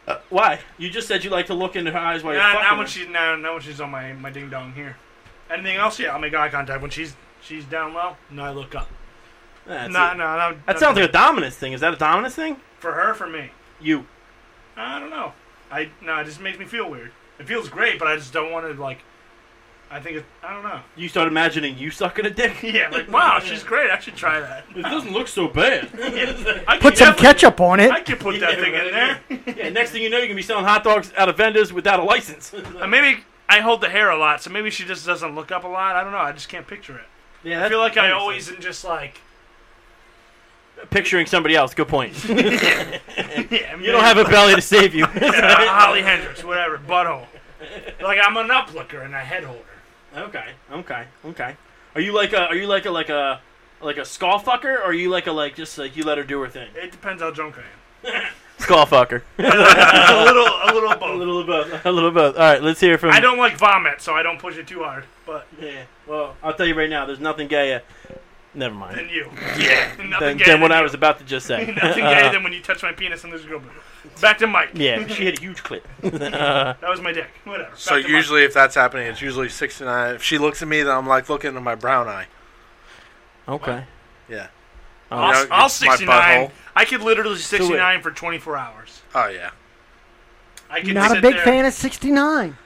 [SPEAKER 3] Uh, Why? You just said you like to look into her eyes while
[SPEAKER 2] Nah,
[SPEAKER 3] you're
[SPEAKER 2] not
[SPEAKER 3] fucking.
[SPEAKER 2] when
[SPEAKER 3] her.
[SPEAKER 2] she's now, not when she's on my my ding dong here. Anything else? Yeah, I'll make eye contact when she's she's down low. No, I look up.
[SPEAKER 3] That's
[SPEAKER 2] nah,
[SPEAKER 3] it.
[SPEAKER 2] nah, no,
[SPEAKER 3] That sounds like a dominance thing. Is that a dominance thing?
[SPEAKER 2] for her, for me.
[SPEAKER 3] You.
[SPEAKER 2] I don't know. I no, it just makes me feel weird. It feels great, but I just don't want to like. I think it, I don't know.
[SPEAKER 3] You start imagining you sucking a dick?
[SPEAKER 2] Yeah, like wow, she's great. I should try that.
[SPEAKER 3] It doesn't look so bad.
[SPEAKER 2] I
[SPEAKER 1] Put
[SPEAKER 2] could
[SPEAKER 1] some
[SPEAKER 2] definitely-
[SPEAKER 1] ketchup on it.
[SPEAKER 2] I could put that thing in there.
[SPEAKER 3] yeah, next thing you know, you're going to be selling hot dogs out of vendors without a license.
[SPEAKER 2] And Uh, maybe I hold the hair a lot, so maybe she just doesn't look up a lot. I don't know. I just can't picture it.
[SPEAKER 3] yeah,
[SPEAKER 2] I feel like I
[SPEAKER 3] that's-
[SPEAKER 2] always am just like
[SPEAKER 3] Picturing somebody else. Good point. you
[SPEAKER 2] yeah,
[SPEAKER 3] don't have a belly to save you.
[SPEAKER 2] yeah, Holly Hendricks, whatever, butthole. Like I'm an uplooker and a head holder.
[SPEAKER 3] Okay, okay, okay. Are you like a? Are you like a like a like a skull fucker? Or are you like a like just like you let her do her thing?
[SPEAKER 2] It depends how drunk I am.
[SPEAKER 3] Skull fucker.
[SPEAKER 2] a little, a little of
[SPEAKER 3] a
[SPEAKER 2] both.
[SPEAKER 3] little of both. A little of both. All right, let's hear from.
[SPEAKER 2] I don't like vomit, so I don't push it too hard. But
[SPEAKER 3] Yeah. Well, I'll tell you right now. There's nothing gay. Uh, never mind.
[SPEAKER 2] than you,
[SPEAKER 3] Yeah.
[SPEAKER 2] nothing
[SPEAKER 3] Than,
[SPEAKER 2] gay
[SPEAKER 3] than what
[SPEAKER 2] than
[SPEAKER 3] I
[SPEAKER 2] you.
[SPEAKER 3] was about to just say.
[SPEAKER 2] nothing gay than when you touch my penis and there's a girl. Back to Mike.
[SPEAKER 3] yeah. She had a huge clit. Uh,
[SPEAKER 2] That was my dick. Whatever. Back
[SPEAKER 4] So
[SPEAKER 2] to Mike.
[SPEAKER 4] usually, if that's happening, it's usually six to nine. If she looks at me, then I'm like looking into my brown eye.
[SPEAKER 3] okay.
[SPEAKER 4] Yeah.
[SPEAKER 3] Oh.
[SPEAKER 4] You know,
[SPEAKER 2] I'll, I'll
[SPEAKER 4] it's my
[SPEAKER 2] 69.
[SPEAKER 4] butthole.
[SPEAKER 2] I could literally 69 for 24 hours.
[SPEAKER 4] Oh yeah.
[SPEAKER 2] I could
[SPEAKER 1] Not a
[SPEAKER 2] sit
[SPEAKER 1] big
[SPEAKER 2] there-
[SPEAKER 1] fan of 69.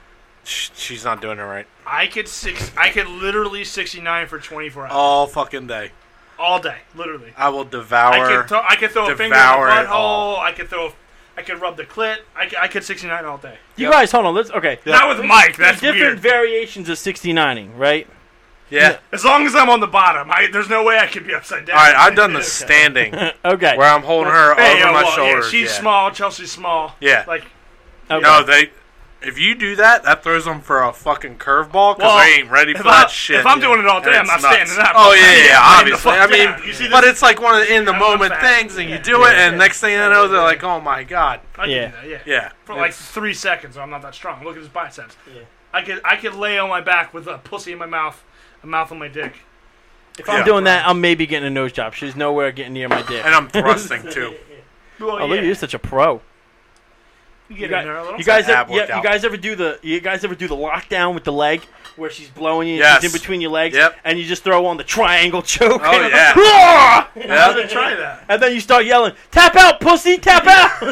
[SPEAKER 4] Sh- She's not doing it right.
[SPEAKER 2] I could six. I could literally 69 for 24 hours
[SPEAKER 4] All fucking day.
[SPEAKER 2] all day, literally.
[SPEAKER 4] I will devour.
[SPEAKER 2] I could throw. I could throw a finger in the
[SPEAKER 4] devour it
[SPEAKER 2] butthole.
[SPEAKER 4] all.
[SPEAKER 2] I could throw. a- I could rub the clit. I could, I could 69 all day.
[SPEAKER 3] You guys, hold on. Let's okay.
[SPEAKER 2] Not with Mike.
[SPEAKER 3] There's
[SPEAKER 2] That's
[SPEAKER 3] different
[SPEAKER 2] weird.
[SPEAKER 3] variations of 69ing, right?
[SPEAKER 4] yeah.
[SPEAKER 2] As long as I'm on the bottom, I, there's no way I could be upside down.
[SPEAKER 4] All right. I've done the standing where
[SPEAKER 3] Okay.
[SPEAKER 4] I'm holding her
[SPEAKER 2] Hey, yeah,
[SPEAKER 4] over my
[SPEAKER 2] well,
[SPEAKER 4] shoulders.
[SPEAKER 2] Yeah, she's
[SPEAKER 4] yeah.
[SPEAKER 2] small. Chelsea's small.
[SPEAKER 4] Yeah.
[SPEAKER 2] Like
[SPEAKER 3] okay.
[SPEAKER 4] No, they. If you do that, that throws them for a fucking curveball because
[SPEAKER 2] Well,
[SPEAKER 4] they ain't ready for
[SPEAKER 2] if,
[SPEAKER 4] that
[SPEAKER 2] I,
[SPEAKER 4] shit.
[SPEAKER 2] if I'm doing it all
[SPEAKER 4] And
[SPEAKER 2] day, I'm
[SPEAKER 4] it's
[SPEAKER 2] not
[SPEAKER 4] nuts.
[SPEAKER 2] standing up.
[SPEAKER 4] Oh yeah, yeah, yeah,
[SPEAKER 2] I'm laying the
[SPEAKER 4] obviously. I
[SPEAKER 2] fuck
[SPEAKER 4] mean,
[SPEAKER 2] down. you see this?
[SPEAKER 4] but it's like one of the in the moment
[SPEAKER 2] back.
[SPEAKER 4] things, and you do it, and next thing you know, they're like, "Oh my god."
[SPEAKER 2] I could
[SPEAKER 3] Yeah.
[SPEAKER 2] do that. Yeah.
[SPEAKER 4] Yeah.
[SPEAKER 2] For like three seconds, I'm not that strong. Look at his biceps.
[SPEAKER 3] Yeah.
[SPEAKER 2] I could I could lay on my back with a pussy in my mouth, a mouth on my dick.
[SPEAKER 3] If I'm
[SPEAKER 4] Yeah.
[SPEAKER 3] doing that, I'm maybe getting a nose job. She's nowhere getting near my dick.
[SPEAKER 4] and I'm thrusting too.
[SPEAKER 2] Well,
[SPEAKER 3] Oh, look,
[SPEAKER 2] yeah.
[SPEAKER 3] you're such a pro. You
[SPEAKER 2] You get
[SPEAKER 3] guys,
[SPEAKER 2] in there a little.
[SPEAKER 3] you guys,
[SPEAKER 4] Ab
[SPEAKER 3] ever,
[SPEAKER 4] worked
[SPEAKER 3] yeah, you
[SPEAKER 4] out.
[SPEAKER 3] guys ever do the you guys ever do the lockdown with the leg where she's blowing you, and
[SPEAKER 4] Yes.
[SPEAKER 3] she's in between your legs,
[SPEAKER 4] Yep.
[SPEAKER 3] and you just throw on the triangle choke.
[SPEAKER 4] Oh, yeah.
[SPEAKER 3] Roar!
[SPEAKER 4] Yeah. I gotta try that.
[SPEAKER 3] And then you start yelling, "Tap out, pussy! Tap out!"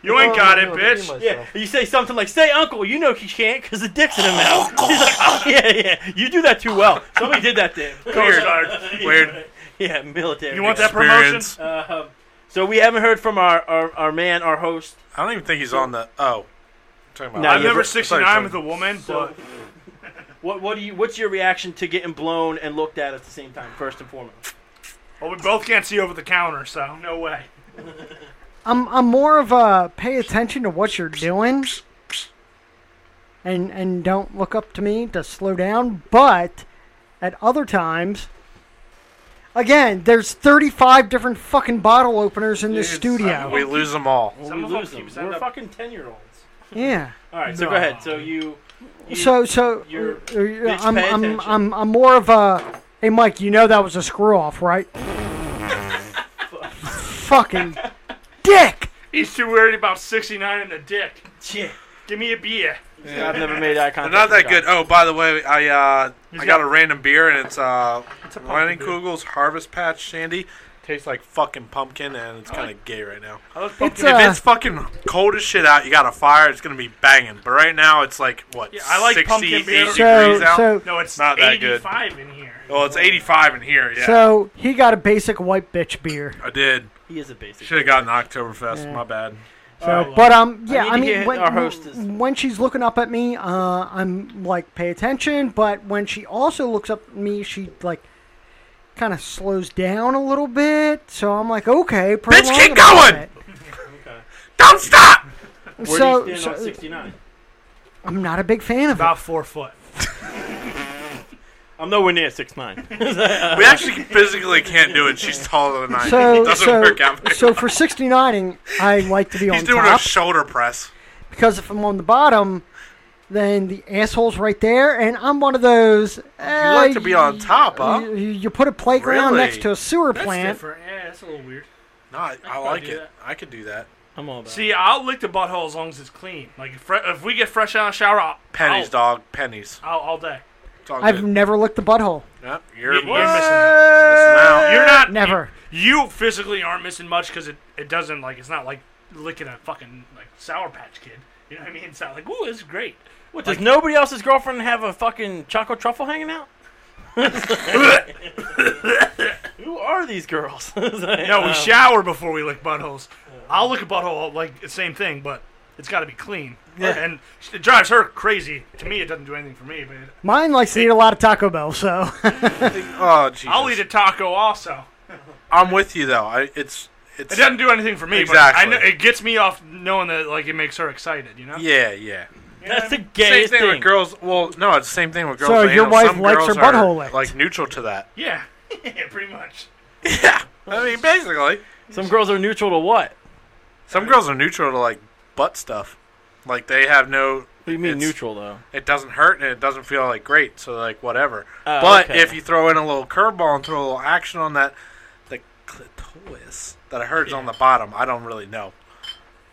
[SPEAKER 2] You
[SPEAKER 3] Oh,
[SPEAKER 2] ain't got it, bitch.
[SPEAKER 3] Yeah, you say something like, "Say, uncle." You know she can't because the dick's in her mouth. She's like, "Oh yeah, yeah." You do that too well. Somebody did that to him.
[SPEAKER 2] Coast Guard.
[SPEAKER 3] Weird. Yeah, military.
[SPEAKER 2] You want that promotion? Experience.
[SPEAKER 3] Uh, um, so we haven't heard from our, our, our man, our host.
[SPEAKER 4] I don't even think he's on the. Oh, talking about.
[SPEAKER 3] No,
[SPEAKER 2] I've
[SPEAKER 3] yeah,
[SPEAKER 2] never
[SPEAKER 3] but-
[SPEAKER 2] 69 with a woman, but
[SPEAKER 3] What what do you what's your reaction to getting blown and looked at at the same time? First and foremost.
[SPEAKER 2] well, we both can't see over the counter, so no way.
[SPEAKER 1] I'm I'm more of a pay attention to what you're doing, and and don't look up to me to slow down. But at other times, again, there's 35 different fucking bottle openers in this studio.
[SPEAKER 4] We lose them all.
[SPEAKER 3] we lose them. We're fucking ten year olds.
[SPEAKER 1] yeah.
[SPEAKER 3] All right, so go
[SPEAKER 1] No.
[SPEAKER 3] ahead. So you. you
[SPEAKER 1] So so
[SPEAKER 3] You're-
[SPEAKER 1] uh, uh,
[SPEAKER 3] bitch,
[SPEAKER 1] I'm
[SPEAKER 3] pay
[SPEAKER 1] I'm,
[SPEAKER 3] attention.
[SPEAKER 1] I'm I'm more of a hey Mike, you know that was a screw off, right? Fucking dick.
[SPEAKER 2] He's too worried about 69 and the dick.
[SPEAKER 3] Yeah.
[SPEAKER 2] Give me a beer.
[SPEAKER 3] I've never made eye
[SPEAKER 4] They're
[SPEAKER 3] contact.
[SPEAKER 4] not
[SPEAKER 3] with
[SPEAKER 4] that good. Oh, by the way, I uh, I got
[SPEAKER 2] got-
[SPEAKER 4] a random beer and it's uh,
[SPEAKER 2] a pumpkin
[SPEAKER 4] Lining
[SPEAKER 2] beer.
[SPEAKER 4] Kugel's Harvest Patch Shandy. Tastes like fucking pumpkin and it's kind of gay right now.
[SPEAKER 2] I love
[SPEAKER 1] It's,
[SPEAKER 2] pumpkin.
[SPEAKER 1] uh,
[SPEAKER 4] if it's fucking cold as shit out, you got a fire, it's gonna be banging. But right now, it's like what?
[SPEAKER 2] Yeah, I like
[SPEAKER 4] 60,
[SPEAKER 2] pumpkin beer.
[SPEAKER 4] 80
[SPEAKER 1] So
[SPEAKER 4] degrees out.
[SPEAKER 1] so
[SPEAKER 2] no, it's
[SPEAKER 4] not that good.
[SPEAKER 2] 85 in here.
[SPEAKER 4] Well, it's 85 in here. Yeah,
[SPEAKER 1] so he got a basic white bitch beer.
[SPEAKER 4] I did.
[SPEAKER 3] He is a basic.
[SPEAKER 4] Should have gotten Oktoberfest. My bad.
[SPEAKER 2] Oh,
[SPEAKER 1] So, but um, yeah,
[SPEAKER 3] need
[SPEAKER 1] I,
[SPEAKER 3] to
[SPEAKER 1] mean,
[SPEAKER 3] hear
[SPEAKER 1] when,
[SPEAKER 3] our hostess.
[SPEAKER 1] when she's looking up at me, uh, I'm like pay attention. But when she also looks up at me, she like kind of slows down a little bit. So I'm like, okay, prolong
[SPEAKER 4] keep
[SPEAKER 1] it a little
[SPEAKER 4] going! Don't stop.
[SPEAKER 1] bit.
[SPEAKER 3] Where
[SPEAKER 1] So,
[SPEAKER 3] do you stand on
[SPEAKER 1] so
[SPEAKER 3] 69?
[SPEAKER 1] I'm not a big fan of it.
[SPEAKER 2] About four foot.
[SPEAKER 3] I'm nowhere near 6'9.
[SPEAKER 4] We actually physically can't do it. She's taller than I. am. it
[SPEAKER 1] So
[SPEAKER 4] doesn't
[SPEAKER 1] so
[SPEAKER 4] work out. very
[SPEAKER 1] so for 69ing, I like to be
[SPEAKER 4] He's
[SPEAKER 1] on
[SPEAKER 4] doing a
[SPEAKER 1] top
[SPEAKER 4] shoulder press.
[SPEAKER 1] because if I'm on the bottom. Then the asshole's right there, and I'm one of those.
[SPEAKER 4] You like to be on top, huh?
[SPEAKER 1] You, you put a playground
[SPEAKER 4] Really?
[SPEAKER 1] next to a sewer
[SPEAKER 2] That's
[SPEAKER 1] plant.
[SPEAKER 2] different. Yeah, that's a little weird.
[SPEAKER 4] No, I, I
[SPEAKER 3] could
[SPEAKER 4] like
[SPEAKER 3] do
[SPEAKER 4] it.
[SPEAKER 3] that.
[SPEAKER 4] I could do that.
[SPEAKER 3] I'm all about
[SPEAKER 2] See, I'll lick the butthole as long as it's clean. Like if, fre- if we get fresh out of the shower, I'll,
[SPEAKER 4] Pennies,
[SPEAKER 2] I'll,
[SPEAKER 4] dog. Pennies.
[SPEAKER 2] I'll, all day.
[SPEAKER 4] It's all
[SPEAKER 1] I've
[SPEAKER 4] good.
[SPEAKER 1] never licked the butthole.
[SPEAKER 4] Yep,
[SPEAKER 2] You're,
[SPEAKER 4] you're,
[SPEAKER 2] you're missing.
[SPEAKER 4] missing
[SPEAKER 2] out.
[SPEAKER 4] out.
[SPEAKER 2] You're not.
[SPEAKER 1] Never.
[SPEAKER 2] You, you physically aren't missing much because it, it doesn't like it's not like licking a fucking like sour patch kid. You know what I mean? It's not like ooh, this is great.
[SPEAKER 3] What, does nobody else's girlfriend have a fucking choco truffle hanging out? Who are these girls? Um,
[SPEAKER 2] No, we shower before we lick buttholes. I'll lick a butthole like the same thing, but it's got to be clean. Yeah. And it drives her crazy. To me, it doesn't do anything for me, but
[SPEAKER 1] Mine likes to eat a lot of Taco Bell, so
[SPEAKER 4] Oh, Jesus.
[SPEAKER 2] I'll eat a taco also.
[SPEAKER 4] I'm with you though. I, it's
[SPEAKER 2] It
[SPEAKER 4] it's
[SPEAKER 2] doesn't do anything for me,
[SPEAKER 4] Exactly.
[SPEAKER 2] but I know, it gets me off knowing that like it makes her excited. You know?
[SPEAKER 4] yeah, yeah.
[SPEAKER 3] That's the
[SPEAKER 4] Same
[SPEAKER 3] gayest
[SPEAKER 4] thing,
[SPEAKER 3] thing.
[SPEAKER 4] with girls. Well, no, it's the same thing with girls.
[SPEAKER 1] So
[SPEAKER 4] and
[SPEAKER 1] your
[SPEAKER 4] animals.
[SPEAKER 1] wife
[SPEAKER 4] Some
[SPEAKER 1] likes
[SPEAKER 4] girls
[SPEAKER 1] her butthole
[SPEAKER 4] are,
[SPEAKER 1] licked.
[SPEAKER 4] like neutral to that.
[SPEAKER 2] Yeah. yeah pretty much.
[SPEAKER 4] I mean, basically,
[SPEAKER 3] Some girls are neutral to what?
[SPEAKER 4] some girls are neutral to like butt stuff. Like they have no.
[SPEAKER 3] What do you mean
[SPEAKER 4] it's-
[SPEAKER 3] neutral though?
[SPEAKER 4] It doesn't hurt and it doesn't feel like great. So like whatever.
[SPEAKER 3] Oh,
[SPEAKER 4] but
[SPEAKER 3] okay.
[SPEAKER 4] if you throw in a little curveball and throw a little action on that, the clitoris that I heard is on the bottom. I don't really know.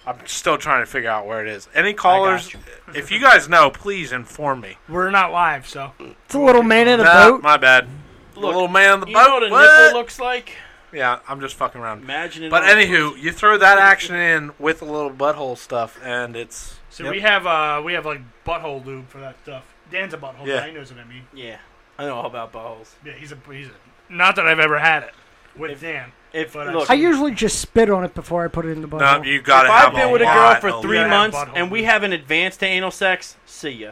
[SPEAKER 4] I'm still trying to figure out where it is. Any callers,
[SPEAKER 3] you.
[SPEAKER 4] if you guys know, please inform me.
[SPEAKER 2] We're not live, so
[SPEAKER 1] it's a little man in a
[SPEAKER 4] Nah,
[SPEAKER 1] boat.
[SPEAKER 4] My bad.
[SPEAKER 3] Look,
[SPEAKER 4] little man on the
[SPEAKER 3] You
[SPEAKER 4] boat.
[SPEAKER 3] know what a
[SPEAKER 4] what?
[SPEAKER 3] nipple looks like?
[SPEAKER 4] yeah, I'm just fucking around.
[SPEAKER 3] Imagine it.
[SPEAKER 4] But
[SPEAKER 3] on-
[SPEAKER 4] anywho, you throw that action in with a little butthole stuff, and it's
[SPEAKER 2] so
[SPEAKER 4] Yep.
[SPEAKER 2] we have uh we have like butthole lube for that stuff. Dan's a butthole
[SPEAKER 4] Yeah.
[SPEAKER 2] guy. He knows what I mean.
[SPEAKER 3] Yeah, I know all about buttholes.
[SPEAKER 2] Yeah, he's a he's a. Not that I've ever had it with Dan.
[SPEAKER 3] If
[SPEAKER 2] But I-
[SPEAKER 3] look,
[SPEAKER 1] I usually just spit on it before I put it in the bottle.
[SPEAKER 4] no, you gotta
[SPEAKER 3] if
[SPEAKER 4] have
[SPEAKER 3] I've been
[SPEAKER 4] a
[SPEAKER 3] with a girl
[SPEAKER 4] lot
[SPEAKER 3] for
[SPEAKER 4] of
[SPEAKER 3] three
[SPEAKER 4] lube.
[SPEAKER 2] Yeah,
[SPEAKER 3] months
[SPEAKER 2] butthole.
[SPEAKER 3] and we haven't advanced to anal sex, see ya.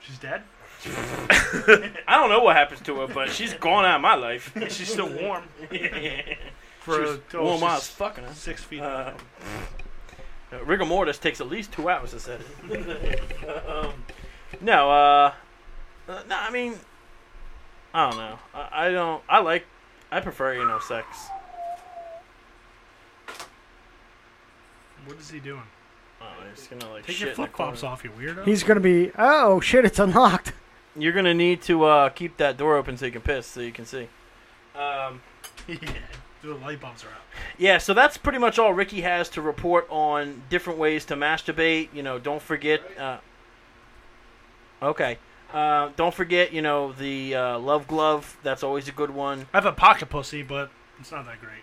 [SPEAKER 2] She's dead.
[SPEAKER 3] I don't know what happens to her, but she's gone out of my life.
[SPEAKER 2] She's still warm.
[SPEAKER 3] She
[SPEAKER 2] For
[SPEAKER 3] was
[SPEAKER 2] till
[SPEAKER 3] warm
[SPEAKER 2] she's
[SPEAKER 3] eyes, fucking her.
[SPEAKER 2] Six feet.
[SPEAKER 3] Uh, uh, rigor mortis takes at least two hours to set it. um, no, uh, uh, no, I mean, I don't know. I, I don't. I like. I prefer anal sex.
[SPEAKER 2] what is he doing?
[SPEAKER 3] Oh, it's gonna like
[SPEAKER 2] Take
[SPEAKER 3] shit
[SPEAKER 2] your
[SPEAKER 3] in the
[SPEAKER 2] flip flops
[SPEAKER 3] corner.
[SPEAKER 2] off, you weirdo.
[SPEAKER 1] He's gonna be. Oh shit! It's unlocked.
[SPEAKER 3] You're gonna need to uh, keep that door open so you can piss, so you can see. Um,
[SPEAKER 2] yeah. The light bulbs are out.
[SPEAKER 3] Yeah, so that's pretty much all Ricky has to report on different ways to masturbate. You know, don't forget. Uh, okay. Uh, don't forget, you know, the uh, love glove. That's always a good one.
[SPEAKER 2] I have a pocket pussy, but it's not that great.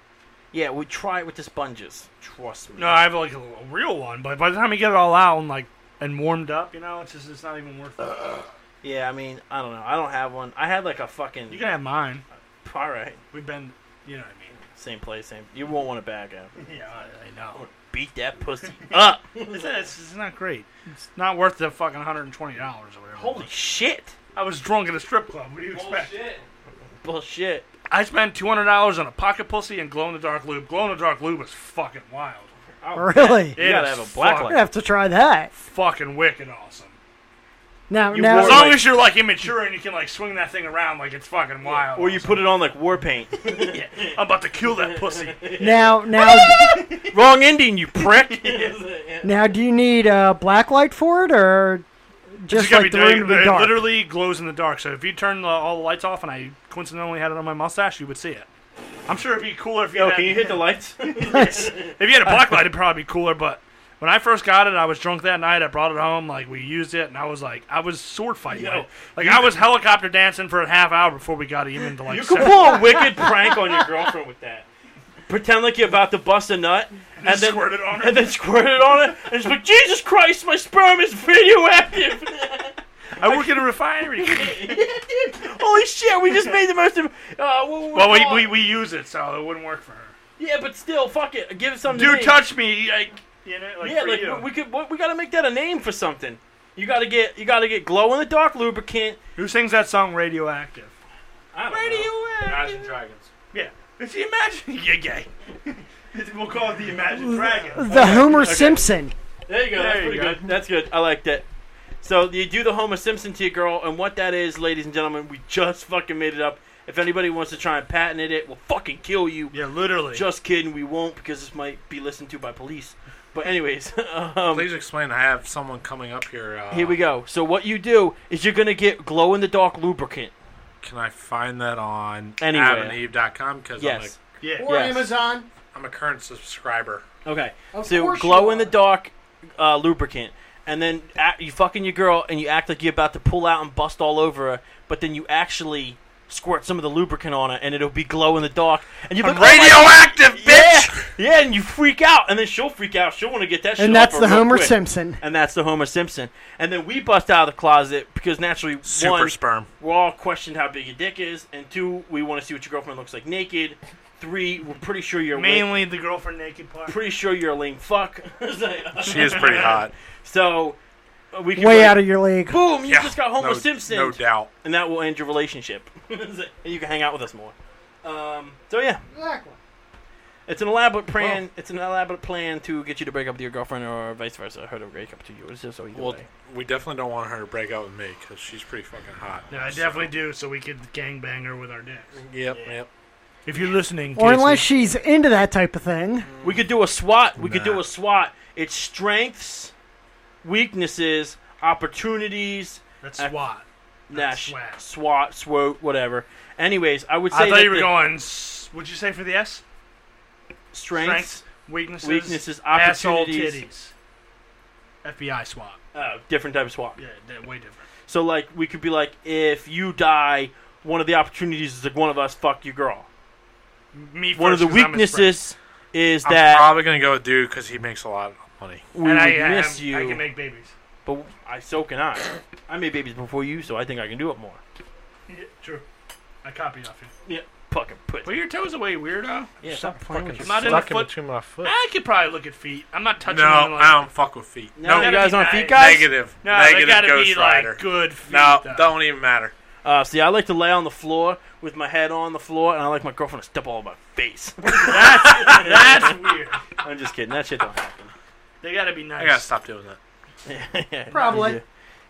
[SPEAKER 3] Yeah, we try it with the sponges. Trust me.
[SPEAKER 2] No, I have like a, a real one, but by the time you get it all out and like and warmed up, you know, it's just it's not even worth it.
[SPEAKER 3] Yeah, I mean, I don't know. I don't have one. I had like a fucking.
[SPEAKER 2] You can have mine.
[SPEAKER 3] All right.
[SPEAKER 2] We've been, you know what I mean.
[SPEAKER 3] Same place, same. You won't want it back out.
[SPEAKER 2] Yeah, I, I know.
[SPEAKER 3] Beat that pussy up.
[SPEAKER 2] it's, it's, it's not great. It's not worth the fucking hundred and twenty dollars or whatever.
[SPEAKER 3] Holy shit!
[SPEAKER 2] I was drunk at a strip club. What do you expect?
[SPEAKER 3] Bullshit.
[SPEAKER 2] I spent two hundred dollars on a pocket pussy and glow in the dark lube. Glow in the dark lube is fucking wild.
[SPEAKER 1] Oh, Really?
[SPEAKER 2] It
[SPEAKER 3] Oh, You gotta
[SPEAKER 2] is
[SPEAKER 3] have a black
[SPEAKER 1] I
[SPEAKER 2] fuck-
[SPEAKER 1] have to try that.
[SPEAKER 2] Fucking wicked awesome.
[SPEAKER 1] Now,
[SPEAKER 2] You-
[SPEAKER 1] now,
[SPEAKER 2] as long as you're like immature and you can like swing that thing around like it's fucking wild.
[SPEAKER 3] Or you put it on like war paint.
[SPEAKER 2] Yeah. I'm about to kill that pussy.
[SPEAKER 1] now, now,
[SPEAKER 3] Wrong ending, you prick.
[SPEAKER 1] now, do you need uh, black light for it, or
[SPEAKER 2] It's
[SPEAKER 1] just
[SPEAKER 2] gonna
[SPEAKER 1] like the
[SPEAKER 2] be-
[SPEAKER 1] room to
[SPEAKER 2] it
[SPEAKER 1] be dark?
[SPEAKER 2] literally glows in the dark. So if you turn the, all the lights off and I coincidentally had it on my mustache, you would see it. I'm sure it'd be cooler if you
[SPEAKER 3] Yo,
[SPEAKER 2] had,
[SPEAKER 3] can you hit the lights?
[SPEAKER 2] if you had a black light, it'd probably be cooler. But when I first got it, I was drunk that night. I brought it home. Like we used it, and I was like, I was sword fighting.
[SPEAKER 3] Yo,
[SPEAKER 2] like like, I was helicopter dancing for a half hour before we got even to like.
[SPEAKER 3] You could
[SPEAKER 2] seven-
[SPEAKER 3] pull a wicked prank on your girlfriend with that. Pretend like you're about to bust a nut, and, then
[SPEAKER 2] squirt it on her.
[SPEAKER 3] and then squirt it on it, and it's like, Jesus Christ, my sperm is radioactive.
[SPEAKER 2] I work in a refinery.
[SPEAKER 3] Holy shit, we just made the most. Of, uh, what- what-
[SPEAKER 2] well, we, we, we use it, so it wouldn't work for her.
[SPEAKER 3] yeah, but still, fuck it, give it something. to
[SPEAKER 2] Dude,
[SPEAKER 3] me.
[SPEAKER 2] touch me. Like, you know, like
[SPEAKER 3] yeah,
[SPEAKER 2] for
[SPEAKER 3] like
[SPEAKER 2] you.
[SPEAKER 3] we- we could. We, we gotta make that a name for something. You gotta get. You gotta get glow in the dark lubricant.
[SPEAKER 2] Who sings that song, Radioactive?
[SPEAKER 3] I don't
[SPEAKER 2] Imagine Dragons. Yeah. It's the Imagine. Yeah, gay. we'll call it the Imagine Dragons.
[SPEAKER 1] the Homer Simpson.
[SPEAKER 3] There you go.
[SPEAKER 2] There
[SPEAKER 3] That's
[SPEAKER 2] you
[SPEAKER 3] pretty
[SPEAKER 2] go.
[SPEAKER 3] good. That's good. I like that. So you do the Homer Simpson to your girl, and what that is, ladies and gentlemen, we just fucking made it up. If anybody wants to try and patent it, it will fucking kill you.
[SPEAKER 2] Yeah, literally.
[SPEAKER 3] Just kidding, we won't because this might be listened to by police. But anyways, um,
[SPEAKER 4] Please explain. I have someone coming up here. Uh,
[SPEAKER 3] here we go. So what you do is you're gonna get glow in the dark lubricant.
[SPEAKER 4] Can I find that on
[SPEAKER 3] Anywhere.
[SPEAKER 4] AdamandEve.com? Because
[SPEAKER 3] Yes.
[SPEAKER 2] yeah.
[SPEAKER 3] Or Yes.
[SPEAKER 1] Amazon.
[SPEAKER 4] I'm, a, I'm a current subscriber.
[SPEAKER 3] Okay.
[SPEAKER 1] Of
[SPEAKER 3] so
[SPEAKER 1] course you
[SPEAKER 3] glow in
[SPEAKER 1] are.
[SPEAKER 3] the dark uh, lubricant, and then act, you fucking your girl, and you act like you're about to pull out and bust all over her, but then you actually squirt some of the lubricant on her, and it'll be glow in the dark, and you're like, "Oh my-
[SPEAKER 4] Radioactive, bitch!
[SPEAKER 3] Yeah, yeah, and you freak out, and then she'll freak out. She'll want to get that. shit
[SPEAKER 1] And that's
[SPEAKER 3] off her
[SPEAKER 1] the
[SPEAKER 3] real
[SPEAKER 1] Homer
[SPEAKER 3] quick.
[SPEAKER 1] Simpson.
[SPEAKER 3] And that's the Homer Simpson. And then we bust out of the closet because naturally,
[SPEAKER 4] Super
[SPEAKER 3] one,
[SPEAKER 4] sperm.
[SPEAKER 3] we're all questioned how big your dick is, and two, we want to see what your girlfriend looks like naked. Three, we're pretty sure you're a lame,
[SPEAKER 2] Mainly the girlfriend naked part.
[SPEAKER 3] pretty sure you're a lame fuck. uh,
[SPEAKER 4] She is pretty hot.
[SPEAKER 3] So uh, we can
[SPEAKER 1] Way
[SPEAKER 3] be
[SPEAKER 1] out of your league.
[SPEAKER 3] boom. You
[SPEAKER 4] Yeah,
[SPEAKER 3] just got Homer
[SPEAKER 4] no,
[SPEAKER 3] Simpson,
[SPEAKER 4] No doubt.
[SPEAKER 3] and that will end your relationship, and you can hang out with us more. Um, so yeah,
[SPEAKER 1] Exactly.
[SPEAKER 3] it's an elaborate plan. It's an elaborate plan to get you to break up with your girlfriend or vice versa. Her to break up to you. It's just so either
[SPEAKER 4] Well,
[SPEAKER 3] way.
[SPEAKER 4] we definitely don't want her to break up with me because she's pretty fucking hot.
[SPEAKER 2] No, I definitely do, so we could gangbang her with our dicks.
[SPEAKER 4] Yep, yep.
[SPEAKER 2] If you're listening,
[SPEAKER 1] Or unless she's into that type of thing.
[SPEAKER 3] We could do a SWAT. We could do
[SPEAKER 4] Nah.
[SPEAKER 3] a SWAT. It's strengths, weaknesses, opportunities.
[SPEAKER 2] that's
[SPEAKER 3] I-
[SPEAKER 2] SWAT.
[SPEAKER 3] Nah, sh-
[SPEAKER 2] SWAT.
[SPEAKER 3] SWAT, SWOT, whatever. Anyways, I would say
[SPEAKER 2] I thought
[SPEAKER 3] that
[SPEAKER 2] you were
[SPEAKER 3] the
[SPEAKER 2] going. s- What'd you say for the S?
[SPEAKER 3] strengths.
[SPEAKER 2] weaknesses,
[SPEAKER 3] weaknesses,
[SPEAKER 2] asshole,
[SPEAKER 3] opportunities.
[SPEAKER 2] titties. FBI SWAT.
[SPEAKER 3] Oh, different type of SWAT.
[SPEAKER 2] Yeah, they're way different.
[SPEAKER 3] So like we could be like, if you die, one of the opportunities is like one of us fuck your girl.
[SPEAKER 2] Me
[SPEAKER 3] One of
[SPEAKER 2] first,
[SPEAKER 3] the
[SPEAKER 2] 'cause I'm his friend.
[SPEAKER 3] weaknesses is
[SPEAKER 4] I'm
[SPEAKER 3] that
[SPEAKER 4] probably going to go with dude because he makes a lot of money.
[SPEAKER 3] we
[SPEAKER 2] and I,
[SPEAKER 3] would
[SPEAKER 2] I-
[SPEAKER 3] miss
[SPEAKER 2] I,
[SPEAKER 3] you.
[SPEAKER 2] I can make babies.
[SPEAKER 3] But I so can I. I made babies before you, so I think I can do it more.
[SPEAKER 2] Yeah, true. I copied off you.
[SPEAKER 3] Yeah, fucking put.
[SPEAKER 2] Put your toes away, weirdo.
[SPEAKER 3] Yeah, stop fucking.
[SPEAKER 2] I'm not in the
[SPEAKER 4] Stuck in
[SPEAKER 2] foot.
[SPEAKER 4] between my foot.
[SPEAKER 2] I could probably look at feet. I'm not touching.
[SPEAKER 4] No,
[SPEAKER 2] them like,
[SPEAKER 4] I don't fuck with feet.
[SPEAKER 3] No,
[SPEAKER 2] gotta
[SPEAKER 3] you guys
[SPEAKER 2] be
[SPEAKER 3] on
[SPEAKER 2] nice.
[SPEAKER 3] feet, guys.
[SPEAKER 4] Negative.
[SPEAKER 2] No,
[SPEAKER 4] negative
[SPEAKER 2] they gotta
[SPEAKER 4] Ghost
[SPEAKER 2] be
[SPEAKER 4] Rider.
[SPEAKER 2] like good feet.
[SPEAKER 4] no,
[SPEAKER 2] though.
[SPEAKER 4] don't even matter.
[SPEAKER 3] Uh, see, I like to lay on the floor with my head on the floor, and I like my girlfriend to step all over my face.
[SPEAKER 2] That's weird.
[SPEAKER 3] I'm just kidding. That shit don't happen.
[SPEAKER 2] They gotta be nice.
[SPEAKER 4] I gotta stop doing that.
[SPEAKER 3] Yeah,
[SPEAKER 1] Probably.
[SPEAKER 3] you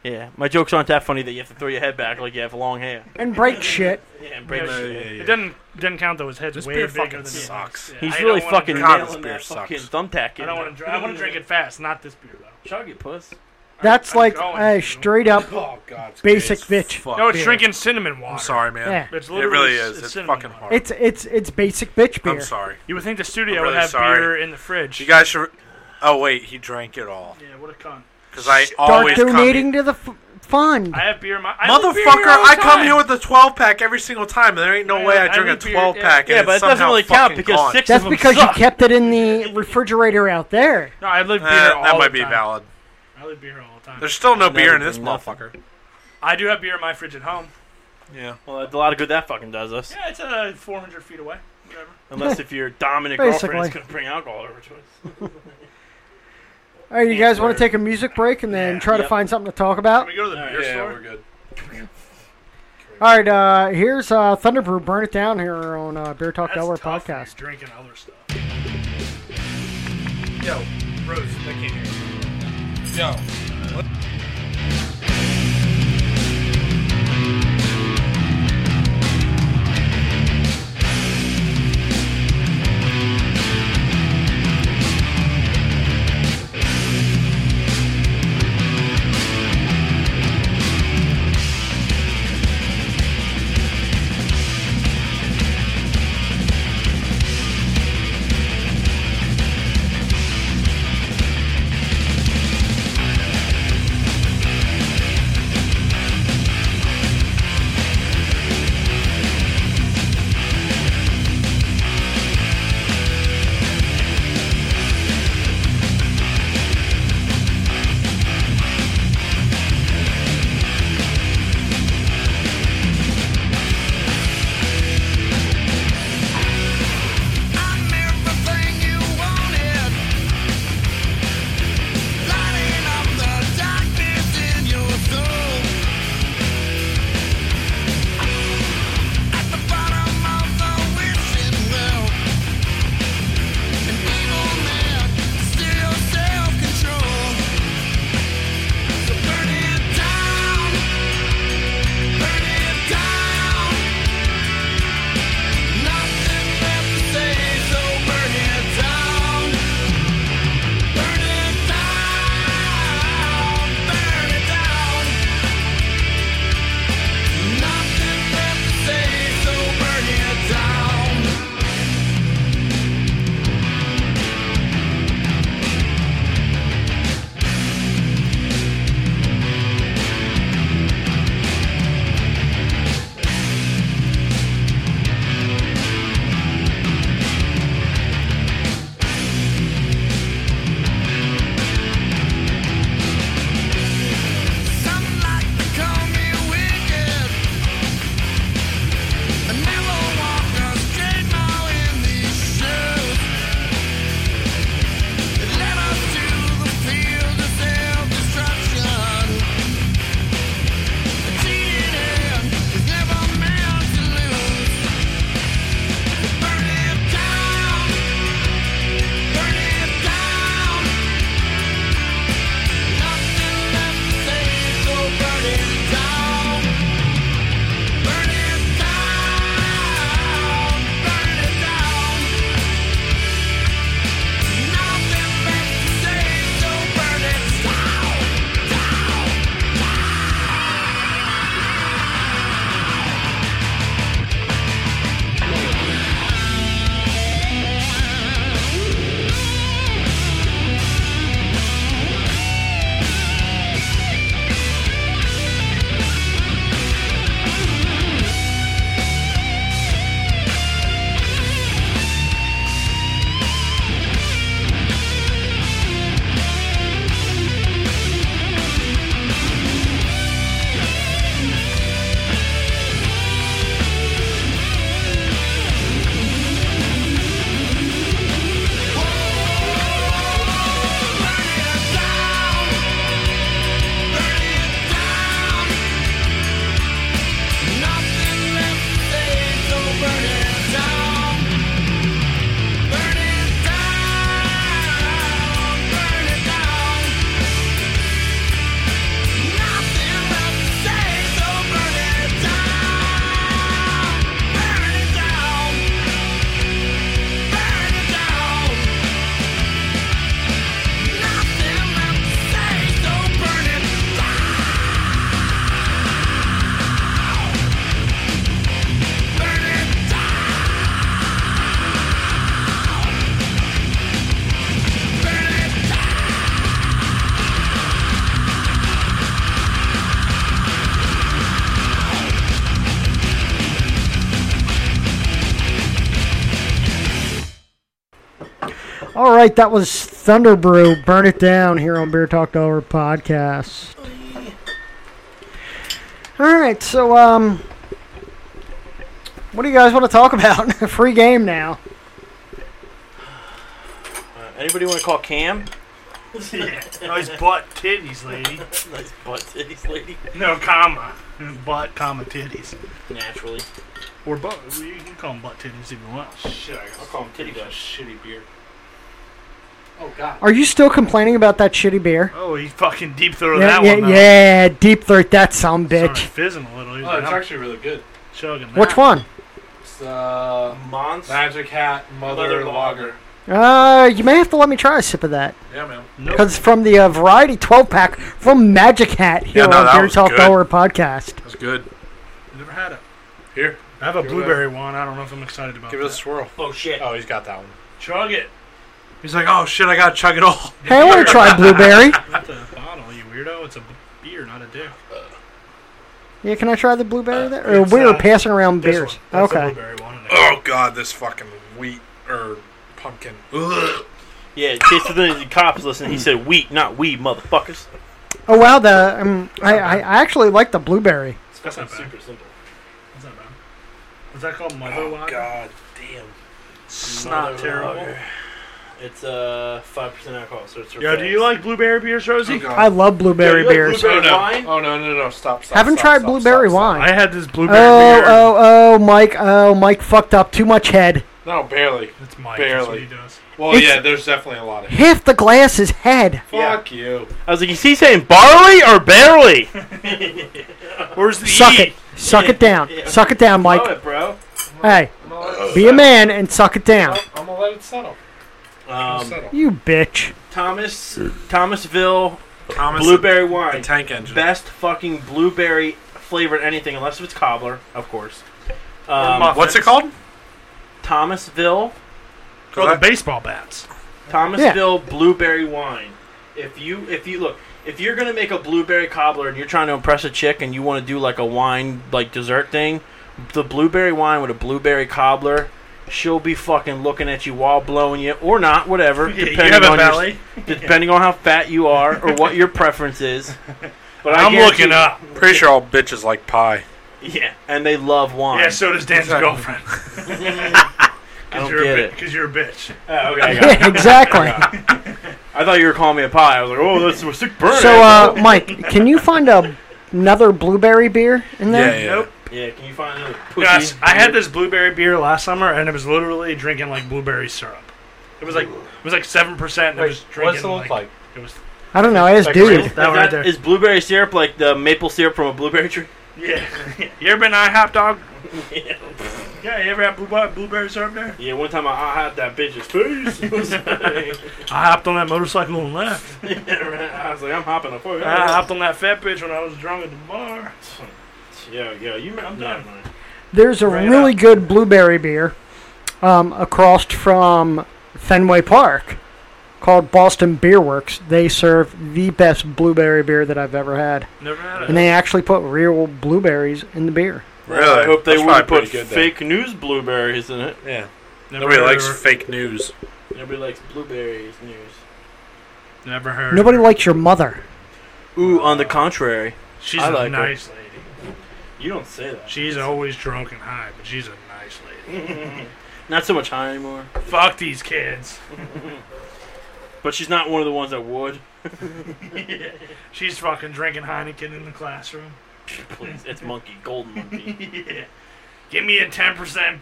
[SPEAKER 3] do. Yeah, my jokes aren't that funny that you have to throw your head back like you have long hair.
[SPEAKER 1] And break shit.
[SPEAKER 3] Yeah, and
[SPEAKER 2] Yeah,
[SPEAKER 3] break
[SPEAKER 4] No,
[SPEAKER 3] shit.
[SPEAKER 4] yeah, yeah.
[SPEAKER 2] It doesn't doesn't count though. His head's
[SPEAKER 4] This
[SPEAKER 2] way
[SPEAKER 4] beer
[SPEAKER 2] bigger
[SPEAKER 4] fucking
[SPEAKER 2] than it is.
[SPEAKER 4] sucks.
[SPEAKER 2] Yeah, I
[SPEAKER 3] He's
[SPEAKER 2] don't
[SPEAKER 3] really
[SPEAKER 2] wanna
[SPEAKER 3] fucking
[SPEAKER 2] drink-
[SPEAKER 4] Cotton's
[SPEAKER 3] nailing
[SPEAKER 4] beer
[SPEAKER 3] that fucking
[SPEAKER 4] sucks.
[SPEAKER 3] thumbtack.
[SPEAKER 2] I don't want to drink. I want to drink it fast, not this beer though.
[SPEAKER 3] Chug it, puss.
[SPEAKER 1] That's
[SPEAKER 2] I'm
[SPEAKER 1] like
[SPEAKER 2] going
[SPEAKER 1] a straight up
[SPEAKER 2] Oh, God, it's
[SPEAKER 1] basic
[SPEAKER 2] good. It's
[SPEAKER 1] bitch.
[SPEAKER 2] fucked. No, it's
[SPEAKER 1] beer.
[SPEAKER 2] drinking cinnamon water.
[SPEAKER 4] I'm sorry, man.
[SPEAKER 1] Yeah.
[SPEAKER 2] It's
[SPEAKER 4] It
[SPEAKER 2] literally
[SPEAKER 4] really
[SPEAKER 2] s-
[SPEAKER 4] is. It's
[SPEAKER 2] cinnamon
[SPEAKER 4] fucking
[SPEAKER 2] water.
[SPEAKER 4] hard.
[SPEAKER 1] It's it's it's basic bitch beer.
[SPEAKER 4] I'm sorry.
[SPEAKER 2] You would think the studio
[SPEAKER 4] I'm really
[SPEAKER 2] would have
[SPEAKER 4] sorry.
[SPEAKER 2] beer in the fridge.
[SPEAKER 4] You guys should. Oh wait, he drank it all.
[SPEAKER 2] Yeah, what a cunt.
[SPEAKER 4] Because I
[SPEAKER 1] Start
[SPEAKER 4] always
[SPEAKER 1] donating to the f- fund.
[SPEAKER 2] I have beer in my. I
[SPEAKER 4] come
[SPEAKER 2] have
[SPEAKER 4] here.
[SPEAKER 2] beer here
[SPEAKER 4] Motherfucker,
[SPEAKER 2] all the
[SPEAKER 4] I come
[SPEAKER 2] time.
[SPEAKER 4] here with a 12 pack every single time, and there ain't no way I drink a
[SPEAKER 2] leave beer-
[SPEAKER 4] 12 pack.
[SPEAKER 3] yeah,
[SPEAKER 4] and
[SPEAKER 3] but
[SPEAKER 4] it's
[SPEAKER 3] it doesn't
[SPEAKER 4] somehow
[SPEAKER 3] really count
[SPEAKER 4] fucking
[SPEAKER 3] because
[SPEAKER 4] gone.
[SPEAKER 3] six
[SPEAKER 1] That's
[SPEAKER 3] of
[SPEAKER 1] because you
[SPEAKER 3] suck.
[SPEAKER 1] kept it in the refrigerator out there.
[SPEAKER 2] No, I live
[SPEAKER 4] Eh,
[SPEAKER 2] beer all
[SPEAKER 4] that might
[SPEAKER 2] the
[SPEAKER 4] be
[SPEAKER 2] time.
[SPEAKER 4] valid.
[SPEAKER 2] I live beer all the time.
[SPEAKER 4] There's still no
[SPEAKER 3] Never
[SPEAKER 4] beer in this
[SPEAKER 3] bring nothing.
[SPEAKER 4] motherfucker.
[SPEAKER 2] I do have beer in my fridge at home.
[SPEAKER 4] Yeah.
[SPEAKER 3] Well, that's a lot of good that fucking does us.
[SPEAKER 2] Yeah, it's uh, 400 feet away. Whatever.
[SPEAKER 3] Unless if your dominant girlfriend is
[SPEAKER 1] Basically.
[SPEAKER 3] going to bring alcohol over to us.
[SPEAKER 1] All right, you guys want to take a music break and then try to
[SPEAKER 3] Yep.
[SPEAKER 1] find something to talk about?
[SPEAKER 2] Can we go to the beer store?
[SPEAKER 4] good.
[SPEAKER 1] All right, uh, here's uh, Thunder Brew. Burn it down here on uh, Beer Talk
[SPEAKER 2] That's
[SPEAKER 1] Delaware
[SPEAKER 2] tough when you're
[SPEAKER 1] podcast.
[SPEAKER 2] Drinking other stuff. Yo, Rose, I can't hear you.
[SPEAKER 4] Yo.
[SPEAKER 1] All right, that was Thunder Brew. Burn it down here on Beer Talk Dollar Podcast. All right, so um, what do you guys want to talk about? Free game now.
[SPEAKER 3] Uh, anybody want to call Cam?
[SPEAKER 2] yeah. Nice butt titties, lady.
[SPEAKER 3] nice butt titties, lady.
[SPEAKER 2] No, comma. Butt, comma, titties.
[SPEAKER 3] Naturally.
[SPEAKER 2] Or butt. You can call them butt titties if you want. Shit, I'll call them titty butt. Shitty beer. Oh, God.
[SPEAKER 1] Are you still complaining about that shitty beer?
[SPEAKER 2] Oh, he fucking deep throated
[SPEAKER 1] yeah,
[SPEAKER 2] that
[SPEAKER 1] yeah,
[SPEAKER 2] one, though.
[SPEAKER 1] yeah, deep throat that some
[SPEAKER 2] Started
[SPEAKER 1] bitch.
[SPEAKER 2] fizzing a little.
[SPEAKER 4] Oh, it's actually really good.
[SPEAKER 2] Chugging that.
[SPEAKER 1] Which one?
[SPEAKER 4] It's uh,
[SPEAKER 3] Mons?
[SPEAKER 4] Magic Hat Mother, Lager.
[SPEAKER 1] Uh, you may have to let me try a sip of that.
[SPEAKER 4] Yeah, man. Nope.
[SPEAKER 1] Because from the uh, variety 12 pack from Magic Hat here
[SPEAKER 4] Yeah, no, that
[SPEAKER 1] on Beer
[SPEAKER 4] was
[SPEAKER 1] Talk
[SPEAKER 4] good.
[SPEAKER 1] Hour podcast.
[SPEAKER 4] That's good.
[SPEAKER 2] Never had it.
[SPEAKER 4] Here.
[SPEAKER 2] I have a
[SPEAKER 4] Give it
[SPEAKER 2] blueberry one. I don't know if I'm excited about
[SPEAKER 4] Give
[SPEAKER 2] that.
[SPEAKER 4] it a swirl.
[SPEAKER 3] Oh shit.
[SPEAKER 4] Oh, he's got that one.
[SPEAKER 2] Chug it.
[SPEAKER 4] He's like, oh shit, I gotta chug it all.
[SPEAKER 1] Hey, I want to try blueberry.
[SPEAKER 2] Not the bottle, you weirdo. It's a b- beer, not a dick.
[SPEAKER 4] Uh,
[SPEAKER 1] Yeah, can I try the blueberry there? Or
[SPEAKER 2] it's,
[SPEAKER 1] we were
[SPEAKER 2] uh,
[SPEAKER 1] passing around
[SPEAKER 2] this
[SPEAKER 1] beers.
[SPEAKER 2] one. That's the
[SPEAKER 1] Okay.
[SPEAKER 2] blueberry one.
[SPEAKER 4] Oh god, this fucking wheat or pumpkin. Ugh.
[SPEAKER 3] Yeah, in case the cops listen, he said wheat, not we, motherfuckers.
[SPEAKER 1] Oh, wow. The um, I, I I actually like the blueberry.
[SPEAKER 2] That's not bad.
[SPEAKER 3] super simple.
[SPEAKER 2] That's not bad. Was that called Mother
[SPEAKER 4] Oh
[SPEAKER 2] Lager?
[SPEAKER 4] god, damn.
[SPEAKER 2] It's not terrible.
[SPEAKER 3] It's uh five percent alcohol, so it's.
[SPEAKER 2] Yo, do you like blueberry beers, Rosie?
[SPEAKER 1] I love
[SPEAKER 3] Yeah,
[SPEAKER 1] blueberry
[SPEAKER 3] you like
[SPEAKER 1] beers.
[SPEAKER 3] blueberry-
[SPEAKER 4] Oh no!
[SPEAKER 3] Wine?
[SPEAKER 4] Oh no! No! No! Stop! stop
[SPEAKER 1] Haven't
[SPEAKER 4] stop,
[SPEAKER 1] tried
[SPEAKER 4] stop,
[SPEAKER 1] blueberry
[SPEAKER 4] stop,
[SPEAKER 1] wine.
[SPEAKER 2] I had this blueberry
[SPEAKER 1] Oh,
[SPEAKER 2] beer.
[SPEAKER 1] oh, oh, Mike. Oh, Mike fucked up. Too much head.
[SPEAKER 4] stop. No, barely.
[SPEAKER 2] That's Mike. That's what
[SPEAKER 4] Barely.
[SPEAKER 2] he does.
[SPEAKER 4] Well,
[SPEAKER 1] It's-
[SPEAKER 4] yeah, there's definitely a lot of.
[SPEAKER 1] Half the glass is head.
[SPEAKER 4] Fuck you.
[SPEAKER 3] I was like, is he saying barley or barely?
[SPEAKER 2] Where's the
[SPEAKER 1] Suck
[SPEAKER 2] E?
[SPEAKER 1] it. Suck it down.
[SPEAKER 3] Yeah.
[SPEAKER 1] Suck it down, Mike.
[SPEAKER 3] Blow it, bro.
[SPEAKER 1] Hey, be a man and suck it down.
[SPEAKER 4] I'm gonna let it settle.
[SPEAKER 3] Um,
[SPEAKER 1] You bitch.
[SPEAKER 3] Thomas, Thomasville
[SPEAKER 4] Thomas
[SPEAKER 3] blueberry wine.
[SPEAKER 4] tank engine.
[SPEAKER 3] Best fucking blueberry flavored anything, unless it's cobbler, of course. Um,
[SPEAKER 2] muffin.
[SPEAKER 4] What's it called?
[SPEAKER 3] Thomasville,
[SPEAKER 2] Oh, the baseball bats.
[SPEAKER 3] Thomasville blueberry wine. If you if you look, if you're gonna make a blueberry cobbler and you're trying to impress a chick and you want to do like a wine like dessert thing, the blueberry wine with a blueberry cobbler, she'll be fucking looking at you while blowing you or not, whatever,
[SPEAKER 2] Yeah, you
[SPEAKER 3] depending
[SPEAKER 2] have a
[SPEAKER 3] on your,
[SPEAKER 2] belly.
[SPEAKER 3] depending on how fat you are or what your preference is. But I
[SPEAKER 2] I'm
[SPEAKER 3] guarantee-
[SPEAKER 2] looking up.
[SPEAKER 4] Pretty sure all bitches like pie.
[SPEAKER 3] Yeah, and they love wine.
[SPEAKER 2] Yeah, so does Dan's
[SPEAKER 4] Exactly.
[SPEAKER 2] girlfriend.
[SPEAKER 3] I
[SPEAKER 2] Because
[SPEAKER 3] don't
[SPEAKER 2] you're,
[SPEAKER 3] get
[SPEAKER 2] a
[SPEAKER 3] it.
[SPEAKER 2] bi- 'cause you're a bitch.
[SPEAKER 3] Oh, okay, I got it.
[SPEAKER 1] Yeah, exactly.
[SPEAKER 3] I thought you were calling me a pie. I was like, oh, that's a sick burn.
[SPEAKER 1] So, uh, Mike, can you find a, another blueberry beer in there?
[SPEAKER 4] yeah.
[SPEAKER 2] Nope.
[SPEAKER 3] yeah, can you find another pussy?
[SPEAKER 2] Gosh, I had this blueberry beer last summer, and it was literally drinking like blueberry syrup. It was like it was like seven percent. It was drinking
[SPEAKER 4] What's it look like?
[SPEAKER 2] It was
[SPEAKER 1] I don't know. Ask dude.
[SPEAKER 2] that one right there.
[SPEAKER 3] Is blueberry syrup like the maple syrup from a blueberry tree?
[SPEAKER 2] yeah. you ever been on hot dog?
[SPEAKER 3] yeah.
[SPEAKER 2] Yeah, you ever had blue- blueberry syrup there?
[SPEAKER 3] yeah, one time I, I had that bitch's face.
[SPEAKER 2] I hopped on that motorcycle and left.
[SPEAKER 3] Yeah, right. I was like, I'm hopping a four.
[SPEAKER 2] I hopped on that fat bitch when I was drunk at the bar.
[SPEAKER 3] Yeah, yeah, you. I'm
[SPEAKER 2] done.
[SPEAKER 3] done.
[SPEAKER 1] There's a
[SPEAKER 2] Right
[SPEAKER 1] really good blueberry beer um, across from Fenway Park called Boston Beer Works. They serve the best blueberry beer that I've ever had,
[SPEAKER 2] Never had it.
[SPEAKER 1] and they actually put real blueberries in the beer.
[SPEAKER 4] Really?
[SPEAKER 3] I hope they
[SPEAKER 4] That's
[SPEAKER 3] would
[SPEAKER 4] probably
[SPEAKER 3] put
[SPEAKER 4] pretty good, though.
[SPEAKER 3] fake news blueberries in it.
[SPEAKER 4] Yeah.
[SPEAKER 2] Never
[SPEAKER 4] Nobody
[SPEAKER 2] heard
[SPEAKER 4] likes
[SPEAKER 2] of it.
[SPEAKER 4] fake news.
[SPEAKER 3] Nobody likes blueberries news.
[SPEAKER 2] Never heard. of
[SPEAKER 1] Nobody
[SPEAKER 2] it.
[SPEAKER 1] likes your mother.
[SPEAKER 3] Ooh, on the contrary,
[SPEAKER 2] She's
[SPEAKER 3] I
[SPEAKER 2] a
[SPEAKER 3] like her.
[SPEAKER 2] nice lady.
[SPEAKER 3] you don't say that.
[SPEAKER 2] She's always drunk and high, but she's a nice lady.
[SPEAKER 3] Not so much high anymore.
[SPEAKER 2] Fuck these kids.
[SPEAKER 3] But she's not one of the ones that would.
[SPEAKER 2] She's fucking drinking Heineken in the classroom.
[SPEAKER 3] Please, it's monkey, golden monkey.
[SPEAKER 2] yeah. Give me a 10%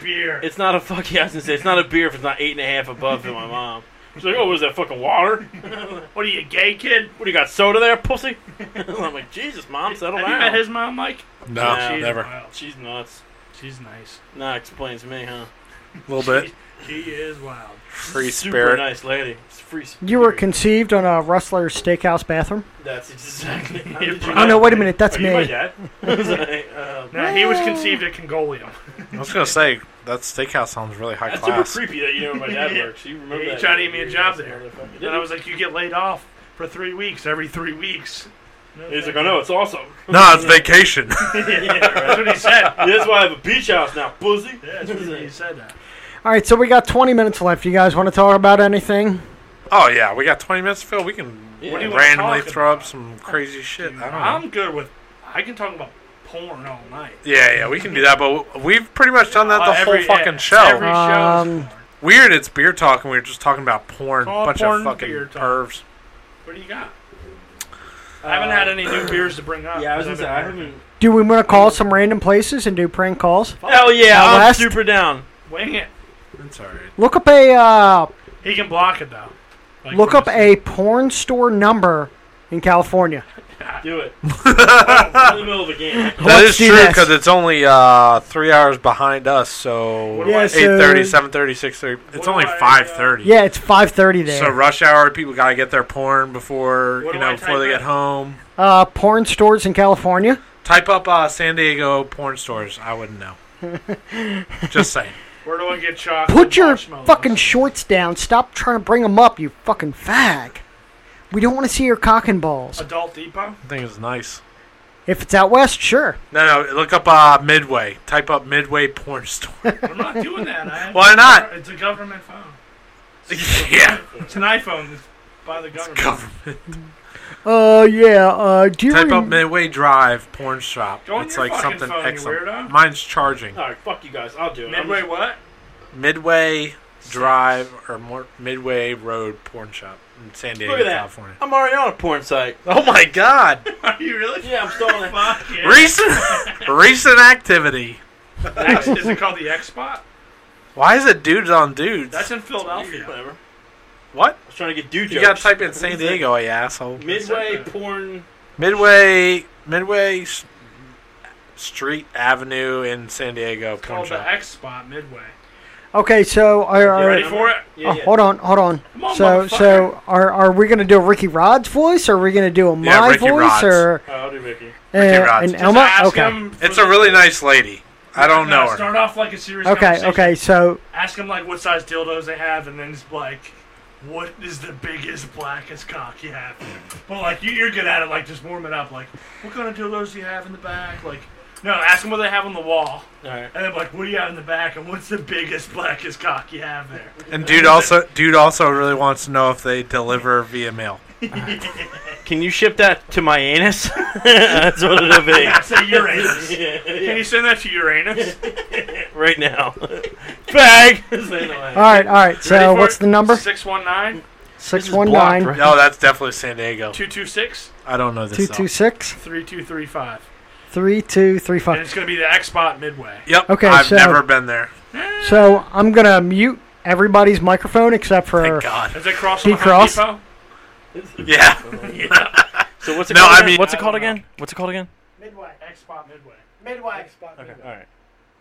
[SPEAKER 2] beer.
[SPEAKER 3] It's not a fuck. Yeah, I was gonna say it's not a beer if it's not eight and a half above. in my mom, she's like, "Oh, was that fucking water?
[SPEAKER 2] what are you, gay kid?
[SPEAKER 3] What do you got, soda there, pussy?" I'm like, "Jesus, mom, settle
[SPEAKER 2] Have
[SPEAKER 3] down."
[SPEAKER 2] you met his mom, Mike?
[SPEAKER 4] No,
[SPEAKER 3] Yeah.
[SPEAKER 4] never.
[SPEAKER 2] Wild.
[SPEAKER 3] She's nuts.
[SPEAKER 2] She's nice.
[SPEAKER 3] Nah, explains me, huh?
[SPEAKER 4] A little bit.
[SPEAKER 2] She is wild.
[SPEAKER 4] Free
[SPEAKER 3] Super
[SPEAKER 4] spirit.
[SPEAKER 3] nice lady. It's free spirit.
[SPEAKER 1] You were conceived on a rustler's steakhouse bathroom.
[SPEAKER 3] That's exactly. How
[SPEAKER 2] Yeah,
[SPEAKER 3] did you
[SPEAKER 2] bro.
[SPEAKER 3] know?
[SPEAKER 1] Oh no! Wait a minute. That's
[SPEAKER 3] Are you my
[SPEAKER 1] me.
[SPEAKER 3] dad? I was like, um,
[SPEAKER 2] Now, he was conceived at Congolium.
[SPEAKER 4] I was gonna say that steakhouse sounds really high
[SPEAKER 3] that's
[SPEAKER 4] class.
[SPEAKER 3] super creepy that you know where my dad
[SPEAKER 2] Yeah.
[SPEAKER 3] works. You remember
[SPEAKER 2] Yeah, he
[SPEAKER 3] that?
[SPEAKER 2] tried to get me a job there.
[SPEAKER 3] Motherfucker.
[SPEAKER 2] And I was like, you get laid off for three weeks every three weeks. No,
[SPEAKER 3] He's
[SPEAKER 2] thank
[SPEAKER 3] like, "Oh no, it's awesome."
[SPEAKER 4] no, it's vacation.
[SPEAKER 2] you. That's what he said.
[SPEAKER 3] That's why I have a beach house now, pussy.
[SPEAKER 2] Yeah, That's what he said. That.
[SPEAKER 1] All right, so we got 20 minutes left. You guys want to talk about anything?
[SPEAKER 4] Oh yeah, we got 20 minutes, Phil. We can
[SPEAKER 2] Yeah. What do you wanna
[SPEAKER 4] randomly
[SPEAKER 2] talk
[SPEAKER 4] throw up some crazy shit. I don't know.
[SPEAKER 2] I'm good with. I can talk about porn all night.
[SPEAKER 4] yeah, yeah, we can do that. But we've pretty much done that the
[SPEAKER 2] Uh,
[SPEAKER 4] whole
[SPEAKER 2] every-
[SPEAKER 4] fucking
[SPEAKER 2] yeah,
[SPEAKER 4] show.
[SPEAKER 2] every show's Um,
[SPEAKER 4] Weird, it's beer talk, and we were just talking about porn.
[SPEAKER 2] Call it
[SPEAKER 4] Bunch
[SPEAKER 2] Oh, porn
[SPEAKER 4] of fucking
[SPEAKER 2] beer talk.
[SPEAKER 4] pervs.
[SPEAKER 2] What do you got? I haven't had any new beers to bring up.
[SPEAKER 3] Uh, Yeah, I was
[SPEAKER 2] 'cause
[SPEAKER 3] gonna say I
[SPEAKER 2] I've been
[SPEAKER 3] haven't.
[SPEAKER 1] Do we want to call some random places and do prank calls?
[SPEAKER 3] Hell yeah,
[SPEAKER 1] Out
[SPEAKER 3] I'm
[SPEAKER 1] west?
[SPEAKER 3] super down.
[SPEAKER 2] Wing it.
[SPEAKER 4] That's alright.
[SPEAKER 1] Look up a uh,
[SPEAKER 2] He can block it though.
[SPEAKER 1] look up a porn store number in California.
[SPEAKER 3] Do it. Oh, in the middle of a game.
[SPEAKER 4] That
[SPEAKER 1] Let's
[SPEAKER 4] is
[SPEAKER 1] do
[SPEAKER 4] true
[SPEAKER 1] this.
[SPEAKER 4] because it's only uh, three hours behind us, so
[SPEAKER 1] Yeah,
[SPEAKER 4] eight
[SPEAKER 1] so-
[SPEAKER 4] thirty, seven thirty, six thirty. It's only
[SPEAKER 2] uh,
[SPEAKER 4] five thirty.
[SPEAKER 1] Yeah, it's 5:30 there.
[SPEAKER 4] So rush hour, people gotta get their porn before you know before they get home.
[SPEAKER 1] uh, porn stores in California.
[SPEAKER 4] Type up uh, San Diego porn stores. I wouldn't know. Just saying.
[SPEAKER 2] Where do I get chocolate?
[SPEAKER 1] Put your
[SPEAKER 2] marshmallows?
[SPEAKER 1] fucking shorts down. Stop trying to bring them up, you fucking fag. We don't want to see your cock and balls.
[SPEAKER 2] Adult Depot.
[SPEAKER 4] I think it's nice.
[SPEAKER 1] If it's out west, sure.
[SPEAKER 4] No, no. Look up uh, Midway. Type up Midway porn store.
[SPEAKER 2] I'm not doing that. I
[SPEAKER 4] Why not?
[SPEAKER 2] It's a government phone.
[SPEAKER 4] yeah.
[SPEAKER 2] It's an iPhone that's by the government.
[SPEAKER 4] government.
[SPEAKER 1] Uh, yeah. Uh, do you
[SPEAKER 4] Type up
[SPEAKER 1] rem-
[SPEAKER 4] Midway Drive porn shop.
[SPEAKER 2] Go on
[SPEAKER 4] it's
[SPEAKER 2] your
[SPEAKER 4] like
[SPEAKER 2] fucking
[SPEAKER 4] something
[SPEAKER 2] phone, you
[SPEAKER 4] excellent.
[SPEAKER 2] weirdo.
[SPEAKER 4] Mine's charging.
[SPEAKER 3] All right, fuck you guys. I'll do it. I'm
[SPEAKER 2] Midway
[SPEAKER 3] just-
[SPEAKER 2] what?
[SPEAKER 4] Midway Drive or more Midway Road porn shop in San Diego,
[SPEAKER 3] Look at that.
[SPEAKER 4] California.
[SPEAKER 3] I'm already on a porn site.
[SPEAKER 4] Oh my God!
[SPEAKER 2] Are you really?
[SPEAKER 3] Yeah, I'm still on it.
[SPEAKER 2] Fuck yeah.
[SPEAKER 4] Recent recent activity.
[SPEAKER 2] X, is it called the X spot?
[SPEAKER 4] Why is it dudes on dudes?
[SPEAKER 2] That's in Philadelphia.
[SPEAKER 3] Whatever.
[SPEAKER 4] what?
[SPEAKER 3] I was trying to get dude
[SPEAKER 4] You
[SPEAKER 3] jokes.
[SPEAKER 4] gotta type in San Diego, you asshole.
[SPEAKER 3] Midway porn.
[SPEAKER 4] Midway Midway S- Street Avenue in San Diego porn
[SPEAKER 2] Called the
[SPEAKER 4] shop.
[SPEAKER 2] X spot Midway.
[SPEAKER 1] Okay, so are, are-
[SPEAKER 2] You ready for it?
[SPEAKER 3] Yeah,
[SPEAKER 1] oh,
[SPEAKER 3] yeah.
[SPEAKER 1] hold on, hold on.
[SPEAKER 2] Come on,
[SPEAKER 1] so, so are are we gonna do a Ricky Rod's voice, or are we gonna do a
[SPEAKER 4] Yeah,
[SPEAKER 1] my
[SPEAKER 4] Ricky
[SPEAKER 1] voice,
[SPEAKER 4] Rod's.
[SPEAKER 1] or
[SPEAKER 2] Oh,
[SPEAKER 3] All right, Oh, I'll do Mickey.
[SPEAKER 1] uh,
[SPEAKER 4] Ricky Rod's.
[SPEAKER 1] an
[SPEAKER 4] Just
[SPEAKER 1] Elma?
[SPEAKER 2] Ask
[SPEAKER 1] okay,
[SPEAKER 2] him for
[SPEAKER 4] It's a
[SPEAKER 2] the-
[SPEAKER 4] really nice lady. I don't know
[SPEAKER 2] No,
[SPEAKER 4] her.
[SPEAKER 2] Start off like a serious
[SPEAKER 1] okay,
[SPEAKER 2] conversation.
[SPEAKER 1] okay. So,
[SPEAKER 2] Ask him like what size dildos they have, and then it's like, what is the biggest, blackest cock you have? But like you, you're good at it. Like just warm it up. Like what kind of dildos do you have in the back? Like no, ask them what they have on the wall,
[SPEAKER 3] All right.
[SPEAKER 2] and then like what do you have in the back, and what's the biggest, blackest cock you have there?
[SPEAKER 4] And dude also dude also really wants to know if they deliver via mail.
[SPEAKER 3] Can you ship that to my anus? That's what it'll be.
[SPEAKER 2] I say Uranus. Can
[SPEAKER 3] Yeah,
[SPEAKER 2] you send that to Uranus?
[SPEAKER 3] yeah, right now. Bag.
[SPEAKER 1] all right, all right. So, what's the number?
[SPEAKER 2] 619
[SPEAKER 1] Six one nine
[SPEAKER 4] No, that's definitely San Diego.
[SPEAKER 2] 226
[SPEAKER 4] I don't know this.
[SPEAKER 1] two
[SPEAKER 4] though.
[SPEAKER 1] two six
[SPEAKER 2] 3235.
[SPEAKER 1] three two three
[SPEAKER 2] And
[SPEAKER 1] five.
[SPEAKER 2] it's going to be the X Spot Midway.
[SPEAKER 4] Yep.
[SPEAKER 1] Okay,
[SPEAKER 4] I've
[SPEAKER 1] so-
[SPEAKER 4] never been there.
[SPEAKER 1] So, I'm gonna mute everybody's microphone except for
[SPEAKER 4] Thank God.
[SPEAKER 2] Is it crossing the Home
[SPEAKER 1] Decross?
[SPEAKER 2] Depot?
[SPEAKER 4] Yeah.
[SPEAKER 3] So what's it
[SPEAKER 4] No,
[SPEAKER 3] called?
[SPEAKER 4] I
[SPEAKER 3] again?
[SPEAKER 4] mean-
[SPEAKER 3] what's it
[SPEAKER 2] I
[SPEAKER 3] called
[SPEAKER 2] don't know.
[SPEAKER 3] again? What's it called again?
[SPEAKER 1] Midway.
[SPEAKER 2] X Spot Midway.
[SPEAKER 1] Midway. Okay.
[SPEAKER 3] All right.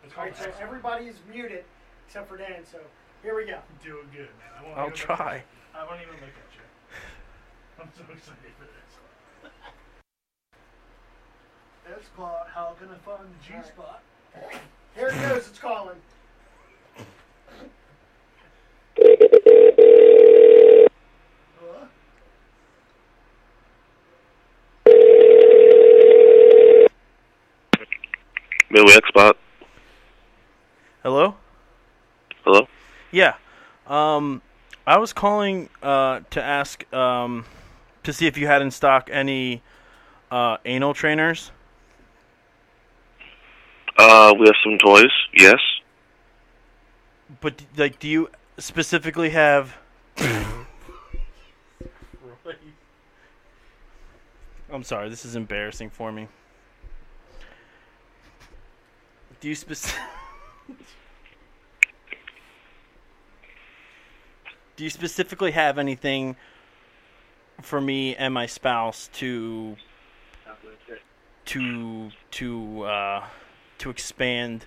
[SPEAKER 2] It's
[SPEAKER 1] All
[SPEAKER 2] called
[SPEAKER 1] right, so
[SPEAKER 2] X-
[SPEAKER 1] everybody's muted except for Dan. So, here we go.
[SPEAKER 2] Do it good, man. I won't
[SPEAKER 3] I'll
[SPEAKER 2] even look
[SPEAKER 3] try.
[SPEAKER 2] at- I won't even look at you. I'm so excited for this. X Spot, how can I find the G Spot?
[SPEAKER 1] Here it goes. It's calling.
[SPEAKER 5] Midway X spot.
[SPEAKER 3] Hello.
[SPEAKER 5] Hello.
[SPEAKER 3] Yeah. Um, I was calling uh, to ask um, to see if you had in stock any uh, anal trainers.
[SPEAKER 5] Uh, we have some toys. Yes.
[SPEAKER 3] But like, do you specifically have? I'm sorry, this is embarrassing for me. Do you spec? do you specifically have anything for me and my spouse to to to uh, to expand?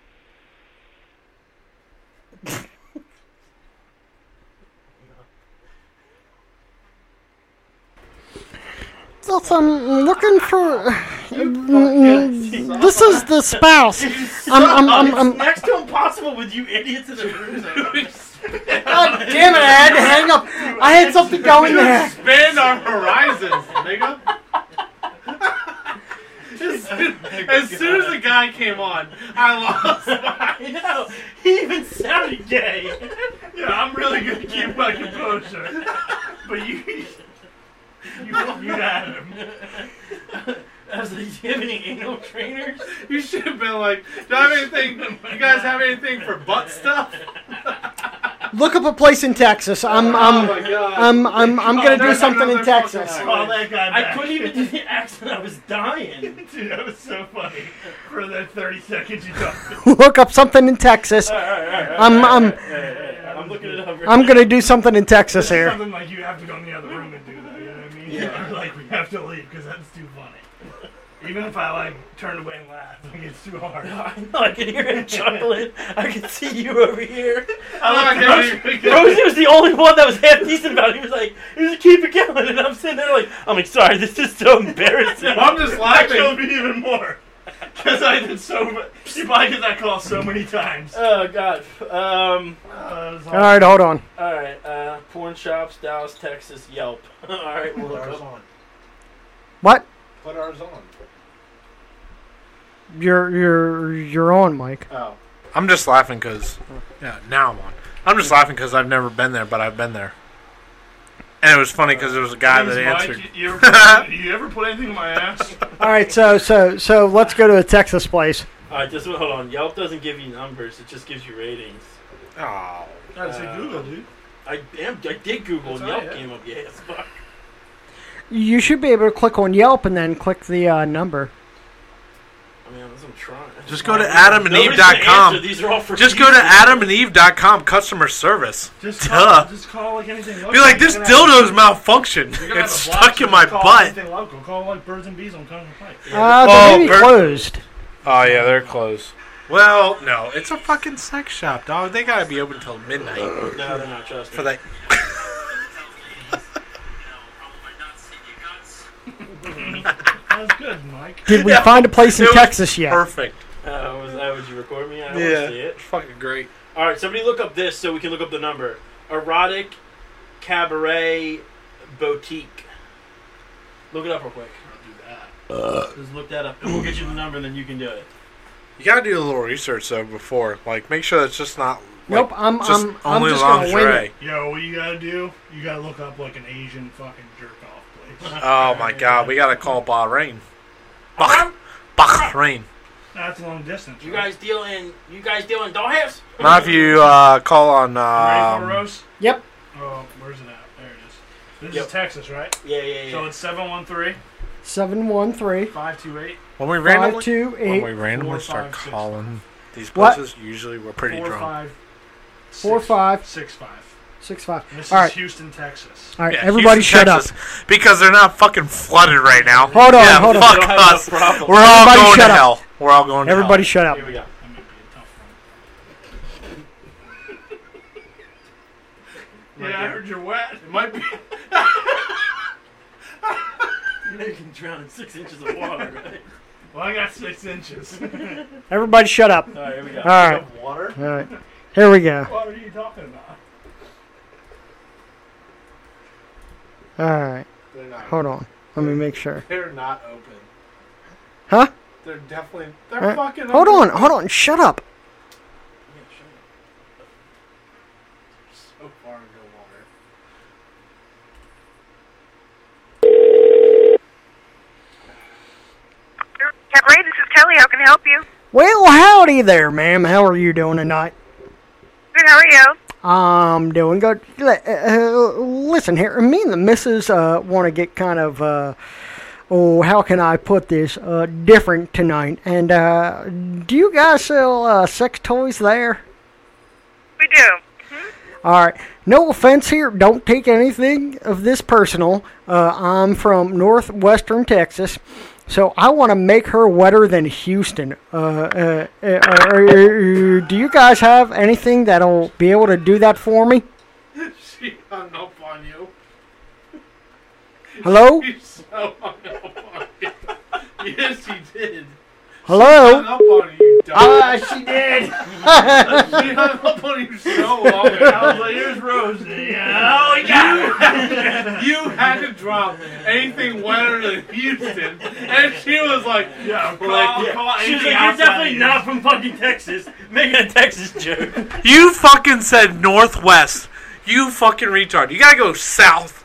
[SPEAKER 1] Yes, I'm looking for. This is the spouse. I'm, I'm, I'm, I'm,
[SPEAKER 3] next to impossible with you idiots in the room.
[SPEAKER 1] God damn it! I had to hang up. I had something going there.
[SPEAKER 2] Expand our horizons, nigga.
[SPEAKER 3] Just as soon as the guy came on, I lost. I know. He even sounded gay.
[SPEAKER 2] Yeah, I'm really gonna keep my composure. But you, you, you had him.
[SPEAKER 3] I was like, do you have any anal trainers?
[SPEAKER 4] You should have been like, do I have anything? You guys have anything for butt stuff?
[SPEAKER 1] Look up a place in Texas. I'm
[SPEAKER 3] Oh
[SPEAKER 1] I'm I'm I'm, I'm gonna do something in Texas.
[SPEAKER 2] Call that guy
[SPEAKER 3] I
[SPEAKER 2] back.
[SPEAKER 3] couldn't even do the accent. I was dying.
[SPEAKER 2] Dude, that was so funny. For that 30 seconds you talked.
[SPEAKER 1] Look up something in Texas. I'm I'm
[SPEAKER 3] I'm looking it up.
[SPEAKER 1] I'm gonna do something in Texas here.
[SPEAKER 2] Something like you have to go in the other room and do that. You know what I mean?
[SPEAKER 3] Yeah.
[SPEAKER 2] Or, like we have to leave because that's too funny. Even if I like turned away and laughed, like it's too hard.
[SPEAKER 3] I can hear him chuckling. I can see you over here.
[SPEAKER 2] I like how
[SPEAKER 3] Rosie,
[SPEAKER 2] you-
[SPEAKER 3] Rosie was the only one that was half decent about it. He was like, he was like, keep it going. And I'm sitting there like, I'm like, sorry, this is so embarrassing.
[SPEAKER 2] I'm just laughing. That killed me even more. Because I did so much. You probably get that call so many times.
[SPEAKER 3] Oh
[SPEAKER 2] Uh,
[SPEAKER 3] God. Um.
[SPEAKER 1] All right, hold on.
[SPEAKER 3] All right. Uh, porn shops, Dallas, Texas, Yelp. All right, we'll look up.
[SPEAKER 1] What?
[SPEAKER 3] Put ours on.
[SPEAKER 1] You're you're you're on, Mike.
[SPEAKER 3] Oh.
[SPEAKER 4] I'm just laughing because, yeah, now I'm on. I'm just laughing because I've never been there, but I've been there. And it was funny because there was a guy that
[SPEAKER 2] Please, Mike,
[SPEAKER 4] answered.
[SPEAKER 2] You, you ever put, you ever put anything in my ass?
[SPEAKER 1] All right, so so so let's go to a Texas place.
[SPEAKER 3] All right, just hold on. Yelp doesn't give you numbers; it just gives you ratings. Um,
[SPEAKER 4] Oh.
[SPEAKER 2] Gotta say Google, dude.
[SPEAKER 3] I am. I did Google.
[SPEAKER 2] That's
[SPEAKER 3] and Yelp
[SPEAKER 2] all right.
[SPEAKER 3] came up. Yeah, as fuck.
[SPEAKER 1] You should be able to click on Yelp and then click the uh, number.
[SPEAKER 3] I mean, that's what I'm trying.
[SPEAKER 4] Just go to
[SPEAKER 3] Nobody's gonna answer.
[SPEAKER 4] adamandeve.com.
[SPEAKER 3] These are all for
[SPEAKER 4] Just go
[SPEAKER 3] you.
[SPEAKER 4] to adamandeve.com customer service. Duh.
[SPEAKER 2] Just call, just call like anything. Local.
[SPEAKER 4] Be like, this
[SPEAKER 2] You're gonna have-
[SPEAKER 4] dildo's malfunctioned.
[SPEAKER 2] you're gonna
[SPEAKER 4] It's
[SPEAKER 2] have a block,
[SPEAKER 4] stuck in
[SPEAKER 2] just
[SPEAKER 4] my
[SPEAKER 2] call
[SPEAKER 4] butt.
[SPEAKER 2] Anything local. Call like birds and bees on Conner Pike.
[SPEAKER 1] Uh, they're maybe closed.
[SPEAKER 4] Oh yeah, they're closed. Well, no, it's a fucking sex shop, dog. They gotta be open till midnight.
[SPEAKER 3] No, they're not. Trust me.
[SPEAKER 4] For that.
[SPEAKER 2] That was good, Mike.
[SPEAKER 1] Did we find a place in
[SPEAKER 4] It was
[SPEAKER 1] Texas yet?
[SPEAKER 4] Perfect.
[SPEAKER 3] Uh, was, uh, would you record me? I don't
[SPEAKER 4] Yeah.
[SPEAKER 3] want to see it.
[SPEAKER 4] Fucking great.
[SPEAKER 3] All right, somebody look up this so we can look up the number. Erotic cabaret boutique. Look it up real quick. Just look that up, and we'll get you the number, and then you can do it.
[SPEAKER 4] You gotta do a little research though before, like, make sure it's just not.
[SPEAKER 1] Nope,
[SPEAKER 4] like,
[SPEAKER 1] I'm-
[SPEAKER 4] just
[SPEAKER 1] I'm- I'm
[SPEAKER 4] only
[SPEAKER 1] just gonna wing
[SPEAKER 4] lingerie.
[SPEAKER 2] Yo, what you gotta do? You gotta look up like an Asian fucking jerk off place.
[SPEAKER 4] Oh my god, we gotta call Bahrain. Bah- Bahrain.
[SPEAKER 2] That's long distance.
[SPEAKER 3] You guys deal in you guys deal in dollhouse.
[SPEAKER 4] Not if you uh, call on.
[SPEAKER 2] Ready for a
[SPEAKER 4] Um,
[SPEAKER 2] roast?
[SPEAKER 1] Yep.
[SPEAKER 2] Oh, where's it at? There it is. This
[SPEAKER 3] Yep.
[SPEAKER 2] is Texas, right?
[SPEAKER 3] Yeah, yeah, yeah.
[SPEAKER 2] So it's 713
[SPEAKER 1] Seven one three
[SPEAKER 2] 528
[SPEAKER 4] when we randomly,
[SPEAKER 1] five two
[SPEAKER 4] when we
[SPEAKER 1] eight
[SPEAKER 4] randomly
[SPEAKER 2] four,
[SPEAKER 4] start
[SPEAKER 2] five, six.
[SPEAKER 4] calling these
[SPEAKER 1] What?
[SPEAKER 4] places, usually we're pretty drunk.
[SPEAKER 2] 45
[SPEAKER 1] four five
[SPEAKER 2] 65.
[SPEAKER 1] six five.
[SPEAKER 2] This
[SPEAKER 1] All
[SPEAKER 2] is
[SPEAKER 1] right,
[SPEAKER 2] Houston, Texas.
[SPEAKER 1] all right.
[SPEAKER 4] Yeah,
[SPEAKER 1] everybody,
[SPEAKER 4] Houston,
[SPEAKER 1] shut up.
[SPEAKER 4] Texas, Because they're not fucking flooded right now.
[SPEAKER 1] Hold on,
[SPEAKER 4] yeah,
[SPEAKER 1] hold on.
[SPEAKER 4] fuck
[SPEAKER 3] They don't have
[SPEAKER 4] us.
[SPEAKER 3] enough problems.
[SPEAKER 4] We're all
[SPEAKER 1] Everybody
[SPEAKER 4] going to
[SPEAKER 1] shut up.
[SPEAKER 4] hell. We're all going to
[SPEAKER 1] Everybody,
[SPEAKER 4] hell.
[SPEAKER 1] shut up.
[SPEAKER 3] Here we go.
[SPEAKER 2] That might be a tough one. Yeah, I heard you're wet. It might be.
[SPEAKER 3] You know you can drown in six inches of water. Right?
[SPEAKER 2] Well, I got six inches.
[SPEAKER 1] Everybody, shut up.
[SPEAKER 3] All right, here we go.
[SPEAKER 1] All right,
[SPEAKER 3] Water.
[SPEAKER 1] all right. Here we go.
[SPEAKER 2] what are you talking about?
[SPEAKER 1] All right,
[SPEAKER 3] They're not.
[SPEAKER 1] hold on. Let me make sure.
[SPEAKER 3] They're not open.
[SPEAKER 1] Huh?
[SPEAKER 3] They're definitely.
[SPEAKER 1] All right. Hold on, hold on. Shut up.
[SPEAKER 3] So far, no water.
[SPEAKER 12] Cabaret, this is Kelly. How can I help you?
[SPEAKER 1] Well, howdy there, ma'am. How are you doing tonight?
[SPEAKER 12] Good, how are you?
[SPEAKER 1] I'm doing good. Li- uh, Listen here, me and the missus uh, want to get kind of, uh, oh, how can I put this, uh, different tonight. And uh, do you guys sell uh, sex toys there?
[SPEAKER 12] We do.
[SPEAKER 1] All right. No offense here. Don't take anything of this personal. Uh, I'm from northwestern Texas, so I want to make her wetter than Houston. Uh, uh, uh, uh, uh, do you guys have anything that'll be able to do that for me?
[SPEAKER 3] She hung up on you.
[SPEAKER 1] Hello?
[SPEAKER 3] She so hung up on you. yes, she did.
[SPEAKER 1] Hello?
[SPEAKER 3] up on you.
[SPEAKER 1] Ah, she did.
[SPEAKER 3] She hung up on you so long. I was like,
[SPEAKER 2] Here's Rosie. Oh, yeah.
[SPEAKER 3] you
[SPEAKER 2] had to drop anything wetter than Houston, and she was like, "Yeah,
[SPEAKER 13] We're like, yeah. She was like, "You're definitely not
[SPEAKER 2] from fucking Texas." Making a Texas joke.
[SPEAKER 4] You fucking said northwest. You fucking retard. You gotta go south.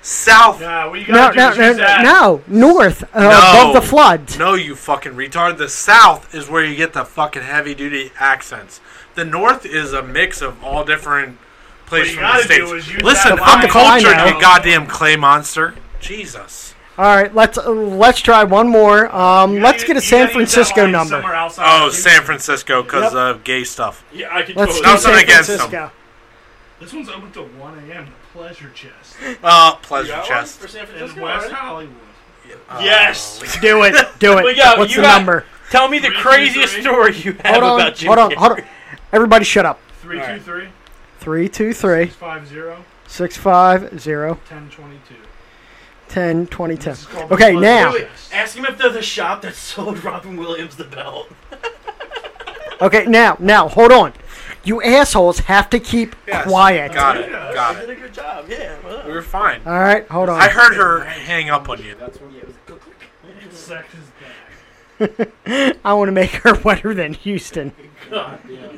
[SPEAKER 4] South.
[SPEAKER 2] Nah, what you
[SPEAKER 1] Uh, No, no, no, no, north uh, above the floods.
[SPEAKER 4] No, you fucking retard. The south is where you get the fucking heavy duty accents. The north is a mix of all different places
[SPEAKER 2] you
[SPEAKER 4] from the
[SPEAKER 2] gotta do
[SPEAKER 4] states.
[SPEAKER 2] is use
[SPEAKER 4] Listen,
[SPEAKER 2] that
[SPEAKER 4] I'm
[SPEAKER 2] line.
[SPEAKER 4] cultured,
[SPEAKER 1] I
[SPEAKER 4] you
[SPEAKER 1] know.
[SPEAKER 4] goddamn clay monster. Jesus.
[SPEAKER 1] All right, let's uh, let's try one more. Um, let's get a San Francisco number.
[SPEAKER 4] Oh, San Francisco, because of gay stuff.
[SPEAKER 2] Yeah, I can
[SPEAKER 1] Let's
[SPEAKER 2] totally-
[SPEAKER 1] do
[SPEAKER 4] Nothing
[SPEAKER 1] San
[SPEAKER 4] against
[SPEAKER 1] Francisco.
[SPEAKER 4] them.
[SPEAKER 2] This one's open till 1 a.m. The Pleasure Chest.
[SPEAKER 4] Uh, Pleasure Chest.
[SPEAKER 2] in West Hollywood.
[SPEAKER 3] Uh,
[SPEAKER 1] Yes, Uh, do it, do it.
[SPEAKER 3] Well, yeah,
[SPEAKER 1] What's
[SPEAKER 3] you
[SPEAKER 1] the
[SPEAKER 3] got-
[SPEAKER 1] number?
[SPEAKER 3] Tell me the craziest story you have
[SPEAKER 1] Hold on,
[SPEAKER 3] about Jim
[SPEAKER 1] hold on,
[SPEAKER 3] Carrey.
[SPEAKER 1] hold on. Everybody, shut up.
[SPEAKER 2] Three two three
[SPEAKER 1] Three two three
[SPEAKER 2] five zero
[SPEAKER 1] six five zero
[SPEAKER 2] ten twenty two.
[SPEAKER 1] ten twenty ten. Okay, now.
[SPEAKER 13] Wait, wait, ask him if there's a shop that sold Robin Williams the belt.
[SPEAKER 1] Okay, now, now, hold on. You assholes have to keep quiet.
[SPEAKER 4] Got it. Got it.
[SPEAKER 13] did a good job. Yeah.
[SPEAKER 4] We were fine.
[SPEAKER 1] All right, hold on.
[SPEAKER 4] I heard her hang up on you. That's when
[SPEAKER 2] Sex is
[SPEAKER 1] I want to make her wetter than Houston.
[SPEAKER 2] God, yeah.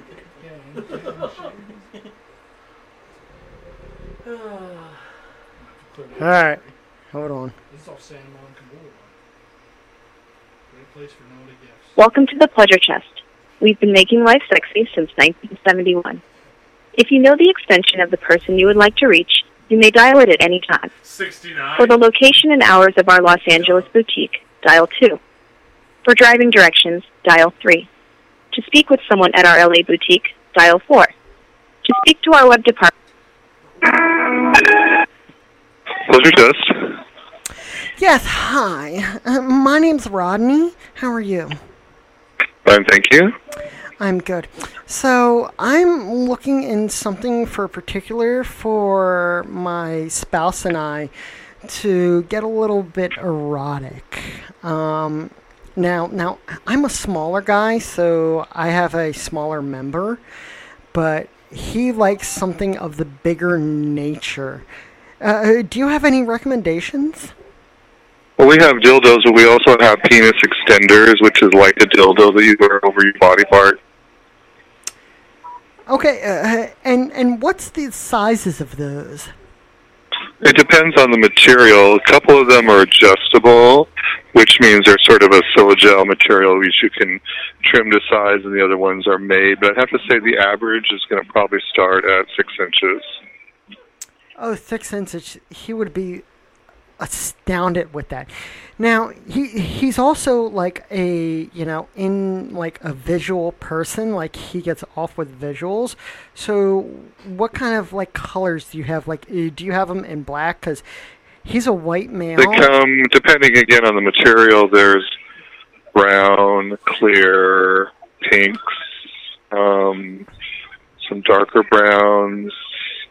[SPEAKER 1] All right, hold on.
[SPEAKER 2] This is off San Monica Boulevard. Great place for nobody gifts.
[SPEAKER 14] Welcome to the Pleasure Chest. We've been making life sexy since 1971. If you know the extension of the person you would like to reach, you may dial it at any time.
[SPEAKER 2] 69.
[SPEAKER 14] For the location and hours of our Los Angeles boutique, dial 2. For driving directions, dial 3. To speak with someone at our LA boutique, dial 4. To speak to our web department,
[SPEAKER 15] Pleasure test.
[SPEAKER 1] Yes, hi. Uh, my name's Rodney. How are you?
[SPEAKER 15] Fine, thank you.
[SPEAKER 1] I'm good. So I'm looking in something for particular for my spouse and I to get a little bit erotic. Um, now, now I'm a smaller guy, so I have a smaller member, but he likes something of the bigger nature. Uh, do you have any recommendations?
[SPEAKER 15] Well, we have dildos, but we also have penis extenders, which is like a dildo that you wear over your body part.
[SPEAKER 1] Okay, uh, and and what's the sizes of those?
[SPEAKER 15] It depends on the material. A couple of them are adjustable, which means they're sort of a filogel material which you can trim to size, and the other ones are made. But I have to say the average is going to probably start at six inches.
[SPEAKER 1] Oh, six inches. He would be astounded with that. Now he he's also like a you know in like a visual person. Like he gets off with visuals. So what kind of like colors do you have? Like uh, do you have them in black? Because he's a white male.
[SPEAKER 15] They come, depending again on the material, there's brown, clear, pinks, um, some darker browns.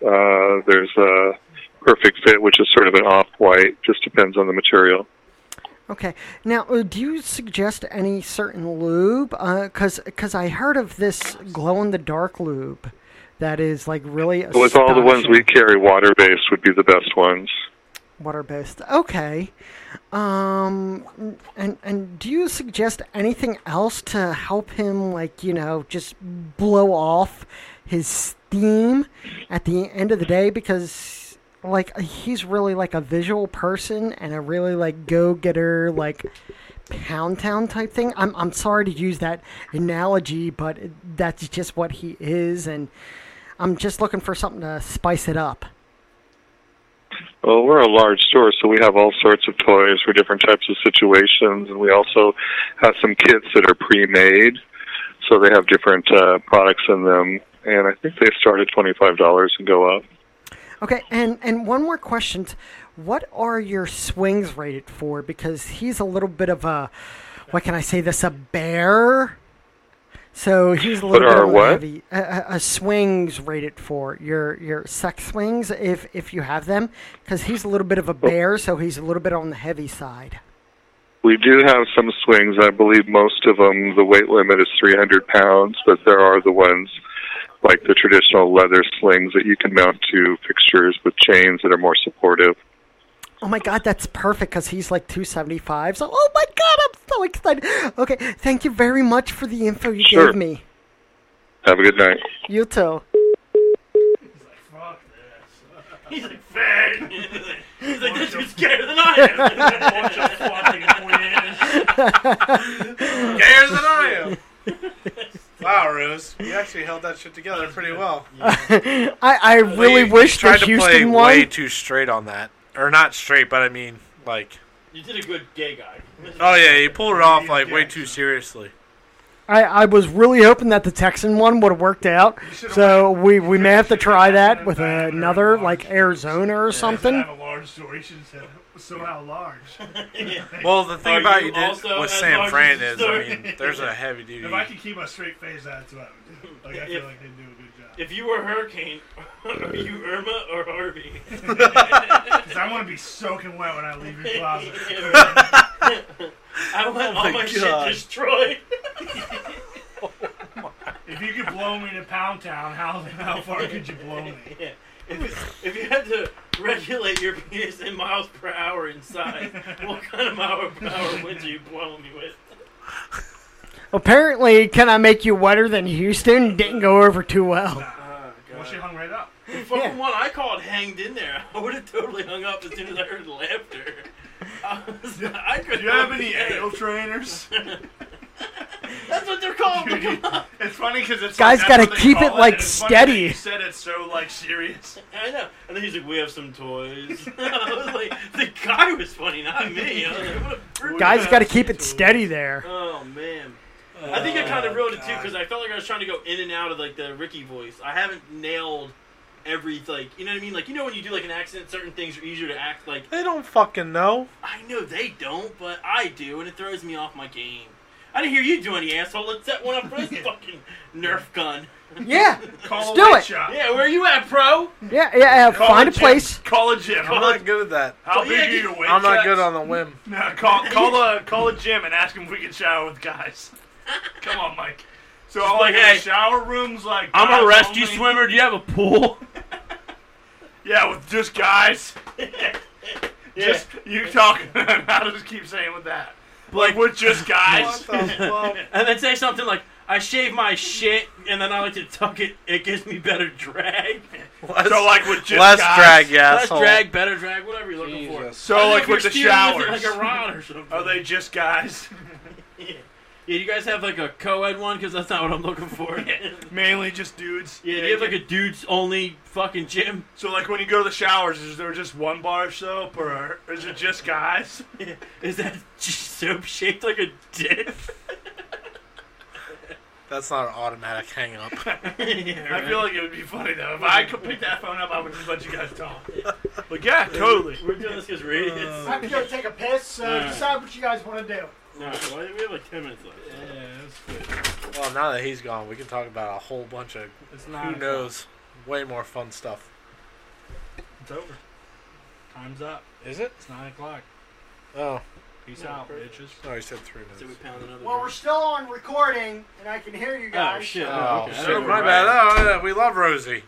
[SPEAKER 15] Uh, there's a perfect fit, which is sort of an off white, just depends on the material.
[SPEAKER 1] Okay. Now, uh, do you suggest any certain lube? Because cause I heard of this glow in the dark lube that is like really
[SPEAKER 15] With all the ones we carry, water based would be the best ones.
[SPEAKER 1] water based. Okay. Um. And and do you suggest anything else to help him, like you know, just blow off his steam at the end of the day? Because like he's really like a visual person and a really like go getter, like pound town type thing. I'm I'm sorry to use that analogy, but that's just what he is, and I'm just looking for something to spice it up.
[SPEAKER 15] Well, we're a large store, so we have all sorts of toys for different types of situations, and we also have some kits that are pre-made, so they have different uh, products in them. And I think they start at twenty-five dollars and go up.
[SPEAKER 1] Okay, and and one more question: What are your swings rated for? Because he's a little bit of a, what can I say this? A bear. So he's a
[SPEAKER 15] What
[SPEAKER 1] little bit
[SPEAKER 15] are
[SPEAKER 1] of a
[SPEAKER 15] what?
[SPEAKER 1] heavy. A, a, a swings rated for your your sex swings, if if you have them, because he's a little bit
[SPEAKER 15] Oh.
[SPEAKER 1] of a bear, so he's a little bit on the heavy side.
[SPEAKER 15] We do have some swings. I believe most of them, the weight limit is three hundred pounds, but there are the ones like the traditional leather slings that you can mount to fixtures with chains that are more supportive.
[SPEAKER 1] oh my god, that's perfect because he's like 275. So, oh my god, I'm so excited. Okay, thank you very much for the info you
[SPEAKER 15] Sure.
[SPEAKER 1] gave me.
[SPEAKER 15] Have a good night.
[SPEAKER 1] You too.
[SPEAKER 13] He's like, fuck. He's like, this dude's scarier than I
[SPEAKER 2] Watch out, fucking
[SPEAKER 13] am.
[SPEAKER 4] Gayer than I am. Wow, Rose, you actually held that shit together pretty well.
[SPEAKER 1] I, I really
[SPEAKER 4] You
[SPEAKER 1] wish the
[SPEAKER 4] tried to play
[SPEAKER 1] Houston one.
[SPEAKER 4] way too straight on that, or not straight, but I mean like.
[SPEAKER 13] You did a good gay guy.
[SPEAKER 4] Oh yeah, you pulled it off like way too seriously.
[SPEAKER 1] I, I was really hoping that the Texan one would have worked out. So we, we may have to try that with another, like Arizona or something.
[SPEAKER 2] have a large store. You should have said, so how large?
[SPEAKER 4] Well, the thing
[SPEAKER 2] Are
[SPEAKER 4] about
[SPEAKER 2] you
[SPEAKER 4] you did
[SPEAKER 2] also
[SPEAKER 4] with
[SPEAKER 2] as
[SPEAKER 4] Sam
[SPEAKER 2] large
[SPEAKER 4] Fran
[SPEAKER 2] as
[SPEAKER 4] is, I
[SPEAKER 2] the store?
[SPEAKER 4] mean, there's a heavy duty.
[SPEAKER 2] If I could keep my straight face, that's what I would do. Like, I feel like they do a good job.
[SPEAKER 13] If you were Hurricane, are you Irma or Harvey?
[SPEAKER 2] Because I want to be soaking wet when I leave your closet. I
[SPEAKER 13] I want all Oh my shit destroyed.
[SPEAKER 2] If you could blow me to Pound Town, how, how far could you blow me?
[SPEAKER 13] Yeah. If, it's- if you had to regulate your penis in miles per hour in size, what kind of mile per hour would you blow me with?
[SPEAKER 1] Apparently, Can I Make You Wetter Than Houston didn't go over too well.
[SPEAKER 2] Well, she hung right up.
[SPEAKER 13] The fucking one I called hanged in there. I would have totally hung up as soon as I heard the laughter. I was like, I could
[SPEAKER 2] Do you have any anal trainers?
[SPEAKER 13] That's what they're called. Look 'em up.
[SPEAKER 2] It's funny because it's
[SPEAKER 1] Guys
[SPEAKER 2] like,
[SPEAKER 1] gotta
[SPEAKER 2] that's what they
[SPEAKER 1] keep
[SPEAKER 2] call
[SPEAKER 1] it, like,
[SPEAKER 2] and it's funny that
[SPEAKER 1] steady.
[SPEAKER 2] You said it so like serious.
[SPEAKER 13] I know. And then he's like, "We have some toys." I was like, "The guy was funny, not me." I was like, what a brute.
[SPEAKER 1] Guys got to keep it steady there.
[SPEAKER 13] Oh man. I think I kind of wrote it too because I felt like I was trying to go in and out of like the Ricky voice. I haven't nailed every like you know what I mean. Like you know when you do like an accent, certain things are easier to act like.
[SPEAKER 4] They don't fucking know.
[SPEAKER 13] I know they don't, but I do, and it throws me off my game. I didn't hear you do any asshole. Let's set one up for this fucking Nerf gun.
[SPEAKER 1] Yeah,
[SPEAKER 13] Call
[SPEAKER 1] let's do it.
[SPEAKER 13] Yeah, where you at, bro?
[SPEAKER 1] Yeah, yeah. uh,
[SPEAKER 13] Call
[SPEAKER 1] find
[SPEAKER 13] a
[SPEAKER 1] a place.
[SPEAKER 2] Call a gym.
[SPEAKER 4] I'm not good at that.
[SPEAKER 2] How big are you to wait?
[SPEAKER 4] I'm not good on the whim.
[SPEAKER 2] No, call call a call a gym and ask him if we can shower with guys. Come on, Mike. So
[SPEAKER 13] Just
[SPEAKER 2] all
[SPEAKER 13] like,
[SPEAKER 2] like,
[SPEAKER 13] hey,
[SPEAKER 2] shower rooms like
[SPEAKER 3] I'm a
[SPEAKER 2] guys
[SPEAKER 3] rescue
[SPEAKER 2] only?
[SPEAKER 3] swimmer. Do you have a pool?
[SPEAKER 2] Yeah, with just guys. Just you talking? I'll just keep saying with that. Like with just guys.
[SPEAKER 13] and then say something like, I shave my shit and then I like to tuck it. It gives me better drag.
[SPEAKER 4] Less- So, like, with just less guys? drag, you
[SPEAKER 13] Less
[SPEAKER 4] asshole.
[SPEAKER 13] drag, better drag, whatever you're looking for. I
[SPEAKER 2] So
[SPEAKER 13] think
[SPEAKER 2] like
[SPEAKER 13] if you're
[SPEAKER 2] with the
[SPEAKER 13] steering with
[SPEAKER 2] showers,
[SPEAKER 13] it Like a rod or something.
[SPEAKER 2] Are they just guys?
[SPEAKER 13] yeah. yeah, you guys have like a co-ed one because that's not what I'm looking for.
[SPEAKER 2] Mainly just dudes.
[SPEAKER 13] Yeah, do you have like a dudes only fucking gym?
[SPEAKER 2] So like when you go to the showers, is there just one bar of soap or is it just guys?
[SPEAKER 13] Is that soap shaped like a dick?
[SPEAKER 4] That's not an automatic hang up.
[SPEAKER 2] I feel like it would be funny though. If I could pick that phone up, I would just let you guys talk. But yeah, totally. Uh,
[SPEAKER 13] We're doing this because we're idiots.
[SPEAKER 1] I have to go take a piss. So
[SPEAKER 13] Alright.
[SPEAKER 1] decide what you guys want to do.
[SPEAKER 13] No, why do we have like 10 minutes left. Yeah, that's good.
[SPEAKER 4] Well, now that he's gone, we can talk about a whole bunch of
[SPEAKER 2] It's
[SPEAKER 4] who
[SPEAKER 2] nine
[SPEAKER 4] knows, way more fun stuff.
[SPEAKER 2] It's over. Time's up.
[SPEAKER 4] Is it?
[SPEAKER 2] It's nine o'clock.
[SPEAKER 4] Oh.
[SPEAKER 2] Peace out, bitches.
[SPEAKER 4] No, he said three minutes.
[SPEAKER 1] Well, we're still on recording, and I can hear you guys.
[SPEAKER 4] Oh,
[SPEAKER 13] okay.
[SPEAKER 4] so
[SPEAKER 13] Right.
[SPEAKER 4] my bad. Oh, yeah, we love Rosie.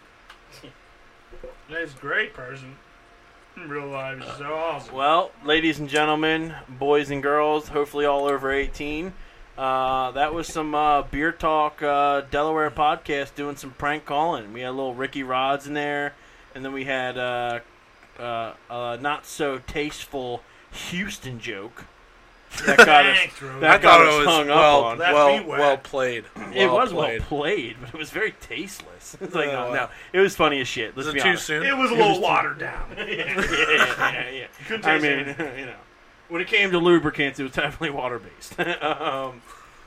[SPEAKER 2] That's great, person. In real life is so awesome.
[SPEAKER 3] Well, ladies and gentlemen, boys and girls, hopefully all over 18. Uh, that was some uh, beer talk uh, Delaware podcast doing some prank calling. We had little Ricky Rods in there, and then we had uh, uh, a not so tasteful Houston joke. That got us.
[SPEAKER 4] Thanks, Rose.
[SPEAKER 3] that
[SPEAKER 4] I
[SPEAKER 3] got
[SPEAKER 4] thought
[SPEAKER 3] us
[SPEAKER 4] it was
[SPEAKER 3] hung
[SPEAKER 4] well-
[SPEAKER 3] up on.
[SPEAKER 4] Left well- me wet. well played.
[SPEAKER 3] it
[SPEAKER 4] Well
[SPEAKER 3] was
[SPEAKER 4] played.
[SPEAKER 3] well played, but it was very tasteless. It's like
[SPEAKER 4] Uh,
[SPEAKER 3] no, no, it was funny as shit. Let's
[SPEAKER 4] Is it
[SPEAKER 3] be
[SPEAKER 4] too
[SPEAKER 3] honest.
[SPEAKER 4] soon?
[SPEAKER 2] It was a little
[SPEAKER 3] too-
[SPEAKER 2] watered down.
[SPEAKER 13] yeah, yeah, yeah. yeah.
[SPEAKER 2] Couldn't
[SPEAKER 3] I
[SPEAKER 2] taste
[SPEAKER 3] mean,
[SPEAKER 2] anything.
[SPEAKER 3] you know, when it came to lubricants, it was definitely water based. um,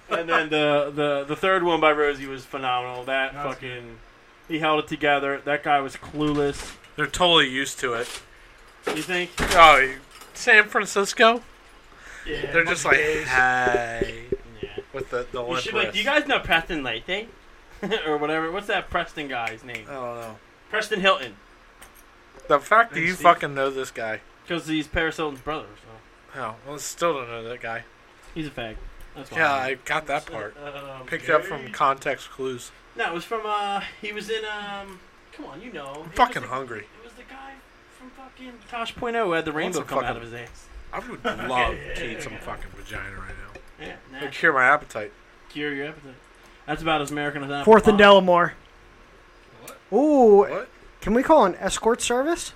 [SPEAKER 3] and then the, the the third one by Rosie was phenomenal. That
[SPEAKER 4] That's
[SPEAKER 3] fucking he held it together. That guy was clueless.
[SPEAKER 4] They're totally used to it.
[SPEAKER 3] You think?
[SPEAKER 4] Oh, you- San Francisco.
[SPEAKER 13] Yeah,
[SPEAKER 4] They're just like hi. With the
[SPEAKER 3] You
[SPEAKER 4] the limp
[SPEAKER 3] should be like,
[SPEAKER 4] wrist.
[SPEAKER 3] you guys know Preston Lathe or whatever. What's that Preston guy's name? I
[SPEAKER 4] don't know.
[SPEAKER 3] Preston Hilton,
[SPEAKER 4] The fact that
[SPEAKER 3] Hey,
[SPEAKER 4] you
[SPEAKER 3] Steve.
[SPEAKER 4] fucking know this guy.
[SPEAKER 3] because he's Paris Hilton's brother. So
[SPEAKER 4] Oh, well, still don't know that guy.
[SPEAKER 3] he's a fag. That's why.
[SPEAKER 4] Yeah, I got that part.
[SPEAKER 3] Um,
[SPEAKER 4] Picked up from context clues.
[SPEAKER 3] No, it was from uh, he was in um. Come on, you know.
[SPEAKER 4] I'm fucking hungry.
[SPEAKER 3] It was the guy from fucking Tosh.0 had the
[SPEAKER 4] I want
[SPEAKER 3] rainbow
[SPEAKER 4] some
[SPEAKER 3] come out
[SPEAKER 4] fucking-
[SPEAKER 3] of his ass.
[SPEAKER 4] I would love to eat some fucking vagina right now.
[SPEAKER 3] Yeah, nah.
[SPEAKER 4] It'd cure my appetite.
[SPEAKER 3] Cure your appetite. That's about as American as that.
[SPEAKER 1] Fourth and Delamore. Ooh, can we call an escort service?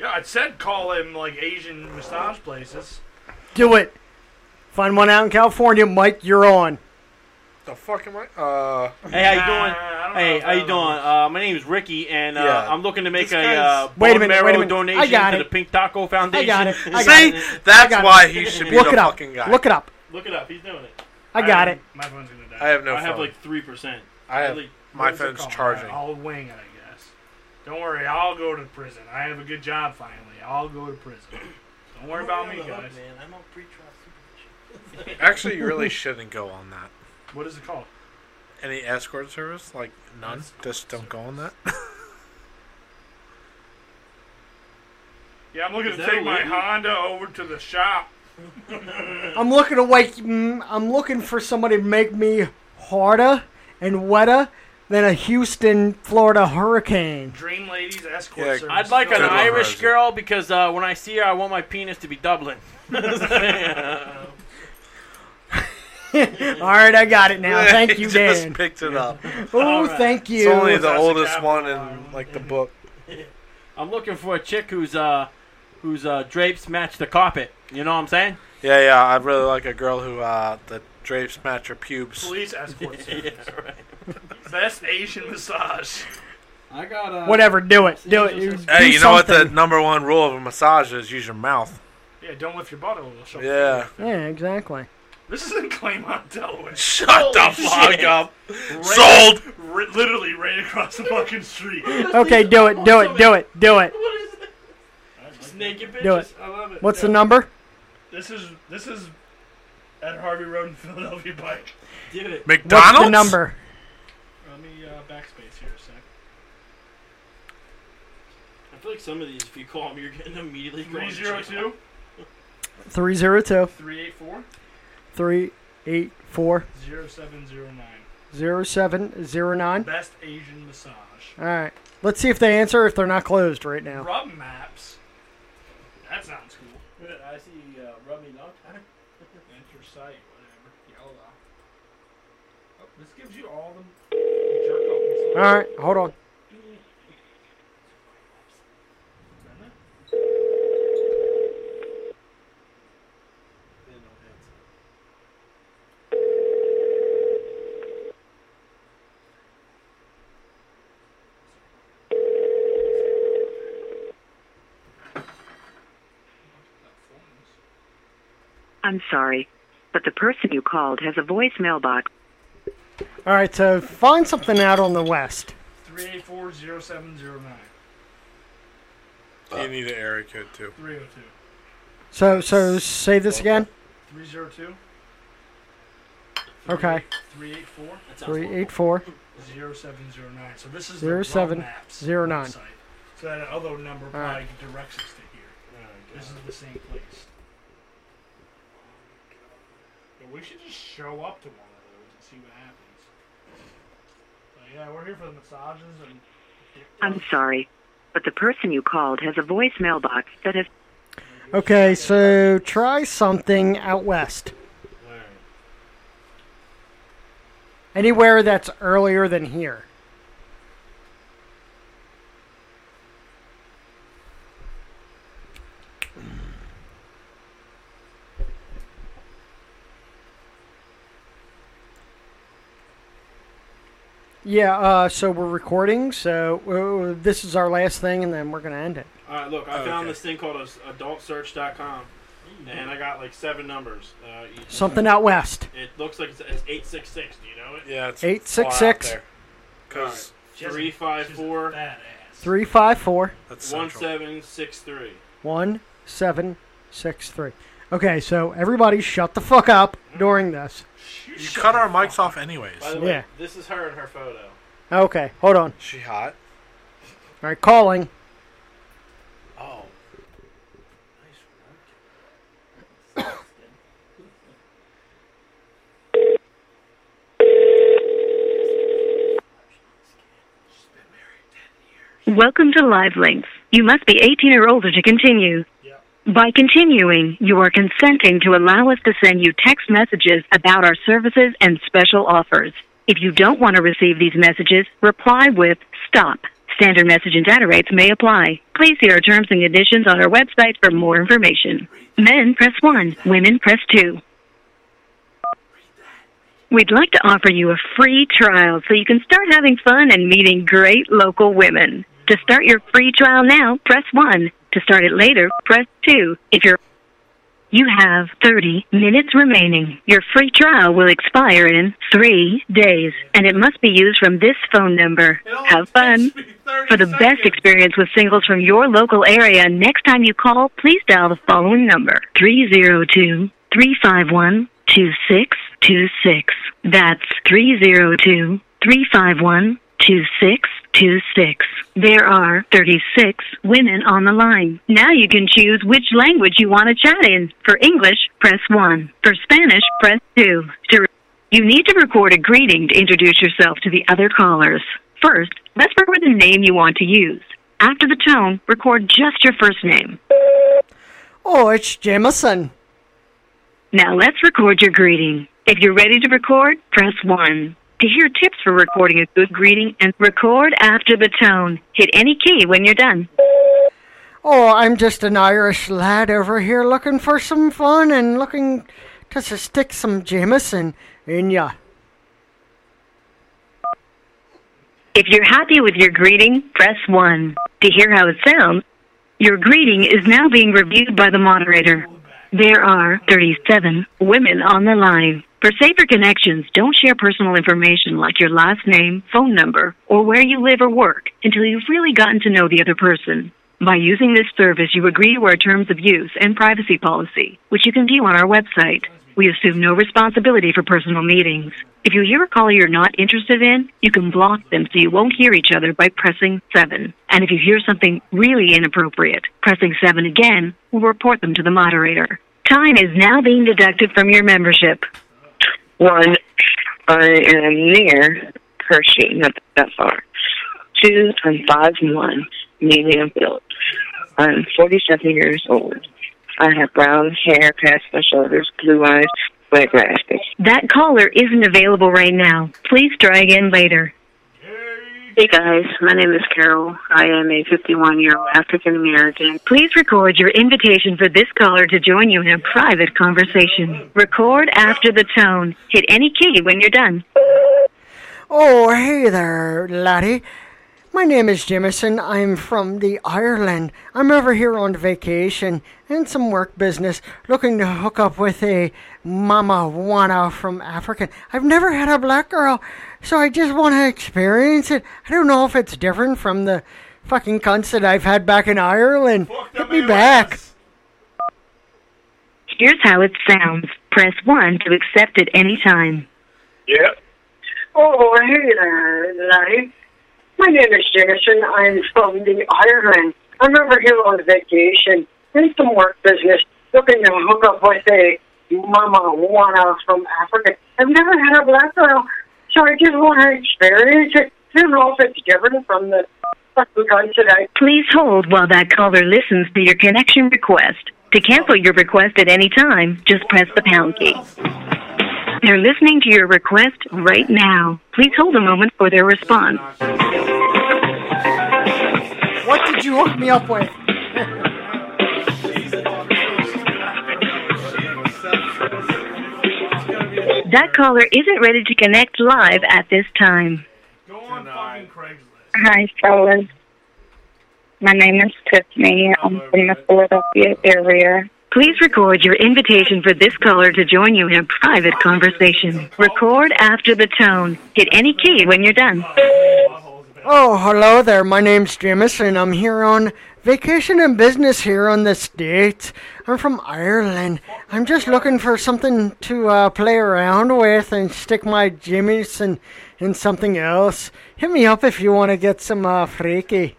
[SPEAKER 2] Yeah, I said call him like Asian massage places.
[SPEAKER 1] Do it. Find one out in California, Mike. You're on.
[SPEAKER 4] The fuck am I? Uh,
[SPEAKER 3] Hey, how you doing? Hey, how you doing? Uh, my name is Ricky, and uh,
[SPEAKER 4] Yeah.
[SPEAKER 3] I'm looking to make
[SPEAKER 4] This
[SPEAKER 3] a
[SPEAKER 4] guy's-
[SPEAKER 3] uh, bone
[SPEAKER 1] Wait a minute,
[SPEAKER 3] marrow
[SPEAKER 1] wait a minute.
[SPEAKER 3] donation
[SPEAKER 1] I got
[SPEAKER 3] to
[SPEAKER 1] it.
[SPEAKER 3] the Pink Taco Foundation.
[SPEAKER 1] I got it. I got it. I got it. Look it up. Look it up.
[SPEAKER 13] Look it up. He's doing it.
[SPEAKER 1] I got it.
[SPEAKER 2] My phone's gonna die.
[SPEAKER 4] I have no
[SPEAKER 13] I have
[SPEAKER 4] phone.
[SPEAKER 13] like three percent.
[SPEAKER 4] I have- my
[SPEAKER 2] What's it
[SPEAKER 4] phone's
[SPEAKER 2] called?
[SPEAKER 4] charging.
[SPEAKER 2] I'll wing it, I guess. Don't worry, I'll go to prison. I have a good job finally. I'll go to prison. Don't worry about me, guys.
[SPEAKER 13] Man, I'm on pre-trial supervision.
[SPEAKER 4] Actually, you really shouldn't go on that.
[SPEAKER 2] What is it called?
[SPEAKER 4] Any escort service? Like, none? Just don't go on that?
[SPEAKER 2] Yeah, I'm looking
[SPEAKER 13] Is
[SPEAKER 2] to
[SPEAKER 13] that
[SPEAKER 2] take my
[SPEAKER 13] illegal?
[SPEAKER 2] Honda over to the shop.
[SPEAKER 1] I'm looking to wake. mm, I'm looking for somebody to make me harder and wetter than a Houston, Florida hurricane.
[SPEAKER 2] Dream Ladies Escort Service.
[SPEAKER 3] I'd like an
[SPEAKER 2] Good luck,
[SPEAKER 3] Irish
[SPEAKER 2] Rosie.
[SPEAKER 3] girl because uh, when I see her, I want my penis to be doubling.
[SPEAKER 1] All right, I got it now. Thank you,
[SPEAKER 4] He just
[SPEAKER 1] Dan.
[SPEAKER 4] picked it up.
[SPEAKER 1] Oh, thank you.
[SPEAKER 4] It's only the oldest one in, like, the book.
[SPEAKER 3] Um, I'm looking for a chick whose uh, whose uh, drapes match the carpet. You know what I'm saying?
[SPEAKER 4] Yeah, yeah, I really like a girl who, uh, the drapes match her pubes.
[SPEAKER 2] Police Escort Service. Best Asian massage.
[SPEAKER 13] I got uh,
[SPEAKER 1] Whatever, do it, do it. You
[SPEAKER 4] Hey,
[SPEAKER 1] do
[SPEAKER 4] you know what the
[SPEAKER 1] something.
[SPEAKER 4] number one rule of a massage is? Use your mouth.
[SPEAKER 2] Yeah, don't lift your butt a little. Shut
[SPEAKER 4] Yeah.
[SPEAKER 1] Yeah, exactly.
[SPEAKER 2] This is in Claymont, Delaware.
[SPEAKER 4] Shut
[SPEAKER 2] Holy
[SPEAKER 4] the fuck
[SPEAKER 2] shit.
[SPEAKER 4] up.
[SPEAKER 2] Right-
[SPEAKER 4] Sold.
[SPEAKER 2] ri- literally right across the fucking street.
[SPEAKER 1] Okay, do it, do it, do it, do it.
[SPEAKER 2] Just naked
[SPEAKER 1] Do it.
[SPEAKER 2] bitches. I love it.
[SPEAKER 1] What's the number?
[SPEAKER 2] This is this is at Harvey Road in Philadelphia Bike.
[SPEAKER 13] Did it.
[SPEAKER 1] What's the number?
[SPEAKER 2] Let me uh, backspace here a sec.
[SPEAKER 13] I feel like some of these, if you call them, you're getting immediately
[SPEAKER 2] Three zero two
[SPEAKER 1] 302
[SPEAKER 2] three eight four
[SPEAKER 1] 384
[SPEAKER 2] zero seven zero nine.
[SPEAKER 1] 0709.
[SPEAKER 2] Best Asian massage.
[SPEAKER 1] All right. Let's see if they answer if they're not closed right now.
[SPEAKER 2] Rub maps. That sounds cool.
[SPEAKER 13] I see uh, Rummy Knock.
[SPEAKER 2] Enter site, whatever. Yellow.
[SPEAKER 13] uh,
[SPEAKER 2] Oh, this gives you all the jerk off massage.
[SPEAKER 1] All right. Hold on.
[SPEAKER 16] I'm sorry, but the person you called has a voicemail box.
[SPEAKER 1] All right. So find something out on the west.
[SPEAKER 2] Three eight four zero seven zero nine.
[SPEAKER 4] You need an area code, too.
[SPEAKER 2] Three zero two.
[SPEAKER 1] So so say this again.
[SPEAKER 2] 302
[SPEAKER 1] Okay.
[SPEAKER 2] 384
[SPEAKER 1] 384
[SPEAKER 2] 0709. So this is the Rub Maps
[SPEAKER 1] 0709.
[SPEAKER 2] website. So that other number
[SPEAKER 1] All right.
[SPEAKER 2] probably directs us to here. This is the same place. Yeah, we should just show up to one of those and see what happens. So yeah, we're here for the massages and
[SPEAKER 16] I'm sorry, but the person you called has a voicemail box that has.
[SPEAKER 1] Okay. So try something out west. Anywhere that's earlier than here. Yeah, uh, so we're recording, so uh, this is our last thing, and then we're going to end it.
[SPEAKER 13] All right, look, I
[SPEAKER 1] Oh,
[SPEAKER 13] found
[SPEAKER 1] okay.
[SPEAKER 13] this thing called as- adultsearch.com, and I got like seven numbers. Uh, each.
[SPEAKER 1] Something out west.
[SPEAKER 13] It looks like it's, it's 866. Do you know it?
[SPEAKER 4] Yeah,
[SPEAKER 1] it's Eight six far out six. there.
[SPEAKER 4] Because
[SPEAKER 13] 354
[SPEAKER 1] 354
[SPEAKER 13] 1763.
[SPEAKER 1] 1763. Okay, so everybody shut the fuck up during this.
[SPEAKER 4] You cut our mics off anyways.
[SPEAKER 13] By the way,
[SPEAKER 1] Yeah.
[SPEAKER 13] this is her and her photo.
[SPEAKER 1] Okay, hold on.
[SPEAKER 4] She hot?
[SPEAKER 1] All right, calling.
[SPEAKER 13] Oh.
[SPEAKER 16] Welcome to Live Links.
[SPEAKER 12] You must be 18 or older to continue. By continuing, you are consenting to allow us to send you text messages about our services and special offers. If you don't want to receive these messages, reply with stop. Standard message and data rates may apply. Please see our terms and conditions on our website for more information. Men press 1, women press 2. We'd like to offer you a free trial so you can start having fun and meeting great local women. To start your free trial now, press 1. To start it later, press 2. If you're you have 30 minutes remaining. Your free trial will expire in 3 days and it must be used from this phone number. Have fun. For the best experience with singles from your local area, next time you call, please dial the following number: 302-351 2626. That's 302 351 2626. There are 36 women on the line. Now you can choose which language you want to chat in. For English, press 1. For Spanish, press 2. To you need to record a greeting to introduce yourself to the other callers. First, let's record the name you want to use. After the tone, record just your first name.
[SPEAKER 1] Oh, it's Jameson.
[SPEAKER 12] Now let's record your greeting. If you're ready to record, press 1. To hear tips for recording a good greeting and record after the tone, hit any key when you're done.
[SPEAKER 1] Oh, I'm just an Irish lad over here looking for some fun and looking to s- stick some Jameson in ya.
[SPEAKER 12] If you're happy with your greeting, press 1. To hear how it sounds, your greeting is now being reviewed by the moderator. There are 37 women on the line. For safer connections, don't share personal information like your last name, phone number, or where you live or work until you've really gotten to know the other person. By using this service, you agree to our terms of use and privacy policy, which you can view on our website. We assume no responsibility for personal meetings. If you hear a caller you're not interested in, you can block them so you won't hear each other by pressing 7. And if you hear something really inappropriate, pressing 7 again will report them to the moderator. Time is now being deducted from your membership.
[SPEAKER 17] One, I am near Hershey, not that far. Two, I'm five one, medium build. I'm 47 years old. I have brown hair past my shoulders, blue eyes, black glasses.
[SPEAKER 12] That caller isn't available right now. Please try again later.
[SPEAKER 18] Hey guys, my name is Carol. I am a 51 year old African American.
[SPEAKER 12] Please record your invitation for this caller to join you in a private conversation. Record after the tone. Hit any key when you're done.
[SPEAKER 1] Oh, hey there, laddie. My name is Jameson. I'm from the Ireland. I'm over here on vacation and some work business, looking to hook up with a mama wana from Africa. I've never had a black girl, so I just want to experience it. I don't know if it's different from the fucking cunts that I've had back in Ireland. Get me back.
[SPEAKER 12] Here's how it sounds. Press 1 to accept at any time.
[SPEAKER 18] Yep. Oh, hey there, Larry. My name is Jameson. I'm from the Ireland. I'm over here on vacation in some work business, looking to hook up with a mama wana from Africa. I've never had a black girl, so I just want to experience it. I don't know if it's different from the fucking guns that I
[SPEAKER 12] Please hold while that caller listens to your connection request. To cancel your request at any time, just press the pound key. They're listening to your request right now. Please hold a moment for their response.
[SPEAKER 1] What did you hook me up with?
[SPEAKER 12] That caller isn't ready to connect live at this time.
[SPEAKER 19] Hi, fellas. My name is Tiffany. I'm from the Philadelphia area.
[SPEAKER 12] Please record your invitation for this caller to join you in a private conversation. Record after the tone. Hit any key when you're done.
[SPEAKER 1] Oh, hello there. My name's Jameson. I'm here on vacation and business here on the States. I'm from Ireland. I'm just looking for something to uh, play around with and stick my Jameson in something else. Hit me up if you want to get some uh, freaky.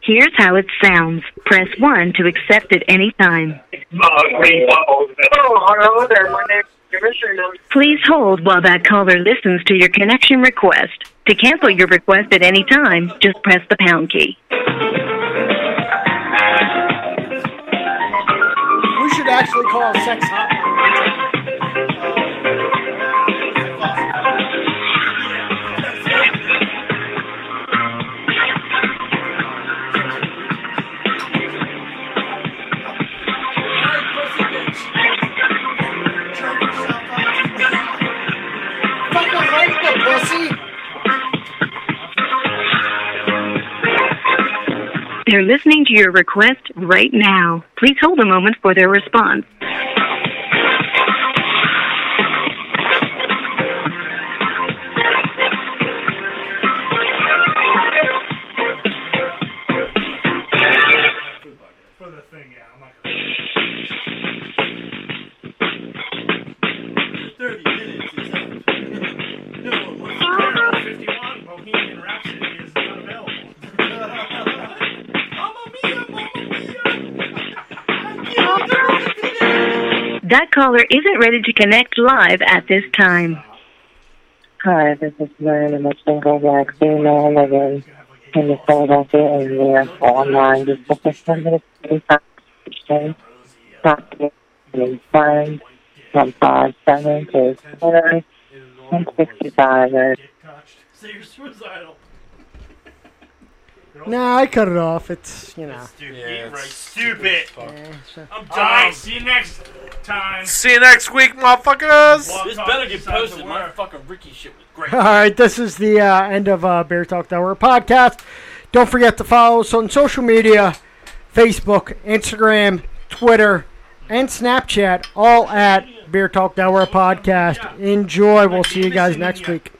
[SPEAKER 12] Here's how it sounds. Press 1 to accept at any time.
[SPEAKER 18] Oh, hello there. My name is Jameson. I'm
[SPEAKER 12] Please hold while that caller listens to your connection request. To cancel your request at any time, just press the pound key.
[SPEAKER 1] actually called sex hotline.
[SPEAKER 13] Fucking like the pussy.
[SPEAKER 20] They're listening to your request right now. Please hold a moment for their response. That caller isn't ready to connect live at this time.
[SPEAKER 12] Hi, this is Mary, and it's been going back to Maryland again in the Philadelphia area for online. Just look at some of the conversation. Copy and find from 57 to 40 and 65. And
[SPEAKER 21] Say you're suicidal.
[SPEAKER 1] Nah, I cut it off. It's you know.
[SPEAKER 2] Stupid. Yeah, right. Stupid. I'm
[SPEAKER 1] dying.
[SPEAKER 2] See you next time.
[SPEAKER 22] Um, See you next week, motherfuckers.
[SPEAKER 3] This better get posted. My fucking Ricky shit was great.
[SPEAKER 1] All right, this is the uh, end of uh, Beer Talk Delaware podcast. Don't forget to follow us on social media Facebook, Instagram, Twitter, and Snapchat, all at Beer Talk Delaware podcast. Enjoy. We'll see you guys next week.